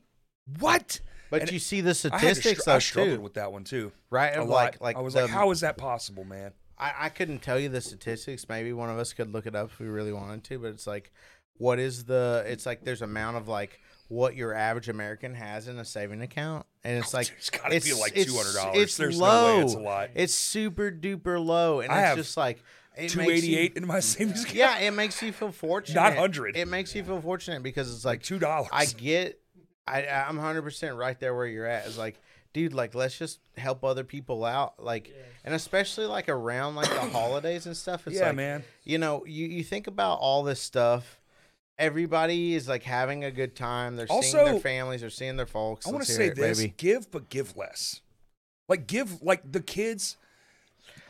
A: What?
C: But
A: And
C: you see the
A: I had to str-
C: statistics
A: I
C: though
A: struggled
C: too,
A: with that one too.
C: right?
A: A
C: Of
A: lot.
C: like, like
A: I was
C: the,
A: like, how is that possible, man?
C: I, I couldn't tell you the statistics. Maybe one of us could look it up if we really wanted to, but it's like, what is the? It's like there's amount of like what your average American has in a saving account, and it's like
A: It's gotta be like
C: it's-
A: $200.
C: It's
A: There's no
C: low.
A: way it's a lot.
C: It's super duper low, and
A: I
C: it's
A: have
C: just like it makes you-
A: Two eighty eight in my savings account.
C: Yeah, it makes you feel fortunate.
A: 900.
C: It makes you feel fortunate because it's like
A: two dollars.
C: I get, I I'm hundred percent right there where you're at. It's like, dude, like let's just help other people out, like, and especially like around like the holidays and stuff. It's
A: Yeah,
C: like,
A: man.
C: you know, you you think about all this stuff. Everybody is like having a good time. They're seeing
A: Also-
C: their families. They're seeing their folks.
A: I want
C: Let's
A: to
C: hear
A: say
C: it,
A: this:
C: baby.
A: give, but give less. Like give, like the kids.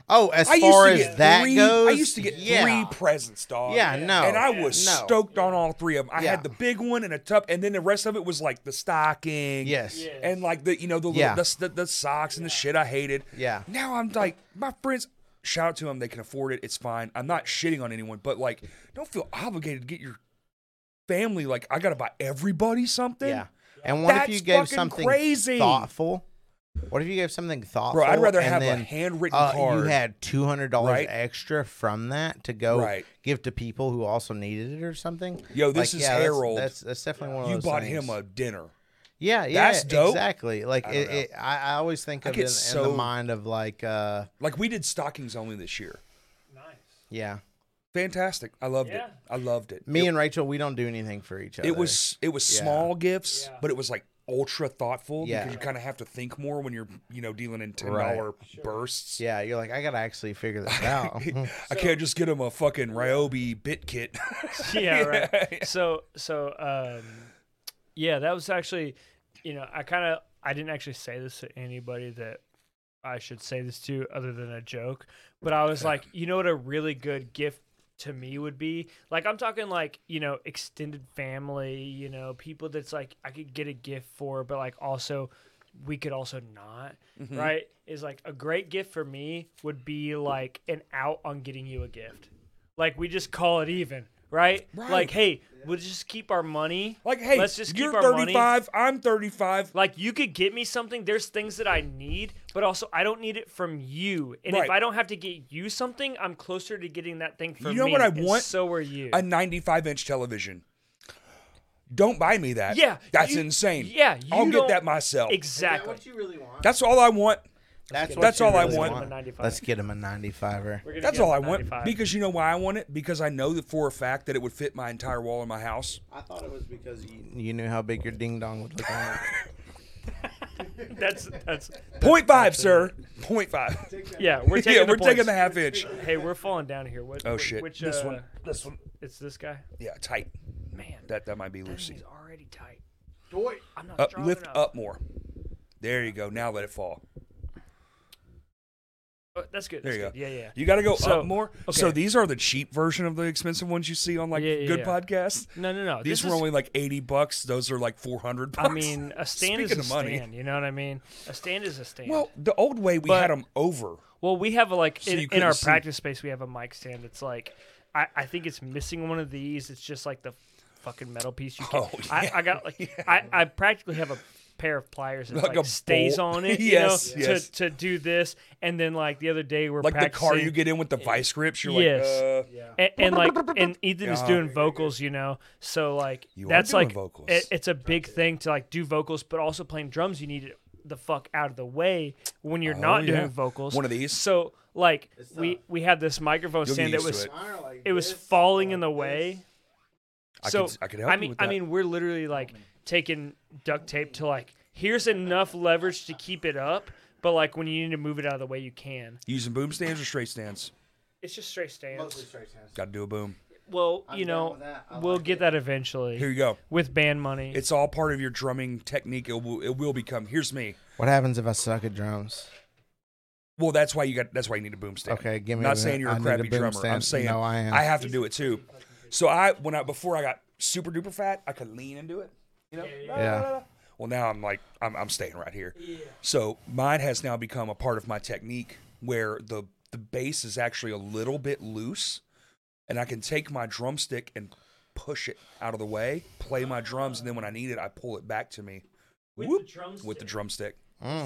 C: Oh, as
A: I
C: far
A: used
C: as
A: to get
C: that
A: three,
C: goes,
A: I used to get
C: yeah.
A: three presents, dog.
C: Yeah, no,
A: And I was
C: no.
A: stoked on all three of them. I
C: Yeah.
A: had the big one and a tub, and then the rest of it was like the stocking.
C: Yes.
B: Yeah.
A: And like the you know the little,
C: Yeah.
A: the, the the socks and the shit I hated.
C: Yeah.
A: Now I'm like my friends. Shout out to them. They can afford it. It's fine. I'm not shitting on anyone, but like, don't feel obligated to get your family. Like, I gotta buy everybody something.
C: Yeah. And what if
A: That's
C: you gave
A: fucking
C: something
A: crazy.
C: thoughtful? What if you gave something thoughtful?
A: Bro, I'd rather
C: and
A: have
C: then,
A: a handwritten
C: uh,
A: card.
C: You had two hundred dollars
A: Right.
C: extra from that to go
A: Right.
C: give to people who also needed it or something.
A: Yo, this
C: Like,
A: is
C: yeah, that's-
A: Harold.
C: That's, that's definitely one of
A: you
C: those.
A: bought
C: things.
A: him a dinner.
C: yeah, yeah,
A: That's dope.
C: exactly. Like
A: I
C: I,
A: don't
C: it,
A: know.
C: it, I, I always think
A: I
C: of
A: get
C: it in,
A: so-
C: the mind of like, uh,
A: Like we did stockings only this year.
C: yeah.
A: Fantastic. I loved
B: Yeah.
A: it. I loved it.
C: Me
A: it,
C: and Rachel, we don't do anything for each other.
A: it was it was
C: Yeah.
A: small gifts,
B: Yeah.
A: but it was like ultra thoughtful
C: Yeah.
A: because you kind of have to think more when you're you know dealing in ten
C: Right.
A: dollar bursts.
C: Yeah, you're like, I gotta actually figure this out.
A: I can't just get him a fucking Ryobi bit kit.
B: yeah, right. So so um, yeah, that was actually you know, I kind of I didn't actually say this to anybody that I should say this to other than a joke, but I was like, you know what a really good gift to me would be? Like I'm talking like, you know, extended family, you know, people that's like I could get a gift for, but like also we could also not, right? Is like a great gift for me would be like an out on getting you a gift. Like we just call it even, right?
A: Right.
B: Like, hey, we'll just keep our money.
A: Like, hey,
B: let's just
A: you're
B: keep our money.
A: 35, I'm 35.
B: Like you could get me something. There's things that I need, but also I don't need it from you. And
A: Right.
B: if I don't have to get you something, I'm closer to getting that thing from
A: You know
B: me,
A: what I
B: and
A: want?
B: So are you.
A: A 95 inch television. Don't buy me that.
B: Yeah,
A: That's
B: you-
A: insane.
B: yeah, you
A: I'll get
B: don't-
A: that myself.
D: that
B: exactly.
D: what you really want?
A: That's all I want.
C: That's,
B: get
A: that's
B: him
A: all
B: a
A: I
B: 95.
A: want.
B: Let's get him a 95.
C: Let's get him a 95er.
B: We're gonna
A: That's
B: get
A: all I
B: him a 95.
A: want because you know why I want it? Because I know that for a fact that it would fit my entire wall in my house.
D: I thought it was because you.
C: You knew how big your ding dong would look. on it.
B: that's that's
A: Point five, sir. Point five.
B: yeah. We're taking
A: yeah,
B: the
A: we're taking
B: points.
A: the half inch.
B: Hey, we're falling down here. What?
A: Oh
B: what-
A: shit!
B: Which,
A: this
B: uh,
A: one, this one.
B: It's this guy.
A: Yeah, tight.
B: Man,
A: That that might be
B: that
A: Lucy.
B: thing's already tight.
D: Boy,
B: I'm not
A: Up,
B: strong
A: lift
B: enough.
A: up more. There you go. Now let it fall.
B: Oh, that's good.
A: There
B: that's
A: you go.
B: good. Yeah, yeah.
A: You got to go
B: So-
A: up more. So
B: okay.
A: these are the cheap version of the expensive ones you see on like
B: Yeah, yeah,
A: good
B: yeah.
A: podcasts.
B: No, no, no.
A: These
B: this
A: were
B: is-
A: only like eighty bucks. Those are like four hundred.
B: I mean, a stand
A: Speaking
B: is
A: of
B: a
A: money.
B: stand. You know what I mean? A stand is a stand.
A: Well, the old way we
B: But-
A: had 'em had them over.
B: Well, we have a, like
A: So
B: in,
A: you
B: in
A: couldn't
B: our
A: see.
B: practice space, we have a mic stand that's like, I, I think it's missing one of these. It's just like the fucking metal piece. You can
A: Oh, yeah.
B: I, I got like I, I practically have a pair of pliers that
A: Like
B: like,
A: a
B: stays
A: bolt.
B: on it.
A: Yes,
B: you know,
A: yes.
B: to to do this. And then like the other day we're
A: Like the
B: practicing,
A: car you get in with the vice grips. You're
B: Yes.
A: like, uh,
D: yeah.
B: and, and like and Ethan is
A: Yeah.
B: doing vocals, you know. So like
A: You are
B: that's
A: doing
B: like
A: vocals.
B: It, it's a big thing to like do vocals, but also playing drums. You need it the fuck out of the way when you're
A: Oh,
B: not
A: yeah.
B: doing vocals.
A: One of these.
B: So like
D: It's
B: we
D: tough.
B: we had this microphone
A: You'll get
B: stand that
A: used to
B: was
A: it.
D: mine are like
B: it was
D: this,
B: falling in
D: like
B: the
D: this.
B: way.
A: I
B: So
A: could- I could help you
B: mean,
A: with
B: I
A: that.
B: mean, we're literally like taking duct tape to like here's enough leverage to keep it up, but like when you need to move it out of the way, you can.
A: using boom stands or straight stands.
B: It's just straight
D: Mostly
B: stands.
D: straight hands.
A: Got to do a boom.
B: Well,
D: I'm
B: you
D: down
B: know,
D: with that. I
B: we'll
D: like
B: get
D: it.
B: that eventually.
A: Here you go.
B: with band money.
A: It's all part of your drumming technique. It will, it will become. Here's me.
C: What happens if I suck at drums?
A: Well, that's why you got. That's why you need a boom stand.
C: Okay, give me
A: I'm not
C: a-
A: saying you're
C: I
A: a
C: need a
A: crappy
C: boom
A: drummer. I'm
C: stand.
A: saying
C: No, I am.
A: have to do it too. So I when I before I got super duper fat, I could lean into it. You know.
C: Yeah.
A: Well, now I'm like I'm, I'm staying right here. So mine has now become a part of my technique where the the bass is actually a little bit loose, and I can take my drumstick and push it out of the way, play my drums, and then when I need it, I pull it back to me
B: with
A: Whoop.
B: the drums
A: with the drumstick.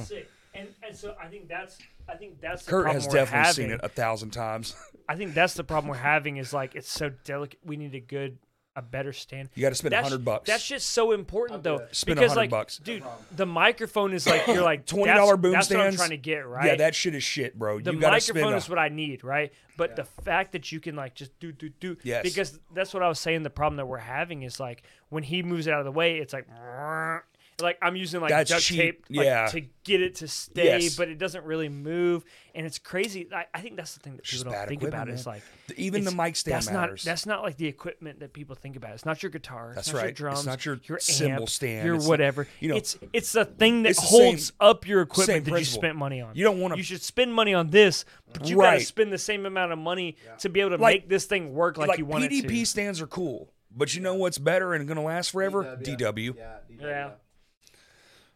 B: Sick. And, and so I think that's I think that's
A: Mm.
B: the
A: Kurt
B: problem
A: has
B: we're
A: definitely
B: having.
A: seen it a thousand times.
B: I think that's the problem we're having is like it's so delicate. We need a good, a better stand.
A: You gotta spend
B: That's-
A: 100 bucks.
B: That's just so important though.
A: Spend
B: because
A: 100
B: like,
A: bucks.
B: dude, the microphone is like you're like
A: Twenty
B: that's-
A: dollar boom
B: that's
A: stands.
B: What I'm trying to get right.
A: Yeah, that shit is shit, bro.
B: the
A: you gotta
B: microphone
A: spend.
B: is
A: A,
B: what I need, right? But the fact that you can like just do do do,
A: Yes.
B: because that's what I was saying. The problem that we're having is like when he moves it out of the way, it's like, like I'm using like
A: That's
B: duct
A: cheap,
B: tape, like,
A: yeah.
B: to get it to stay,
A: Yes.
B: but it doesn't really move, and it's crazy. I, I think that's the thing that
A: just
B: people
A: bad
B: don't think
A: equipment,
B: about is
A: man.
B: like
A: The- even the
B: it's-
A: mic stand
B: that's
A: matters.
B: Not, that's not like the equipment that people think about. It's not your guitar. it's
A: That's
B: not
A: right.
B: Your
A: It's
B: drums.
A: not your
B: your
A: cymbal
B: amp,
A: stand.
B: Your
A: It's-
B: whatever.
A: you know,
B: it's it's the thing that
A: it's the same-
B: holds up your
A: same
B: equipment that you
A: principle.
B: spent money on.
A: You don't wanna-
B: You should spend money on this, but you got
A: Right.
B: to spend the same amount of money to be able to
A: Like-
B: make this thing work like,
A: like
B: you want
A: PDP
B: it to.
A: stands are cool, but you know what's better and gonna last forever? DW.
D: Yeah. DW.
B: Yeah.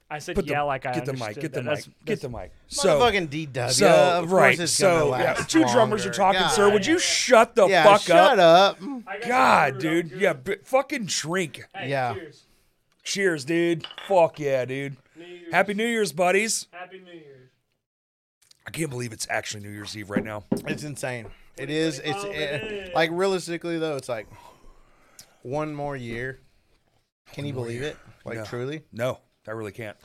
B: I said
A: Put the-
B: yeah, like I
A: get the mic,
B: understood
A: get the
B: that.
A: mic,
B: That's-
A: get the mic. So,
C: Motherfucking DW.
A: so
C: of course
A: right,
C: it's gonna
A: so yeah,
C: last
A: two drummers are
C: longer.
A: talking,
C: God.
A: sir. Would you shut the
C: yeah,
A: fuck
C: shut up?
B: I got you
A: God,
B: screwed up,
A: dude, yeah, b- fucking drink.
B: Hey,
C: Yeah.
B: cheers.
A: Cheers, dude. Fuck yeah, dude.
B: New Year's.
A: Happy New Year's, buddies.
B: Happy New Year's.
A: I can't believe it's actually New Year's Eve right now.
C: It's insane. It is. It's
B: Oh, it is.
C: it, like realistically though, it's like one more year. Can you believe it? Like
A: No.
C: truly.
A: No, I really can't.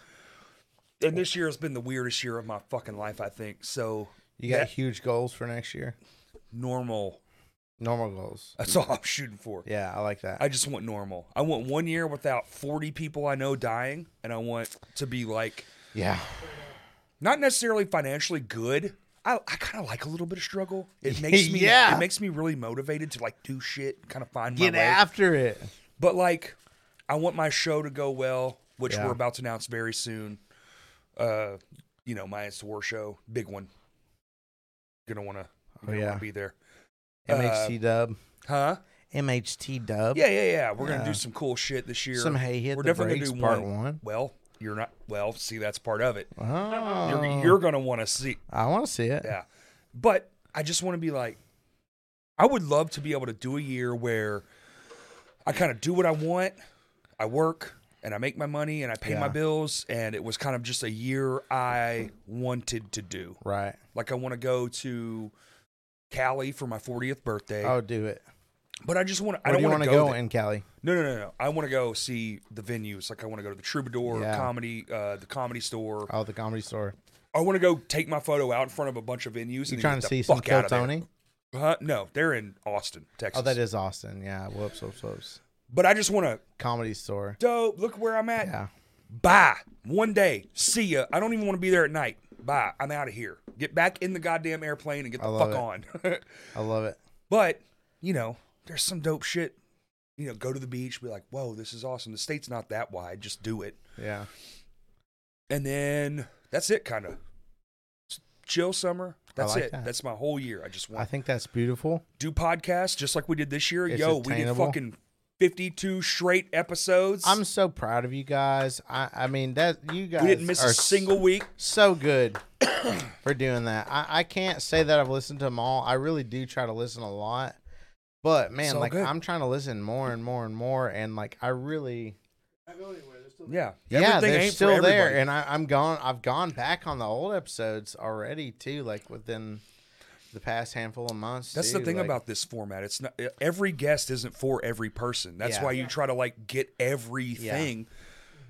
A: And this year has been the weirdest year of my fucking life, I think. So
C: You got
A: Yeah.
C: huge goals for next year.
A: normal.
C: Normal goals.
A: That's all I'm shooting for.
C: Yeah, I like that.
A: I just want normal. I want one year without 40 people I know dying, and I want to be like
C: yeah.
A: not necessarily financially good. I, I kind of like a little bit of struggle. It makes me
C: Yeah.
A: it makes me really motivated to like do shit, kind of find my
C: Get
A: way.
C: after it.
A: But like, I want my show to go well. which
C: Yeah.
A: we're about to announce very soon. Uh, you know, my it's the war show, big one. Gonna wanna, gonna
C: Oh, yeah.
A: wanna be there,
C: MHT Dub.
A: huh?
C: MHT Dub.
A: Uh, Yeah, yeah, yeah. We're gonna
C: Yeah.
A: do some cool shit this year.
C: Some hey hit
A: We're
C: the
A: definitely gonna do
C: brakes, part
A: one.
C: one.
A: Well, you're not. Well, see, that's part of it.
C: Oh,
A: You're, you're gonna want to see.
C: I want to see it.
A: Uh-huh. Yeah, but I just want to be like, I would love to be able to do a year where I kind of do what I want. I work and I make my money and I pay my
C: Yeah.
A: bills, and it was kind of just a year I wanted to do.
C: Right.
A: Like I want to go to Cali for my 40th birthday,
C: Oh, do it.
A: but I just want. to I
C: Where
A: don't
C: do you
A: want to
C: wanna go,
A: there.
C: in Cali?
A: No, no, no, no. I want to go see the venues. Like I want to go to the Troubadour
C: Yeah.
A: comedy, uh, the comedy store.
C: Oh, the comedy store.
A: I want to go take my photo out in front of a bunch of venues.
C: You
A: and
C: trying
A: then
C: to
A: get
C: see
A: the
C: some
A: fuck out of there.
C: Tony?
A: Huh? No, they're in Austin, Texas.
C: Oh, that is Austin. Yeah. Whoops, whoops, whoops.
A: But I just want to
C: Comedy store.
A: dope. Look where I'm at.
C: Yeah.
A: Bye. One day. See ya. I don't even want to be there at night. Bye. I'm out of here. Get back in the goddamn airplane and get
C: I
A: the
C: love
A: fuck on.
C: I love it.
A: but you know, there's some dope shit. You know, go to the beach, be like, "Whoa, this is awesome." The state's not that wide. Just do it.
C: Yeah.
A: and then that's it kind of chill summer that's
C: like
A: it
C: that.
A: that's my whole year i just
C: I
A: want
C: think that's beautiful.
A: do podcasts just like we did this year
C: It's
A: yo we did
C: attainable.
A: fucking 52 straight episodes
C: I'm so proud of you guys. I, I mean that you guys
A: we didn't miss
C: are
A: a single week
C: so good for doing that. I, I can't say that I've listened to them all. I really do try to listen a lot. But man,
A: It's all
C: like
A: good.
C: I'm trying to listen more and more and more and like I really
A: yeah
C: yeah,
A: Everything
C: they're
A: ain't for
C: still there,
A: everybody.
C: and I, I'm gone. I've gone back on the old episodes already too, like within the past handful of months.
A: that's the
C: too,
A: thing
C: like-
A: about this format it's not every guest isn't for every person that's
C: Yeah.
A: why you try to like get everything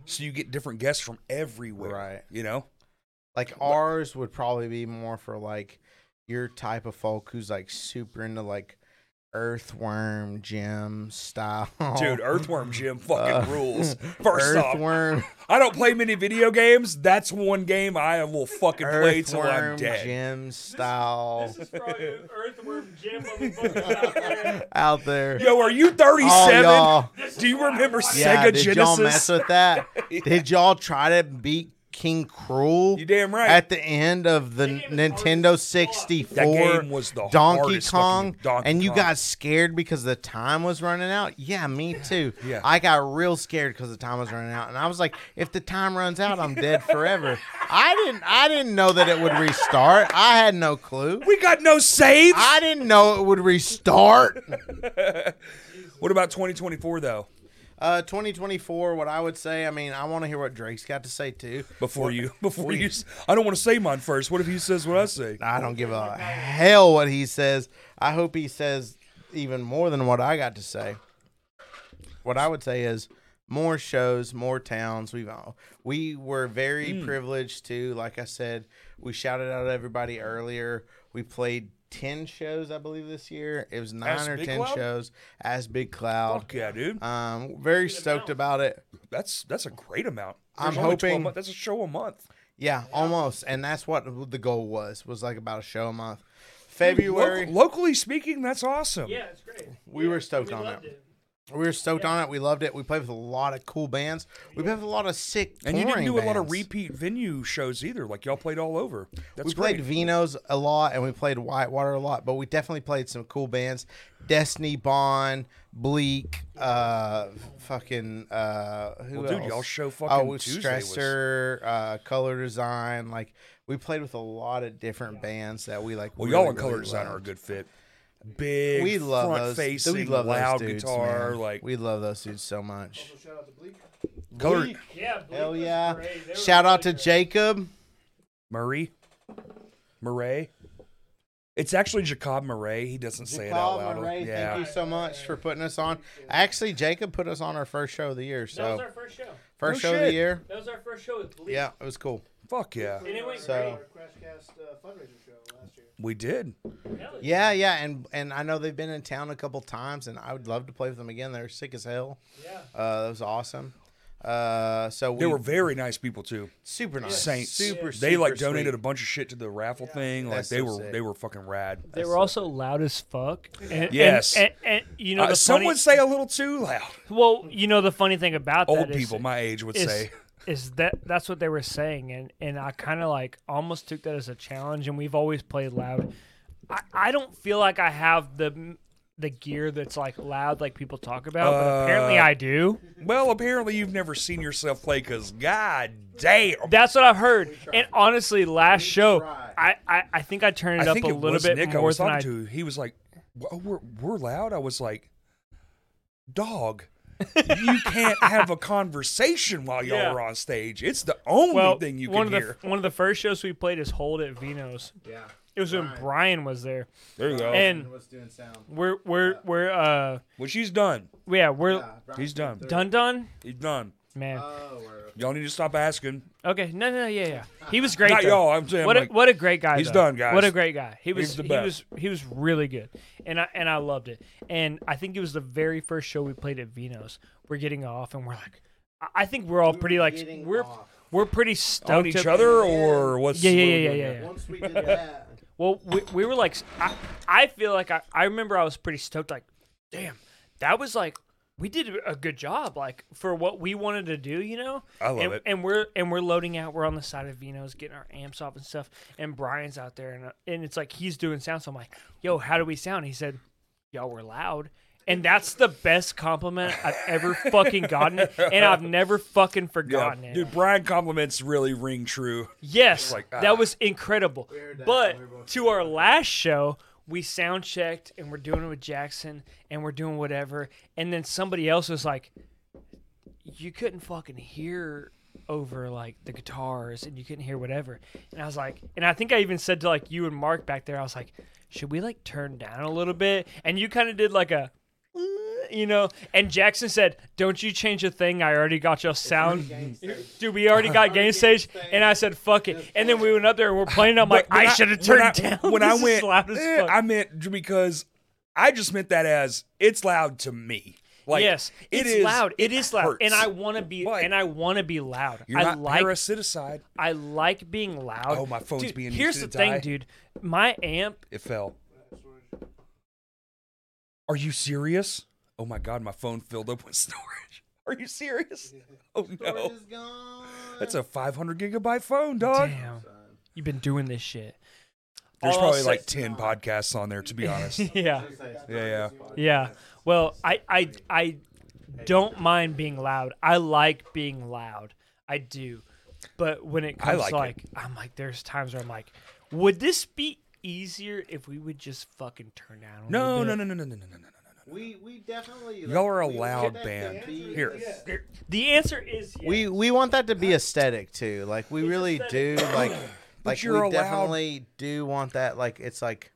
A: so you get different guests from everywhere
C: Right.
A: you know
C: like ours would probably be more for like your type of folk who's like super into like earthworm gym style,
A: dude earthworm jim fucking
C: Uh,
A: rules first off
C: earthworm,
A: I don't play many video games. That's one game I will fucking play till I'm
C: earthworm
A: dead.
C: gym style
B: This is probably Earthworm Jim on the book out there.
C: out there.
A: Yo, are you
C: Oh,
A: 37?
C: y'all.
A: Do you remember
C: yeah,
A: Sega
C: did y'all
A: Genesis?
C: mess with that? Did y'all try to beat King Cruel?
A: You damn right.
C: At the end of the
B: game is
C: Nintendo
B: hard as fuck.
C: 64,
A: That game was the
C: Donkey
A: hardest
C: Kong,
A: fucking Donkey
C: and you
A: Kong.
C: got scared because the time was running out. Yeah, me too.
A: Yeah.
C: I got real scared because the time was running out, and I was like, if the time runs out, I'm dead forever. I didn't, I didn't know that it would restart. I had no clue.
A: we got no saves.
C: I didn't know it would restart.
A: what about 2024 though?
C: Uh, 2024. What I would say, I mean, I want to hear what Drake's got to say too.
A: Before you, before you, s- I don't want to say mine first. What if he says what I say?
C: I don't give a hell what he says. I hope he says even more than what I got to say. What I would say is more shows, more towns. We've all, we were very
A: Hmm.
C: privileged to, like I said, we shouted out everybody earlier. We played ten shows, I believe, this year. It was nine
A: As
C: or
A: Big
C: ten
A: Cloud?
C: shows as Big Cloud.
A: Fuck yeah, dude.
C: Um, very stoked about it.
A: That's that's a great amount.
C: I'm
A: There's only 12
C: hoping-
A: month- that's a show a month.
C: Yeah, almost, and that's what the goal was. Was like about a show a month. February.
A: Loc- locally speaking, that's awesome.
B: Yeah, it's great.
C: We were stoked
B: We
C: on
B: loved
C: it.
B: it.
C: We were stoked on it. We loved it. We played with a lot of cool bands. We played with a lot of sick.
A: And you didn't
C: touring
A: do a lot of
C: bands.
A: repeat venue shows either. Like y'all played all over. That's
C: We
A: great.
C: played Vino's a lot, and we played Whitewater a lot. But we definitely played some cool bands: Destiny, Bond, Bleak, uh, fucking. Uh, who
A: Well, dude,
C: else?
A: y'all show
C: Oh,
A: fucking
C: with
A: Tuesday was-
C: Stressor, uh, Color Design. Like we played with a lot of different bands that we like.
A: Well,
C: really,
A: y'all and color
C: really
A: design are a
C: loved.
A: good fit. Big,
C: we love
A: front
C: those.
A: facing,
C: we love
A: loud
C: those dudes,
A: guitar.
C: man.
A: Like
C: we love those dudes so much.
A: color
B: Yeah, Bleak
C: Hell
B: was
C: yeah!
B: great. They were
C: Shout out to
B: really
C: Jacob.
A: Murray, Murray. It's actually Jacob Murray. He doesn't say it out
C: Jacob
A: loud.
C: Murray,
A: yeah,
C: thank you so much for putting us on. Actually, Jacob put us on our first show of the year.
B: That was
C: So
B: our first show.
C: first
A: No
C: show of the
A: shit.
C: year.
B: That was our first show with Bleak.
C: Yeah, it was cool.
A: fuck yeah,
B: And it went
C: So-
G: Crashcast uh, fundraiser show last year.
A: we did.
B: great. Hell
C: Yeah, yeah, and and I know they've been in town a couple times, and I would love to play with them again. They're sick as hell.
B: Yeah.
C: Uh, that was awesome. Uh, so we
A: They were very nice people too.
C: super nice,
A: Saints.
C: super.
A: they like
C: super
A: donated
C: sweet.
A: a bunch of shit to the raffle thing. Like
C: That's
A: they
C: so
A: were
C: sick.
A: they were fucking rad.
B: They were also loud as fuck. And,
A: Yes.
B: And, and, and, you know,
A: Uh,
B: the
A: some
B: funny,
A: would say a little too loud.
B: well, you know, the funny thing about
A: Old
B: that is-
A: people my age would
B: is,
A: say.
B: is that that's what they were saying, and and I kind of like almost took that as a challenge. And we've always played loud. I, I don't feel like I have the the gear that's like loud, like people talk about, but apparently
A: Uh,
B: I do.
A: Well, apparently you've never seen yourself play because god damn.
B: That's what I've heard. And honestly, last show,
D: tried.
B: I, I I think I turned it
A: I
B: up
A: think
B: a
A: it
B: little
A: was
B: bit
A: Nick I
B: more
A: was
B: than
A: talking
B: I.
A: to. He was like, "Oh, we're we're loud." I was like, "Dog, you can't have a conversation while y'all
B: Yeah.
A: are on stage. It's the only
B: Well,
A: thing you
B: one
A: can
B: of
A: hear."
B: the one of the first shows we played is Hold at Vino's.
D: Yeah.
B: It was when
D: Brian. Oh,
B: Brian was there,
A: there you go.
B: and
D: was doing sound.
B: we're we're we're uh
A: well, she's done.
B: yeah we're
D: Yeah, Brian
A: He's done.
D: did
B: done done
A: He's done.
B: man.
D: third. Oh, we're-
A: Y'all need to stop asking.
B: Okay, no, no, no, yeah, yeah. He was great.
A: Not
B: though.
A: y'all. I'm saying
B: What a,
A: like,
B: what a great guy.
A: he's
B: though.
A: done, guys.
B: What a great guy. He was
A: He's the
B: he
A: best.
B: was he was really good, and I and I loved it. And I think it was the very first show we played at Vino's. We're getting off, and we're like, I- I think we're all pretty like
D: getting
B: we're
D: off.
B: we're pretty stoked
A: on each
B: up-
A: other or what's
B: Yeah, yeah,
A: what are we
B: yeah, yeah,
A: doing
B: yeah,
A: here?
B: yeah.
D: Once we did that,
B: Well, we, we were like, s- I, I feel like I, I remember I was pretty stoked. Like, damn, that was like, we did a good job, like for what we wanted to do, you know.
A: I love
B: and,
A: it.
B: And we're and we're loading out. We're on the side of Vino's, getting our amps off and stuff. And Brian's out there, and uh, and it's like he's doing sound. So I'm like, yo, how do we sound? He said, y'all were loud. And that's the best compliment I've ever fucking gotten, and I've never fucking forgotten
A: Yeah.
B: it.
A: Dude, Brian compliments really ring true.
B: Yes,
A: like, ah.
B: that was incredible. But to our last show, we sound checked and we're doing it with Jackson and we're doing whatever, and then somebody else was like, "You couldn't fucking hear over like the guitars and you couldn't hear whatever," and I was like, and I think I even said to like you and Mark back there, I was like, "Should we like turn down a little bit?" And you kind of did like a. "Uh," You know, and Jackson said, "Don't you change a thing. I already got your sound." Dude, we already got game stage, and I said, "Fuck it." And then we went up there and we're playing. I'm like,
A: But when
B: I should have
A: when
B: turned
A: I-
B: down.
A: When
B: this
A: I
B: is
A: went,
B: loud as
A: "Eh,"
B: fuck.
A: I meant because I just meant that as it's loud to me. Like
B: yes,
A: it
B: it's
A: is-
B: loud. It is loud,
A: hurts.
B: and I want to be.
A: But
B: and I want to be loud.
A: You're
B: I
A: not
B: like.
A: parasiticide.
B: I like being loud.
A: Oh, my phone's
B: Dude,
A: being used
B: Here's
A: to
B: the
A: the
B: thing,
A: die.
B: dude. My amp.
A: It fell. Are you serious? Oh my god, my phone filled up with storage. Are you serious? Oh no,
D: It's gone.
A: that's a 500 gigabyte phone, dog.
B: Damn, Oh, you've been doing this shit.
A: There's
B: All I'll
A: probably
B: say-
A: like 10 podcasts on there, to be honest.
B: yeah.
A: yeah, yeah.
B: Yeah. Well, I I I don't mind being loud. I like being loud. I do. But when it
A: I
B: comes
A: like
B: to
A: it.
B: like I'm like there's times where I'm like, would this be easier if we would just fucking turn down a
A: No,
B: little
A: no,
B: bit?
A: no, no, no, no, no, no, no, no.
D: We we definitely.
A: Y'all are a
D: we
A: loud
D: let that
A: band.
D: be
A: Here.
D: the
B: The answer is yes.
C: We we want that to be aesthetic too. Like we really do. Like like
A: you're allowed-
C: we definitely do want that. Like it's like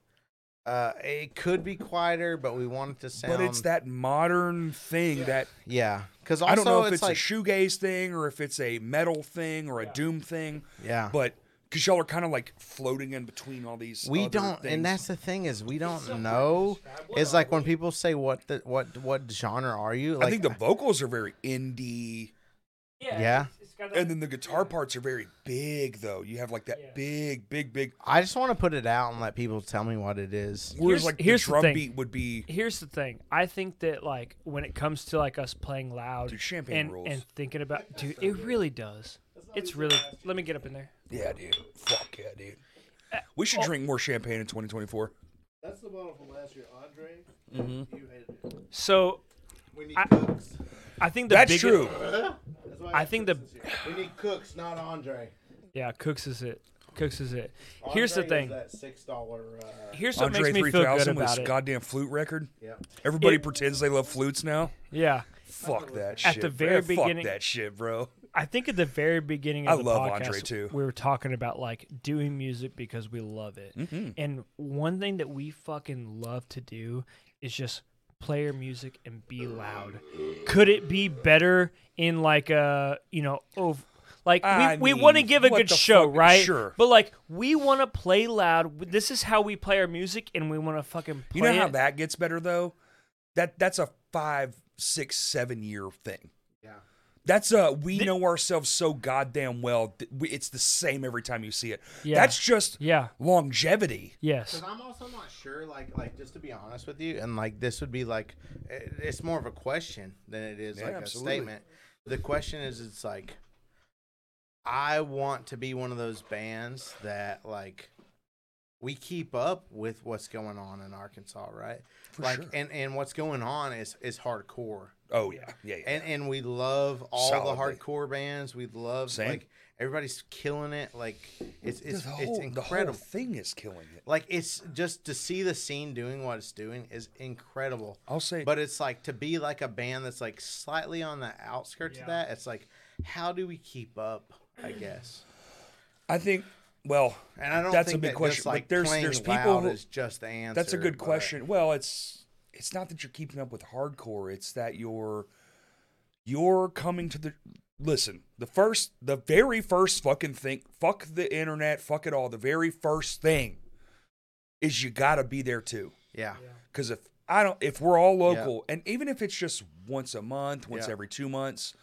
C: uh it could be quieter, but we want it to sound.
A: But it's that modern thing that
C: Yeah, because also
A: I don't know if
C: it's,
A: it's,
C: like
A: a shoegaze thing or if it's a metal thing or a doom thing,
C: yeah.
A: but because y'all are kind of like floating in between all these.
C: we
A: other
C: don't,
A: things.
C: and that's the thing is we don't know. It's like when people say what the what what genre are you? Like
A: I think the vocals are very indie.
C: Yeah.
B: it's- it's got that-
A: And then the guitar parts are very big, though. You have like that
B: Yeah.
A: big, big, big.
C: I just want to put it out and let people tell me what it is.
A: Whereas
B: Here's-
A: like the
B: here's the
A: drum
B: thing.
A: beat would be.
B: here's the thing. I think that like when it comes to like us playing loud
A: Dude, champagne
B: and,
A: rules.
B: and thinking about dude, it really does. It's really let me get up in there.
A: Yeah, dude. Fuck yeah, dude. We should drink more champagne in 2024.
G: That's the bottle from last year. Andre,
A: Mm-hmm.
G: you hated it.
B: So
D: We need
B: I-
D: cooks.
B: I think the
A: That's
B: biggest,
A: true.
G: That's why
B: I think the
D: We need cooks, not Andre.
B: Yeah, Cooks is it. Cooks is it. Here's the
D: Andre
B: thing.
D: is That six dollar. Uh,
B: Here's what
A: Andre
B: makes me feel good
A: 3000 with
B: about
A: his
B: it.
A: goddamn flute record.
D: yeah.
A: Everybody
B: It-
A: pretends they love flutes now.
B: yeah,
A: Fuck that shit.
B: At the very
A: man.
B: beginning-
A: Fuck that shit, bro.
B: I think at the very beginning of
A: I
B: the
A: love
B: podcast,
A: Andre, too.
B: we were talking about like doing music because we love it.
A: Mm-hmm.
B: And one thing that we fucking love to do is just play our music and be loud. Could it be better in like a you know ov- like
A: I
B: we, we want to
A: mean,
B: give a
A: what
B: good
A: the
B: show,
A: fuck-
B: right?
A: sure.
B: But like we want to play loud. This is how we play our music, and we want to fucking. Play
A: You know how
B: it.
A: that gets better though? That that's a five, six, seven year thing.
D: Yeah.
A: That's uh, we know ourselves so goddamn well. that we, it's the same every time you see it.
B: Yeah.
A: That's just
B: Yeah.
A: longevity.
B: Yes.
D: I'm also not sure, like, like just to be honest.
C: honest with you, and like this would be like it- it's more of a question than it is
A: Yeah,
C: like
A: absolutely.
C: a statement. The question is, it's like I want to be one of those bands that like we keep up with what's going on in Arkansas, right?
A: For
C: like,
A: sure.
C: and and what's going on is is hardcore
A: Oh yeah, yeah, yeah.
C: and and we love all the
A: Solidly.
C: hardcore bands. We love
A: Same.
C: like everybody's killing it. Like it's it's
A: the
C: it's
A: whole, the whole
C: incredible.
A: thing is killing it.
C: like it's just to see the scene doing what it's doing is incredible.
A: I'll say-
C: but it's like to be like a band that's like slightly on the outskirts
B: Yeah.
C: of that. It's like how do we keep up? I guess.
A: I think. Well,
C: And I don't
A: That's a
C: think
A: big
C: that
A: question,
C: Just,
A: but
C: like
A: there's-
C: playing
A: there's people
C: loud
A: who-
C: is just the answer.
A: that's a good
C: but-
A: question. Well, it's it's not that you're keeping up with hardcore. It's that you're you're coming to the listen. The first, the very first fucking thing. Fuck the internet. Fuck it all. The very first thing is you got to be there too.
C: Yeah.
A: Because if I don't, if we're all local, and even if it's just once a month, once
C: Yeah.
A: every two months,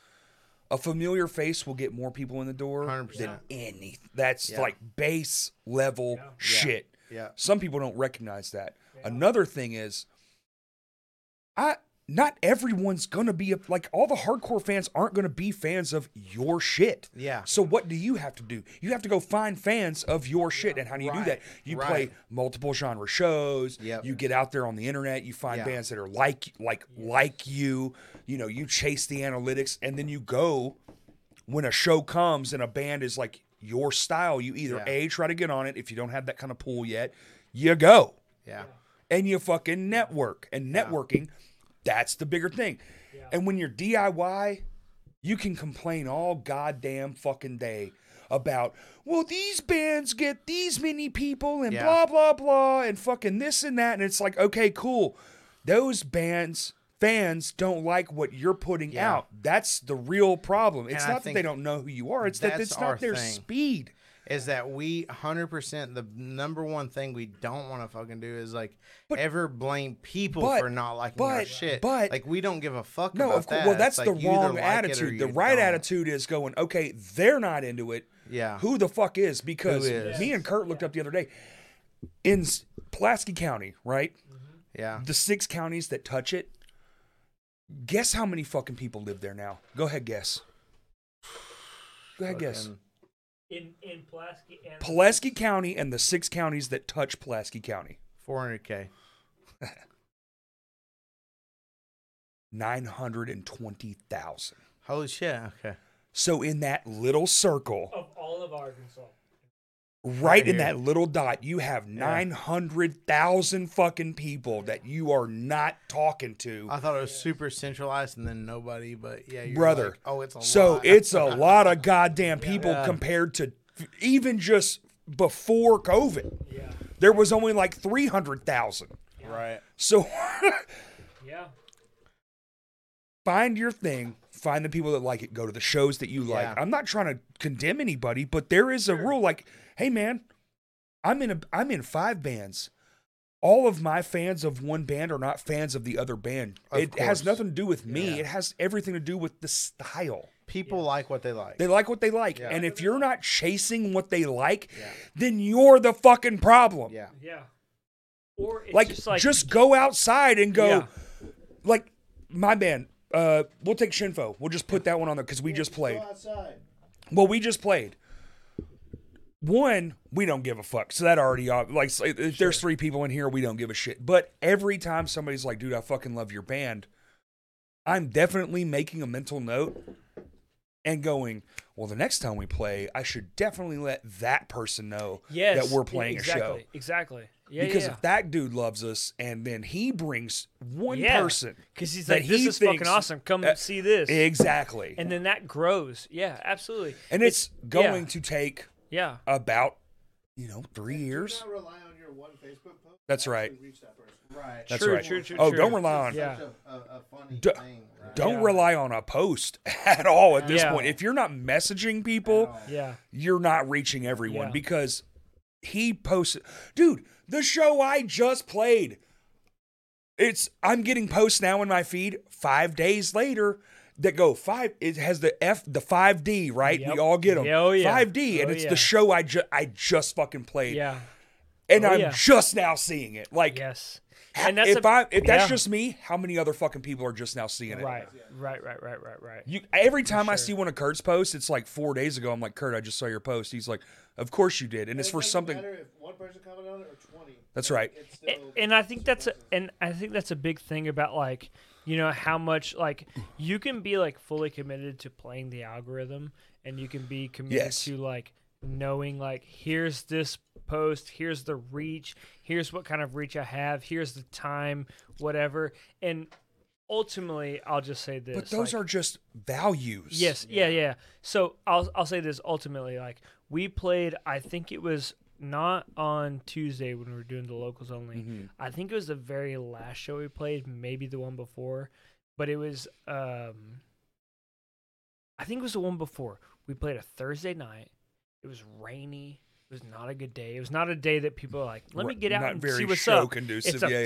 A: a familiar face will get more people in the door
C: 100%.
A: than any. That's
C: Yeah.
A: like base level shit.
C: Yeah.
A: Some people don't recognize that. Another thing is, I not everyone's gonna be a, like all the hardcore fans aren't gonna be fans of your shit.
C: Yeah.
A: So what do you have to do? You have to go find fans of your shit, and how do you do that? You play
C: Right.
A: multiple genre shows.
C: Yep.
A: You get out there on the internet. You find
C: Yeah.
A: bands that are like like like you. You know, you chase the analytics, and then you go when a show comes and a band is like your style. You either
C: Yeah.
A: a try to get on it if you don't have that kind of pool yet. You go
C: Yeah.
A: and you fucking network. And networking, that's the bigger thing. And when you're DIY, you can complain all goddamn fucking day about, well, these bands get these many people and
C: Yeah.
A: blah, blah, blah, and fucking this and that. And it's like, okay, cool. Those bands, fans don't like what you're putting
C: Yeah.
A: out. That's the real problem. It's
C: And I
A: not that they
C: think
A: don't know who you are, it's that
C: that's
A: it's
C: our
A: not their
C: thing.
A: speed.
C: is that we 100% the number one thing we don't want to fucking do is like ever blame people
A: but-
C: for not liking our
A: but-
C: shit.
A: but-
C: like we don't give a fuck
A: No,
C: about
A: of course.
C: that.
A: Well,
C: It's
A: that's
C: like,
A: the
C: you either
A: wrong
C: like it or
A: attitude.
C: you
A: The right
C: don't.
A: attitude is going, okay, they're not into it.
C: Yeah.
A: Who the fuck is? Because
C: Who is?
A: me and Kurt looked up the other day in S- Pulaski County, right?
C: Yeah.
A: The six counties that touch it. Guess how many fucking people live there now? Go ahead, guess. Go ahead, guess.
C: Fucking-
B: In in Pulaski and
A: Pulaski County and the six counties that touch Pulaski County.
C: 400k.
A: 920,000.
C: Holy shit. Okay.
A: So in that little circle,
B: of all of Arkansas.
A: right in
C: here.
A: that little dot, you have 900,000 fucking people that you are not talking to.
C: I thought it was super centralized and then nobody but yeah, you're
A: brother.
C: like, oh, it's a
A: so
C: lot.
A: it's a lot of goddamn people
C: Yeah.
A: compared to f- even just before COVID.
B: Yeah.
A: There was only like three hundred thousand.
C: right.
A: So
B: Yeah.
A: find your thing. Find the people that like it. Go to the shows that you like.
C: Yeah.
A: I'm not trying to condemn anybody, but there is a rule. Like, hey man, I'm in a I'm in five bands. All of my fans of one band are not fans of the other band.
C: Of
A: it has
C: course.
A: nothing to do with me.
C: Yeah.
A: It has everything to do with the style.
C: People like what they like.
A: They like what they like.
C: Yeah.
A: And if you're not chasing what they like,
C: Yeah.
A: then you're the fucking problem.
C: yeah.
B: Yeah. Or it's
A: Like,
B: just
A: just
B: like
A: go outside and go
B: Yeah.
A: like my band. Uh, we'll take Shinfo. We'll just put that one on there because we just played.
G: Go outside.
A: Well, we just played. One, we don't give a fuck. So that already ob- like so if there's three people in here, we don't give a shit. But every time somebody's like, "Dude, I fucking love your band," I'm definitely making a mental note and going, "Well, the next time we play, I should definitely let that person know
B: yes,
A: that we're playing
B: exactly,
A: a show."
B: Exactly. Yeah.
A: because
B: yeah.
A: if that dude loves us and then he brings one person
B: Because he's
A: that
B: like, this
A: he
B: is fucking
A: thinks-
B: awesome. Come
A: Uh,
B: see this.
A: exactly and,
B: and then that grows. Yeah, absolutely.
A: it's, going
B: yeah.
A: to take
B: Yeah.
A: about you know three
G: Do
A: years
G: not rely on your one Facebook post. to
A: That's right.
G: actually Reach that person.
D: Right.
A: That's
B: true,
A: right.
B: true, true,
A: oh,
B: true.
A: don't rely on.
B: Yeah.
D: Such a, a, a funny
A: D-
D: thing, right?
A: Don't
B: Yeah.
A: rely on a post at all at this
B: Yeah.
A: point. If you're not messaging people,
B: Yeah.
A: you're not reaching everyone
B: Yeah.
A: because he posted, dude. The show I just played. It's I'm getting posts now in my feed five days later, that go five. It has the F, the five D, right?
B: Yep.
A: We all get them.
B: Yeah, oh, yeah.
A: Five D, and
B: Oh,
A: it's
B: yeah.
A: the show I ju- I just fucking played,
B: Yeah.
A: and
B: Oh,
A: I'm
B: yeah.
A: just now seeing it. Like,
B: Yes.
A: ha-
B: And that's
A: if
B: a-
A: I if that's
B: yeah.
A: just me, how many other fucking people are just now seeing it?
B: Right. Right. Right. Right. Right. Right.
A: You every time I see one of Kurt's posts, it's like four days ago. I'm like, Kurt, I just saw your post. He's like, Of course you did, and it's
G: It
A: for
G: doesn't
A: something.
G: matter if one person commented on it or 20.
A: That's right.
G: It's
B: A-
G: still
B: and I think that's a, and I think that's a big thing about like you know how much like you can be like fully committed to playing the algorithm and you can be committed
A: Yes.
B: to like knowing like here's this post here's the reach here's what kind of reach I have here's the time whatever and ultimately I'll just say this
A: But those
B: like,
A: are just values.
B: Yes, yeah. yeah, So I'll I'll say this ultimately, like we played I think it was not on Tuesday when we were doing the locals only. I think it was the very last show we played, maybe the one before, but it was um I think it was the one before. We played a Thursday night. It was rainy. It was not a good day. It was not a day that people are like, let me
A: Right,
B: get out
A: not
B: and
A: very
B: see what's
A: show
B: up.
A: conducive.
B: It's a
A: Yeah, yeah, yeah.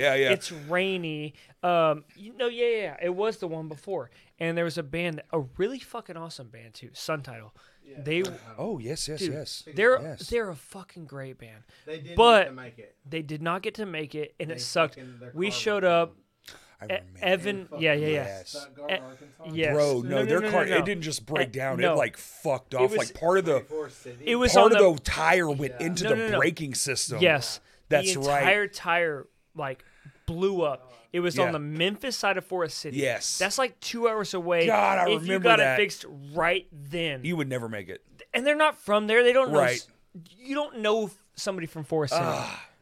A: Yeah, yeah.
B: It's rainy. Um, you know, yeah, yeah, yeah. It was the one before, and there was a band, a really fucking awesome band too, Sun Title. They,
A: Oh yes, yes,
B: dude,
A: yes.
B: they're
A: Yes.
B: they're a fucking great band.
D: They didn't
B: But-
D: but, make it.
B: They did not get to make it, and
D: They
B: it sucked.
D: fucking- their
B: We
D: car
B: showed
D: broke
B: up.
A: I
B: E-
A: remember.
B: Evan, yeah, yeah, yeah.
A: Yes.
D: Stuttgart,
B: Eh,
D: Arkansas.
B: yes.
A: Bro,
B: No,
A: no,
B: no,
A: their
B: no, no,
A: car
B: no.
A: it didn't just break
B: Eh,
A: down.
B: no.
A: It like fucked off.
B: was-
A: like part of the
D: Four city.
B: It was
A: part
B: on
A: of
B: the,
A: the, tire went into
B: No,
A: the
B: no, no.
A: braking system.
B: Yes.
A: That's
B: the
A: right.
B: entire tire like blew up. It was
A: Yeah.
B: on the Memphis side of Forest City.
A: Yes.
B: That's like two hours away.
A: God, I
B: if you
A: remember
B: got
A: that.
B: it fixed right then.
A: You would never make it.
B: and they're not from there. They don't know.
A: Right. Ah.
B: s- You don't know f- somebody from Forest City,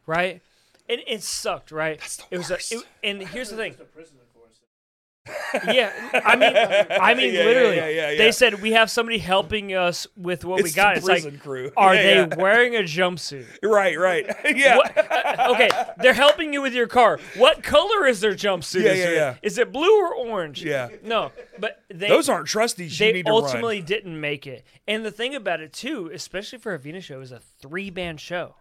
B: right? And it sucked, right? That's
A: the
B: it was
A: worst.
B: A, it- and here's the thing.
G: It's a prison of course.
B: Yeah, I mean, I mean,
A: Yeah, yeah,
B: literally,
A: yeah, yeah, yeah.
B: they said we have somebody helping us with what we
A: It's the
B: got. It's
A: prison
B: like,
A: crew.
B: are
A: Yeah,
B: they
A: yeah.
B: wearing a jumpsuit?
A: Right, right. yeah.
B: What- uh, okay, they're helping you with your car. What color is their jumpsuit?
A: Yeah,
B: is,
A: yeah,
B: it,
A: yeah.
B: is it blue or orange?
A: Yeah.
B: No, but they
A: Those aren't trusties. You
B: they
A: need to run.
B: ultimately didn't make it. And the thing about it too, especially for a Venus show, is a three band show.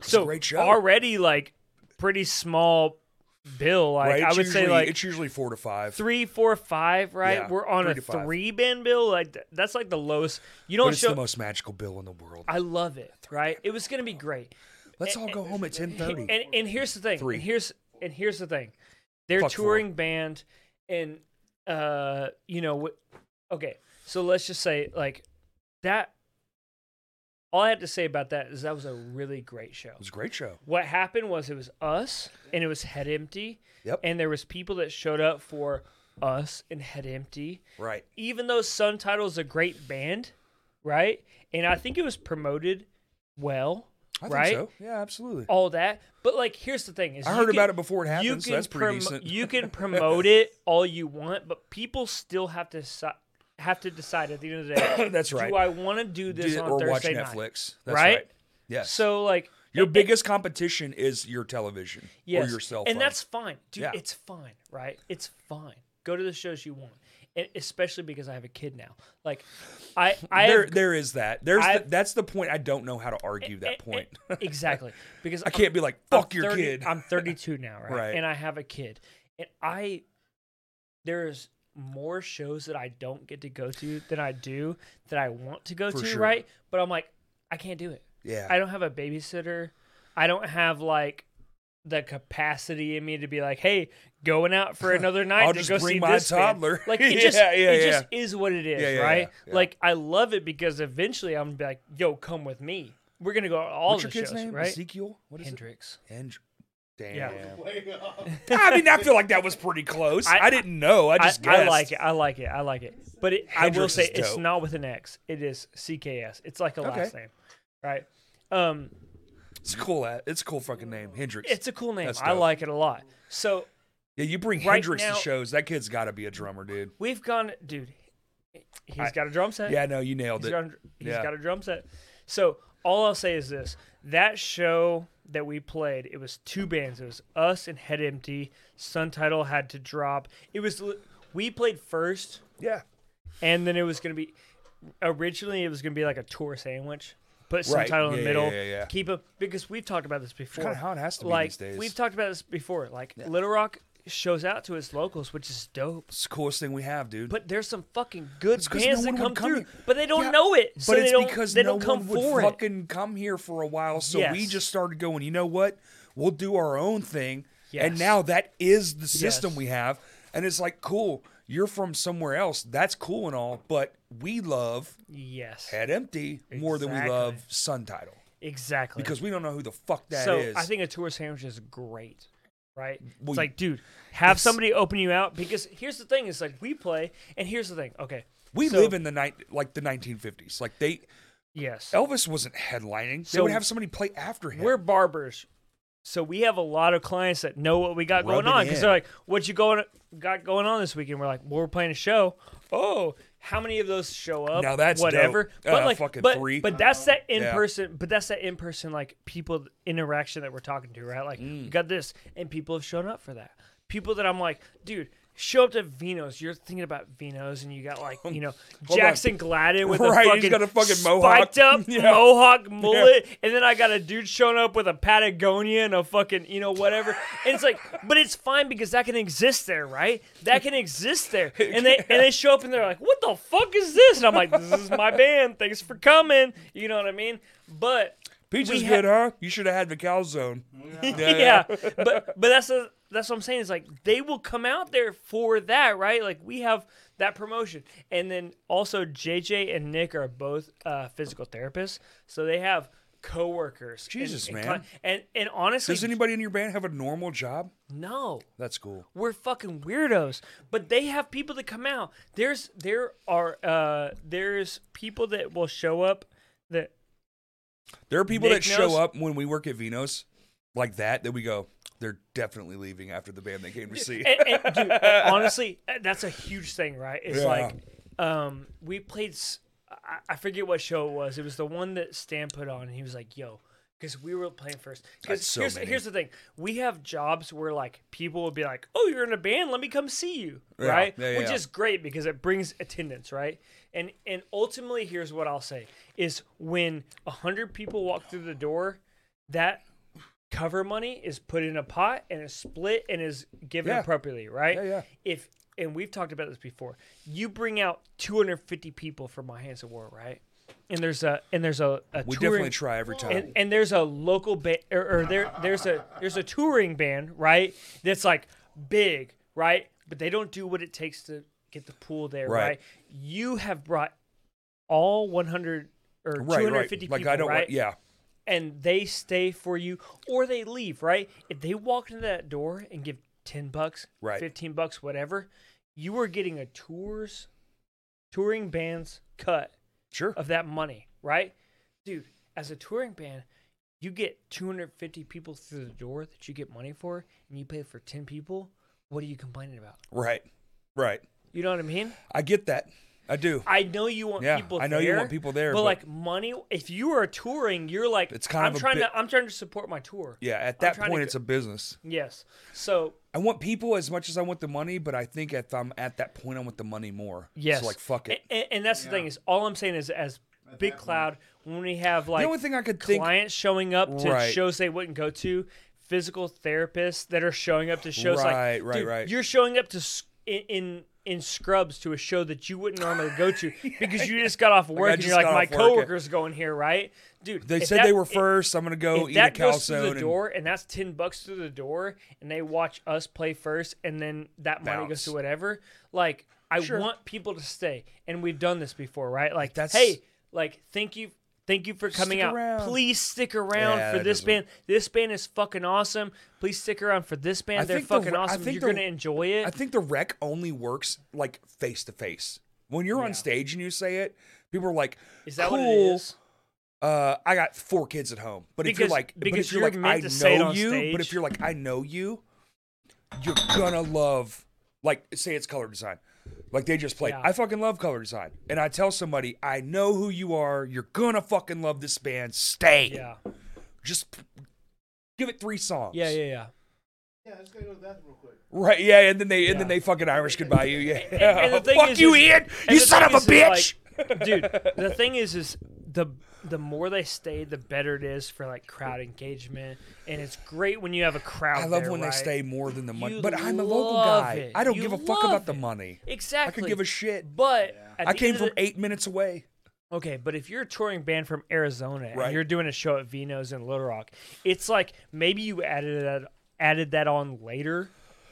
A: a
B: so
A: great show.
B: already like pretty small bill. Like
A: right?
B: I
A: It's
B: would
A: usually,
B: say like
A: it's usually four to five.
B: three, four, five, right?
A: Yeah,
B: We're on
A: three
B: a
A: to five.
B: three band bill. Like th- that's like the lowest. You
A: but
B: don't
A: it's
B: show.
A: the most magical bill in the world.
B: I love it. Right? It was gonna be great.
A: Let's all go home at ten
B: He-
A: thirty.
B: And and here's the thing.
A: Three.
B: And here's and here's the thing. They're
A: Fuck four.
B: touring band, and uh, you know, what? okay. So let's just say like that. All I had to say about that is that was a really great show.
A: It was a great show.
B: What happened was it was us and it was Head Empty.
A: Yep.
B: And there was people that showed up for us and Head Empty
A: Right.
B: even though Sun Title is a great band, right? And I think it was promoted well,
A: I think
B: right?
A: so. Yeah, absolutely.
B: All that, but like, here's the thing: is
A: I
B: you
A: heard
B: can-
A: about it before it happened,
B: You
A: so
B: can
A: that's pretty
B: promo-
A: decent.
B: You can promote it all you want, but people still have to deci- have to decide at the end of the day.
A: That's right.
B: Do I want to do this
A: Did-
B: on
A: or watch
B: Thursday night?
A: Netflix. That's
B: right?
A: Yes.
B: So like
A: your
B: it- it-
A: biggest competition is your television
B: yes.
A: or your cell phone.
B: And that's fine. Dude,
A: Yeah.
B: it's fine, right? It's fine. Go to the shows you want. And especially because I have a kid now. Like I I
A: there.
B: have-
A: there is that. There's
B: I-
A: the, that's the point. I don't know how to argue that
B: Eh, eh,
A: point.
B: exactly. Because
A: I can't be like
B: I'm
A: fuck your
B: 30
A: kid.
B: I'm 32 now, right?
A: Right.
B: And I have a kid. And I there's more shows that I don't get to go to than I do that I want to go
A: For
B: to,
A: sure.
B: right? But I'm like, I can't do it.
A: yeah.
B: I don't have a babysitter. I don't have like the capacity in me to be like, hey, going out for another night
A: I'll
B: to
A: just
B: go
A: bring
B: see
A: my
B: this band."
A: toddler.
B: Like it just
A: Yeah, yeah,
B: it
A: yeah.
B: just is what it is,
A: Yeah, yeah,
B: right?
A: yeah, yeah.
B: Like I love it because eventually I'm gonna be like, yo, come with me. We're gonna go to all
A: What's
B: the
A: your kid's
B: shows,
A: name?
B: right?
A: Ezekiel. What is
B: Hendrix.
A: it? Hendr- Damn.
B: Yeah.
A: I mean, I feel like that was pretty close. I,
B: I-
A: didn't know. I
B: I,
A: just
B: I
A: guessed.
B: like it. I like it. I like it. But it, I will
A: Hendrix
B: say
A: is
B: it's
A: dope.
B: not with an X. It is CKS. It's like a
A: Okay.
B: last name, right? Um,
A: It's a cool. a- It's a cool fucking name, Hendrix.
B: it's a cool name.
A: That's
B: I
A: dope.
B: like it a lot. So
A: yeah, you bring
B: right
A: Hendrix
B: now-
A: to shows. That kid's got to be a drummer, dude.
B: we've gone, dude. He's
A: I-
B: got a drum set.
A: Yeah, no, you nailed
B: He's
A: it.
B: got a, he's
A: Yeah.
B: got a drum set. So all I'll say is this: that show that we played, it was two bands. It was us and Head Empty. Sun Title had to drop. It was li- we played first,
A: yeah,
B: and then it was gonna be originally it was gonna be like a tour sandwich. Put Sun
A: Right.
B: Title in
A: Yeah,
B: the middle.
A: yeah, yeah, yeah.
B: Keep it because we've talked about this before.
A: kinda how it has to be
B: like,
A: these days.
B: We've talked about this before. Like Little Rock shows out to its locals, which is dope.
A: It's the coolest thing we have, dude.
B: But there's some fucking good
A: It's 'cause no
B: bands
A: one
B: that come
A: would come
B: through,
A: here.
B: but they don't
A: Yeah,
B: know it.
A: but
B: so
A: it's
B: they don't,
A: because
B: they
A: no
B: don't come
A: one would
B: for it.
A: fucking come here for a while, so we
B: Yes.
A: just started going. You know what? We'll do our own thing, and
B: Yes.
A: now that is the system
B: Yes.
A: we have. And it's like, cool. You're from somewhere else. That's cool and all, but we love
B: Yes,
A: Head Empty more than we
B: Exactly.
A: love Sun Title
B: exactly.
A: because we don't know who the fuck that is.
B: so I think a tour sandwich is great, right?
A: Well,
B: it's like, dude, have
A: it's-
B: somebody open you out because here's the thing: is like we play, and here's the thing. Okay,
A: we
B: so-
A: live in the night like the 1950s. Like they
B: yes,
A: Elvis wasn't headlining. they
B: So
A: would have somebody play after him.
B: we're barbers, so we have a lot of clients that know what we got
A: Rub
B: going
A: it
B: on because
A: in.
B: they're like, "What you going got going on this weekend?" We're like, "Well, we're playing a show." Oh, how many of those show up?
A: Now that's dope.
B: whatever. But
A: Uh,
B: like,
A: fucking
B: but,
A: three.
B: but that's that in
A: Yeah.
B: person. But that's that in person like people interaction that we're talking to, right? Like,
A: Mm.
B: you got this, and people have shown up for that. People that I'm like, dude. Show up to Vino's. You're thinking about Vino's, and you got like you know
A: on.
B: Jackson Gladden with
A: Right,
B: a
A: he's
B: fucking,
A: got a fucking mohawk.
B: spiked up
A: Yeah.
B: mohawk mullet, and then I got a dude showing up with a Patagonia and a fucking you know whatever. And it's like, but it's fine because that can exist there, right? That can exist there. And they and they show up and they're like, "What the fuck is this?" And I'm like, "This is my band. Thanks for coming." You know what I mean? But
A: Peaches
B: we ha-
A: good, huh? You should have had the calzone.
B: yeah, but but that's a, that's what I'm saying. Is like they will come out there for that, right? Like we have that promotion, and then also JJ and Nick are both uh, physical therapists, so they have coworkers. and-
A: Jesus,
B: and,
A: man.
B: cli- and and honestly,
A: Does anybody in your band have a normal job?
B: no,
A: That's cool.
B: we're fucking weirdos. But they have people that come out. There's there are uh, there's people that will show up that
A: There are people
B: Nick
A: that show
B: knows-
A: up when we work at Vinos like that that we go, they're definitely leaving after the band they came to see.
B: and, and, dude, honestly, that's a huge thing, right? It's
A: Yeah.
B: like um, we played. s- I- I forget what show it was. It was the one that Stan put on, and he was like, "Yo." Because we were playing first. Because
A: That's so
B: here's,
A: many.
B: here's the thing: we have jobs where like people will be like, "Oh, you're in a band. Let me come see you,"
A: Yeah,
B: right?
A: yeah, yeah,
B: Which
A: yeah.
B: is great because it brings attendance, right? And and ultimately, here's what I'll say: is when hundred people walk through the door, that cover money is put in a pot and is split and is given
A: Yeah.
B: appropriately, right?
A: Yeah, yeah.
B: If and we've talked about this before, you bring out 250 people for My Hands of War, right? And there's a and there's a, a
A: we
B: touring,
A: definitely try every time.
B: and, and there's a local band or, or there there's a there's a touring band right that's like big right but they don't do what it takes to get the pool there
A: Right.
B: right, you have brought all 100 or
A: right,
B: 250
A: right. Like
B: people
A: I don't
B: right
A: want yeah.
B: and they stay for you or they leave, right? If they walk into that door and give 10 bucks,
A: Right.
B: 15 bucks, whatever, you are getting a tours touring band's cut
A: Sure.
B: of that money, right? Dude, as a touring band, you get 250 people through the door that you get money for and you pay for 10 people. What are you complaining about?
A: Right. Right.
B: You know what I mean?
A: I get that. I do.
B: I know you want
A: Yeah,
B: people.
A: I know
B: there,
A: you want people there,
B: but,
A: but-
B: like money. If you are touring, you're like,
A: It's kind
B: I'm
A: of a
B: trying
A: bit-
B: to. I'm trying to support my tour.
A: yeah, at
B: I'm
A: that
B: trying to
A: point
B: go-
A: it's a business.
B: Yes. So
A: I want people as much as I want the money, but I think if I'm at that point I want the money more.
B: yes.
A: So like fuck it.
B: A- a- And, that's the thing is, all I'm saying is, as Big Cloud, when we have like
A: only thing I could think-
B: clients showing up to
A: Right.
B: shows they wouldn't go to, physical therapists that are showing up to shows
A: Right,
B: like,
A: right,
B: dude,
A: right.
B: You're showing up to s- in. in in scrubs to a show that you wouldn't normally go to because you just got off work
A: I
B: and
A: just
B: you're like
A: got
B: my
A: off work, yeah."
B: coworkers going here right dude
A: they
B: if
A: said
B: that-
A: they were
B: if-
A: first. I'm gonna go
B: if
A: eat a
B: that goes through
A: calzone.
B: the door and that's 10 bucks through the door and they watch us play first and then that money goes
A: Bounce.
B: to whatever like i
A: Sure.
B: want people to stay and we've done this before right like
A: That's-
B: that's hey like thank you thank you for coming
A: Stick
B: out
A: around.
B: please stick around
A: Yeah,
B: for
A: that
B: this
A: doesn't-
B: band this band is fucking awesome please stick around for this band
A: I
B: they're
A: think the-
B: fucking
A: I
B: awesome
A: think
B: you're
A: the-
B: gonna enjoy it
A: I think the rec only works like face to face. When you're on stage and you say it, people are like,
B: is that
A: cool,
B: what it is
A: Uh, I got four kids at home. But if you're
B: Because-
A: like, but
B: because
A: if you're
B: you're
A: like,
B: meant
A: I
B: to say it
A: know
B: on
A: you, but if
B: stage.
A: you're like, I know you, you're gonna love, like, say it's color design. Like they just played.
B: Yeah.
A: I fucking love color design. And I tell somebody, I know who you are. You're gonna fucking love this band. Stay.
B: yeah
A: Just p- give it three songs.
B: yeah yeah yeah
G: Yeah, I just gotta go to the bathroom real quick.
A: Right. Yeah. And then they and then
B: Yeah.
A: they fucking Irish goodbye you. Yeah.
B: and the thing
A: Oh, Fuck
B: is-
A: you,
B: is-
A: Ian.
B: and
A: You
B: the
A: son of
B: thing
A: a
B: is,
A: bitch.
B: is, like, dude, the thing is, is the the more they stay, the better it is for like crowd engagement, and it's great when you have a crowd.
A: I love
B: there,
A: when
B: right?
A: they stay more than the money.
B: You
A: But I'm a local
B: love
A: guy.
B: it.
A: I don't
B: You
A: give a fuck about
B: love
A: the
B: it.
A: money. I
B: Exactly.
A: could give a shit.
B: But at
A: I
B: the
A: came
B: end of
A: from
B: the-
A: eight minutes away.
B: Okay, but if you're a touring band from Arizona
A: Right.
B: and you're doing a show at Vino's in Little Rock, it's like maybe you added that added that on later.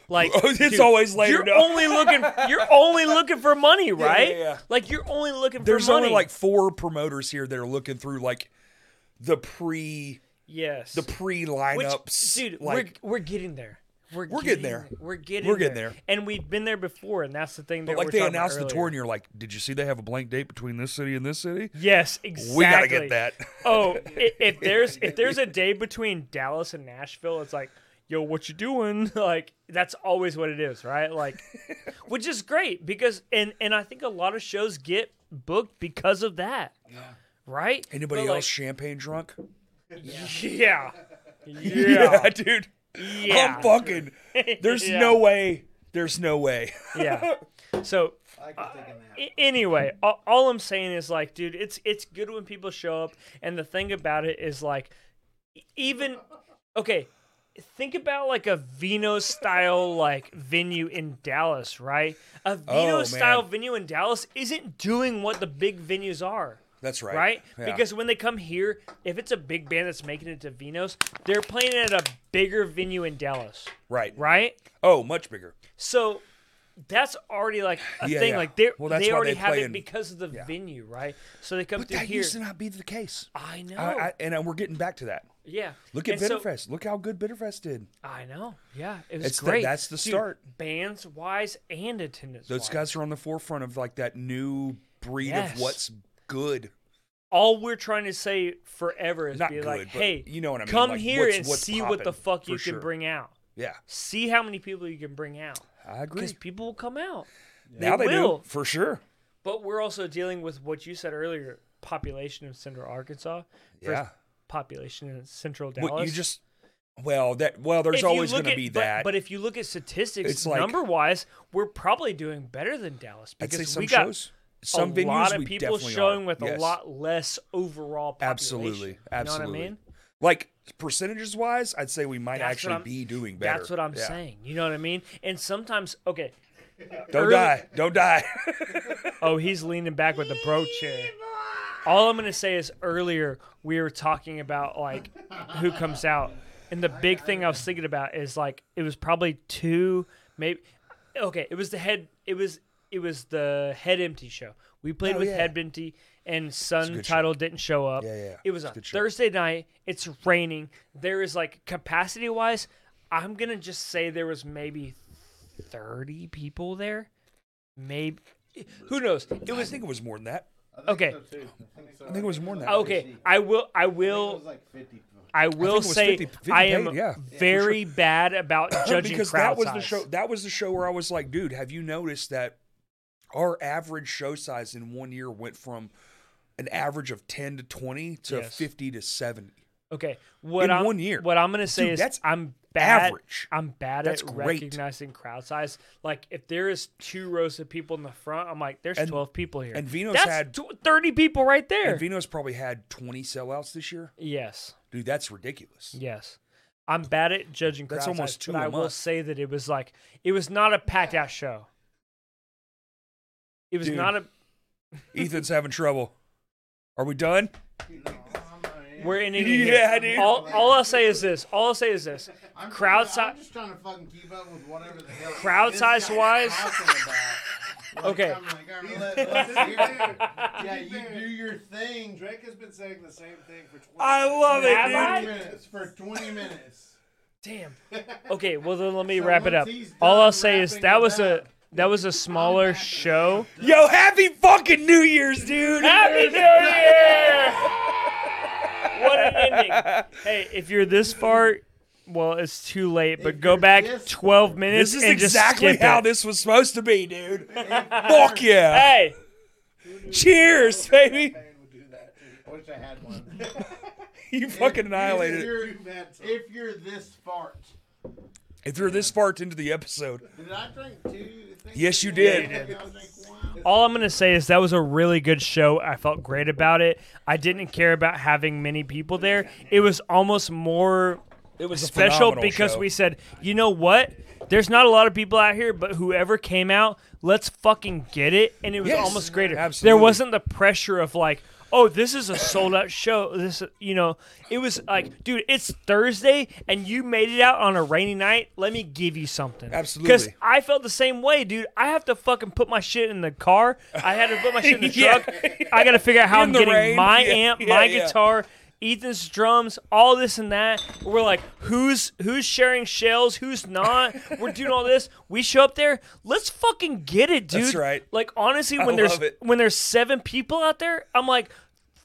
B: Like
A: It's always later,
B: You're
A: no.
B: only looking. You're only looking for money, right?
A: yeah.
B: Like you're only looking
A: There's
B: for money.
A: only like four promoters here that are looking through like the pre
B: yes,
A: the pre
B: Which,
A: lineups.
B: dude,
A: like
B: we're we're getting there. We're,
A: We're getting there.
B: We're getting
A: We're getting there.
B: and we've been there before, and that's the thing. That
A: like
B: we're
A: they
B: talking about
A: announced the tour, and
B: earlier.
A: you're like, did you see they have a blank date between this city and this city?
B: Yes, exactly.
A: We gotta get that.
B: oh, i- if there's if there's a day between Dallas and Nashville, it's like, yo, what you doing? Like that's always what it is, right? Like, which is great because and and I think a lot of shows get booked because of that. Yeah. Right?
A: Anybody
B: But, like,
A: else champagne drunk?
B: yeah. Yeah.
A: dude.
B: Yeah.
A: I'm fucking. There's
B: Yeah.
A: no way. There's no way.
B: yeah. So
D: I could take a nap.
B: A- anyway, all, all I'm saying is like, dude, it's it's good when people show up, and the thing about it is like, e- even okay, think about like a Vino style like venue in Dallas, right? A Vino style
A: Oh, man.
B: venue in Dallas isn't doing what the big venues are.
A: That's right.
B: Right,
A: Yeah.
B: because when they come here, if it's a big band that's making it to Vinos, they're playing at a bigger venue in Dallas,
A: right.
B: right?
A: Oh, much bigger.
B: So that's already like a
A: Yeah,
B: thing.
A: yeah.
B: Like they
A: Well,
B: they
A: that's why
B: already
A: they
B: have
A: play
B: it
A: in-
B: because of the venue, right? So they come
A: But
B: through
A: that
B: here.
A: used to not be the case.
B: I know.
A: I, I, and uh, we're getting back to that.
B: yeah.
A: Look at
B: And so-
A: Bitterfest. Look how good Bitterfest did.
B: I know. Yeah, it was
A: It's the-
B: great.
A: that's the
B: Dude,
A: start.
B: Bands wise and attendance.
A: Those
B: wise.
A: guys are on the forefront of like that new breed
B: Yes.
A: of what's good.
B: All we're trying to say forever is
A: Not
B: be
A: good,
B: like,
A: but
B: hey,
A: you know what I mean,
B: Come
A: like,
B: here
A: what's-
B: and
A: what's
B: see what
A: poppin',
B: the fuck
A: for
B: you can
A: sure.
B: bring out.
A: Yeah,
B: See how many people you can bring out.
A: I agree.
B: Because people will come out.
A: now
B: they
A: they
B: will.
A: do for sure.
B: But we're also dealing with what you said earlier: population of Central Arkansas versus
A: Yeah.
B: population in Central Dallas.
A: What you just well that well
B: If
A: there's
B: you
A: always
B: look
A: going to
B: at-
A: be
B: but-
A: that.
B: But, if you look at statistics,
A: It's like-
B: number wise, we're probably doing better than Dallas
A: I'd
B: because
A: say some
B: we got
A: shows, some
B: a
A: venues,
B: lot of
A: we
B: people
A: definitely
B: showing
A: are.
B: with a
A: Yes.
B: lot less overall population.
A: Absolutely, absolutely.
B: You know what I mean?
A: Like percentages wise, I'd say we might
B: That's what
A: actually
B: I'm-
A: be doing better.
B: That's what I'm
A: Yeah.
B: saying. You know what I mean? And sometimes, okay,
A: Don't
B: Early-
A: die. Don't die.
B: Oh, he's leaning back with the bro chair. All I'm gonna say is earlier we were talking about like who comes out, and the big thing I was thinking about is like it was probably two, maybe. Okay, it was the head. It was it was the head empty show. We played
A: Oh,
B: with
A: yeah.
B: head empty, and Sun
A: good show.
B: Title didn't show up.
A: Yeah, yeah,
B: It was
A: it's a
B: a
A: good show.
B: Thursday night. It's raining. There is like capacity wise, I'm gonna just say there was maybe thirty people there. Maybe who knows? It
A: I
B: was
A: think it was more than that.
B: okay.
D: So, too. I think so.
A: I think it was more than that.
B: Okay, I will. I
D: It
B: will.
D: was like 50. people.
B: I will
A: was
B: say
A: 50 50
B: I am
A: paid, yeah.
B: very bad about judging
A: because
B: crowd
A: that was the
B: size.
A: show. That was the show where I was like, dude, have you noticed that our average show size in one year went from an average of ten to twenty to
B: Yes.
A: fifty to seventy?
B: Okay, what
A: in
B: I'm,
A: one year.
B: What I'm gonna say
A: Dude,
B: is
A: that's
B: I'm bad.
A: average.
B: I'm bad
A: That's
B: at
A: great.
B: recognizing crowd size. Like if there is two rows of people in the front, I'm like, there's
A: And-
B: 12 people here.
A: and Vino's
B: That's
A: had-
B: tw- 30 people right there.
A: And Vino's probably had twenty sellouts this year,
B: yes,
A: dude. That's ridiculous.
B: yes. I'm bad at judging crowd
A: That's almost
B: size,
A: two
B: but
A: a
B: I will
A: month.
B: say that it was like it was not a packed out show. It was
A: Dude.
B: not a
A: Ethan's having trouble. Are we done?
B: We're ending it
A: Yeah,
B: here.
A: dude.
B: All, all I'll say is this. All I'll say is this.
D: I'm
B: Crowd
D: trying,
B: size.
D: I'm just trying to fucking keep up with whatever the hell.
B: Crowd
D: this
B: size
D: guy's
B: wise-
D: talking about. Like,
B: Okay.
D: I'm like, all right, let- let's hear it. yeah, you do your thing.
G: Drake has been saying the same thing for 20
A: I love
B: Have
A: it,
B: I?
A: dude.
D: 20 minutes for 20 minutes.
B: Damn. Okay. Well, then let me
D: So
B: wrap it up.
D: once he's
B: All
D: done
B: I'll say is
D: wrapping
B: that
D: it
B: was a
D: up,
B: that was a smaller show.
A: Yo, happy fucking New Year's, dude.
B: Happy New Year! What an ending. Hey, if you're this far, well, it's too late. But go
D: you're
B: back
D: this
B: 12 minutes
A: This is
B: and just
A: exactly
B: skip
A: how
B: it.
A: this was supposed to be, dude. Fuck yeah.
B: Hey.
A: Cheers, baby.
D: Pain would do that. I wish I had one.
A: You fucking annihilated
D: if
A: it.
D: you're, if you're this fart.
A: If you're this far into the episode,
D: Did I drink two?
A: Yes, you did.
D: I drank one.
B: All I'm gonna say is that was a really good show. I felt great about it. I didn't care about having many people there. It was almost more
A: It was a
B: special
A: phenomenal
B: because
A: show.
B: we said, you know what? There's not a lot of people out here, but whoever came out, let's fucking get it. And it was
A: Yes,
B: almost greater. There
A: absolutely.
B: wasn't the pressure of like, oh, this is a sold out show. This, you know, it was like, dude, it's Thursday and you made it out on a rainy night. Let me give you something. Because
A: Absolutely.
B: I felt the same way, dude. I have to fucking put my shit in the car. I had to put my shit in the
A: Yeah.
B: truck. I got to figure out how
A: In
B: I'm
A: the
B: getting
A: rain.
B: my
A: Yeah,
B: amp,
A: yeah,
B: my
A: yeah.
B: guitar, Ethan's drums, all this and that. We're like, who's who's sharing shells, who's not? We're doing all this. We show up there. Let's fucking get it, dude.
A: That's right.
B: Like honestly, when
A: I
B: there's
A: love it.
B: when there's seven people out there, I'm like,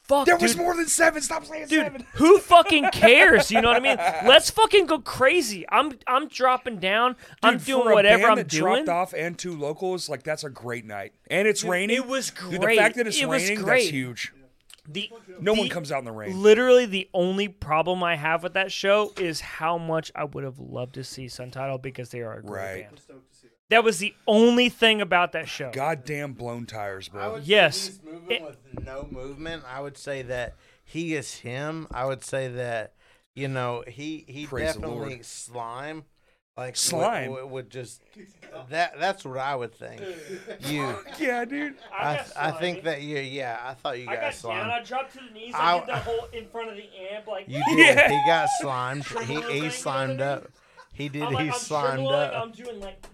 B: fuck,
A: There
B: dude.
A: was more than seven. Stop saying
B: Dude,
A: seven.
B: who fucking cares? You know what I mean? Let's fucking go crazy. I'm I'm dropping down. I'm
A: Dude,
B: doing
A: for a
B: whatever
A: band
B: I'm
A: that
B: doing.
A: Dropped off and two locals, like that's a great night, and it's raining.
B: it was
A: Dude,
B: great.
A: the fact that it's
B: It was
A: raining,
B: great.
A: that's huge.
B: The,
A: No one
B: the-
A: comes out in the rain.
B: Literally, the only problem I have with that show is how much I would have loved to see Suntitle because they are a great
A: Right.
B: band. That was the only thing about that show.
A: Goddamn blown tires,
C: I
A: bro.
C: would say
B: Yes.
C: he's moving
B: It-
C: with no movement. I would say that he is him. I would say that you know he he
A: Praise the Lord.
C: definitely slime. Like would-
A: Slime?
C: would, would just that that's what I would think. You,
A: Yeah, dude.
C: I, th- I think that you yeah. I thought you got, slime.
B: dropped to the knees.
C: I I- did the
B: whole in front of the amp, like
C: You did. He got slimed. He
B: thing, you know
C: he
B: what
C: slimed
B: I mean?
C: up. He did. he slimed up.
B: doing like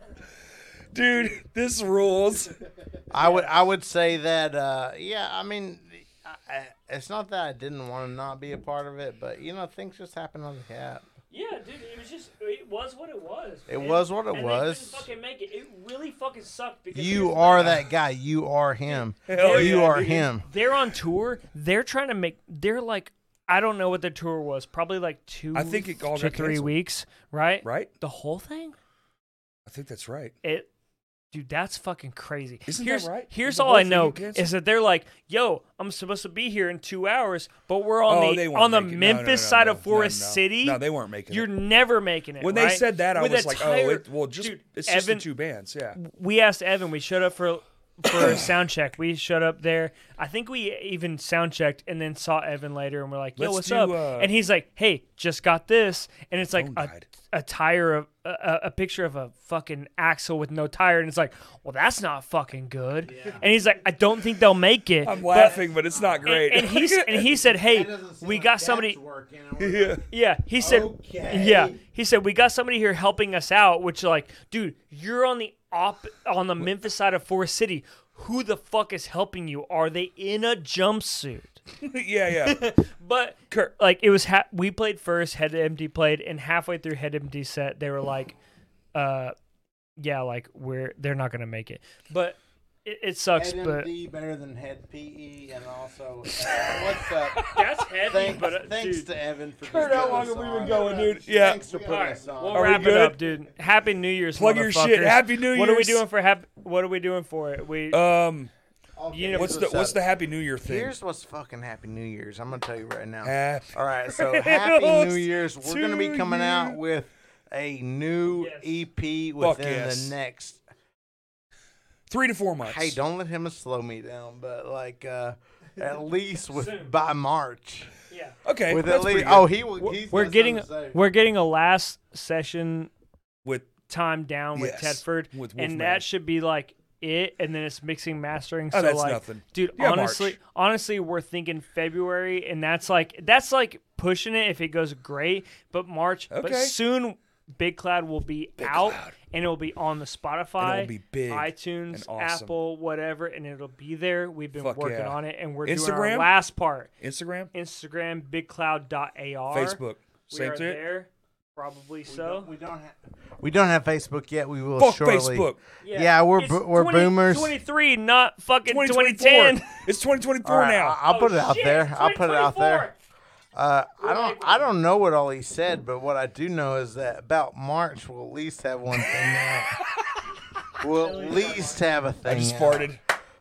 A: Dude, this rules.
C: I would I would say that uh, yeah I mean I, I, it's not that I didn't want to not be a part of it but you know things just happen on the app.
B: yeah, dude. It was just it was what it was.
C: It was what it was.
B: make it. It really fucking sucked because
C: You are that guy. You are him.
A: Hell
C: you
A: yeah,
C: are
A: dude.
C: him.
B: they're on tour. They're trying to make. They're like, I don't know what the tour was. Probably like two.
A: I think it all
B: to
A: got
B: three
A: canceled.
B: weeks, right?
A: Right?
B: The whole thing.
A: I think that's right.
B: It, dude, that's fucking crazy.
A: Isn't that
B: here's,
A: right?
B: Here's
A: The
B: all
A: whole
B: I
A: thing
B: know
A: got canceled?
B: is that they're like, yo, I'm supposed to be here in two hours, but we're on
A: Oh,
B: the
A: they weren't
B: on the
A: making- no, no,
B: Memphis
A: no,
B: side
A: no,
B: of Forest
A: no, no.
B: City.
A: No, they weren't making
B: You're
A: it.
B: never making it.
A: When
B: right?
A: they said that, I
B: With
A: was
B: a
A: like,
B: tire-
A: oh, it, well, just
B: dude,
A: it's just
B: Evan,
A: the two bands, yeah.
B: we asked Evan. We showed up for for sound check. We showed up there. I think we even sound checked and then saw Evan later, and we're like, "Yo,
A: Let's
B: what's
A: do,
B: up?"
A: uh,
B: and he's like, "Hey, just got this," and it's like
A: Phone
B: a,
A: died.
B: a tire of a- a, a picture of a fucking axle with no tire, and it's like, "Well, that's not fucking good." And he's like, "I don't think they'll make it."
A: I'm
B: but-
A: laughing, but, it's not great.
B: And, and he's and he said, "Hey,
D: That doesn't seem
B: we
D: like
B: got
D: that's
B: somebody."
D: Working. And we're
A: yeah.
D: like,
B: Yeah, he said.
D: Okay.
B: Yeah, he said we got somebody here helping us out. Which, like, dude, you're on the op on the Memphis side of Forest City. Who the fuck is helping you? Are they in a jumpsuit?
A: yeah, yeah.
B: But
A: Kurt.
B: like, it was ha- we played first. Head Empty played, and halfway through Head Empty set, they were like, "Uh, yeah, like we're they're not gonna make it." But it, it sucks.
D: Head
B: but
D: MD better than head PE, and also uh, what's up?
B: that's heavy.
D: Thanks,
B: but uh,
D: thanks
B: dude.
D: to Evan for
A: Kurt,
D: just
A: how
D: putting
A: long
D: us
A: have we
D: on.
A: been going, dude? Yeah.
D: Thanks for
B: All
D: putting
B: right,
D: us on.
B: we'll
A: Are we
B: wrap it
A: good?
B: up, dude. Happy New Year's,
A: Plug your shit.
B: motherfuckers.
A: Happy New
B: What are we
A: Year's.
B: doing for happy? What are we doing for it? We
A: Um,
C: Okay,
B: You know-
A: what's the
C: here's
A: what's the
C: up.
A: Happy New Year thing?
C: Here's what's fucking Happy New Year's. I'm gonna tell you right now.
A: Happy
C: All right, so Happy New
A: to
C: Year's. We're gonna be coming
A: you.
C: out with a new
B: Yes.
C: EP within
A: Fuck yes.
C: the next.
A: three to four months.
C: Hey, don't let him slow me down, but like uh at least with
B: Soon.
C: by March.
B: yeah.
A: okay,
C: with
A: that's
C: at
A: pretty
C: least
A: good.
C: oh he will. He's
B: We're
C: got
B: getting
C: something to say.
B: we're getting a last session
A: with
B: time down with
A: Yes,
B: Tedford,
A: with
B: and
A: Wolfman.
B: that should be like it. And then it's mixing, mastering.
A: Oh,
B: so
A: that's
B: like,
A: nothing.
B: dude,
A: Yeah,
B: honestly,
A: March.
B: honestly, we're thinking February, and that's like that's like pushing it if it goes great. But March, but
A: Okay.
B: soon. Big Cloud will be out and it will be on the Spotify,
A: be big
B: iTunes,
A: and awesome.
B: Apple, whatever, and it'll be there. We've been
A: Fuck
B: working
A: yeah.
B: on it and we're doing our
A: Instagram?
B: last part.
A: Instagram,
B: Instagram, bigcloud.ar.
A: Facebook,
B: We
A: same
B: are
A: thing.
B: there. Probably so.
D: We don't have.
C: We don't have Facebook yet. We will
A: Fuck
C: shortly.
A: Facebook.
C: Yeah, we're
B: It's
C: bo- we're
B: 20
C: boomers.
B: 23, not fucking
A: 2024.
B: 2010.
A: It's 2024
C: All right,
A: now.
C: I- I'll put
B: Oh,
C: it out
B: shit,
C: there.
B: it's
C: I'll put it out there.
B: 2024.
C: Uh, I don't. I don't know what all he said, but what I do know is that about March we'll at least have one thing out. We'll at least have a thing.
A: I just
C: out.
A: farted.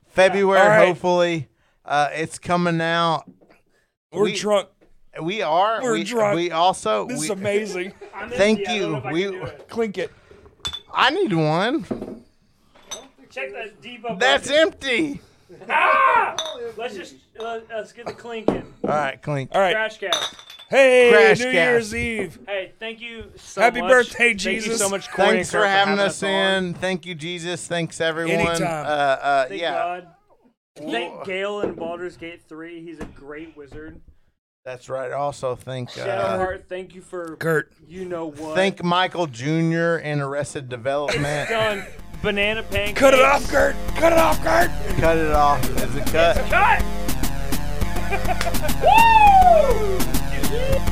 C: February,
A: All right.
C: hopefully, uh, it's coming out.
A: We're
C: We-
A: drunk.
C: We are.
A: We're
C: we,
A: drunk.
C: We also.
A: This
C: we,
A: is amazing.
B: I'm uh,
C: Thank
B: empty, I don't know if
C: you.
B: I can
C: We.
B: do it.
A: Clink it.
C: I need one.
B: Check the Debo.
C: That's
B: bucket.
C: empty.
B: Ah! Let's just uh, let's get the clink in.
C: All right, clink.
A: All right.
B: Crash cast.
A: Hey,
C: Crash
A: New
C: cast.
A: Year's Eve.
B: Hey, thank you so
A: Happy
B: much.
A: birthday,
B: Thank you
A: Jesus.
B: so much, Corey and
C: Thanks
B: Kurt,
C: for having us
B: on.
C: in. Thank you, Jesus. Thanks everyone.
A: Anytime.
C: Uh, uh,
B: Thank
C: yeah,
B: God. Thank Gale in Baldur's Gate 3. He's a great wizard.
C: that's right. Also, thank uh,
B: Shadowheart, thank you for
A: Kurt.
B: you know what.
C: thank Michael Jr. and Arrested Development.
B: Done. Banana pancakes.
A: Cut it off, Kurt. Cut it off, Kurt.
C: cut it off as a cut.
B: Cut. Woo!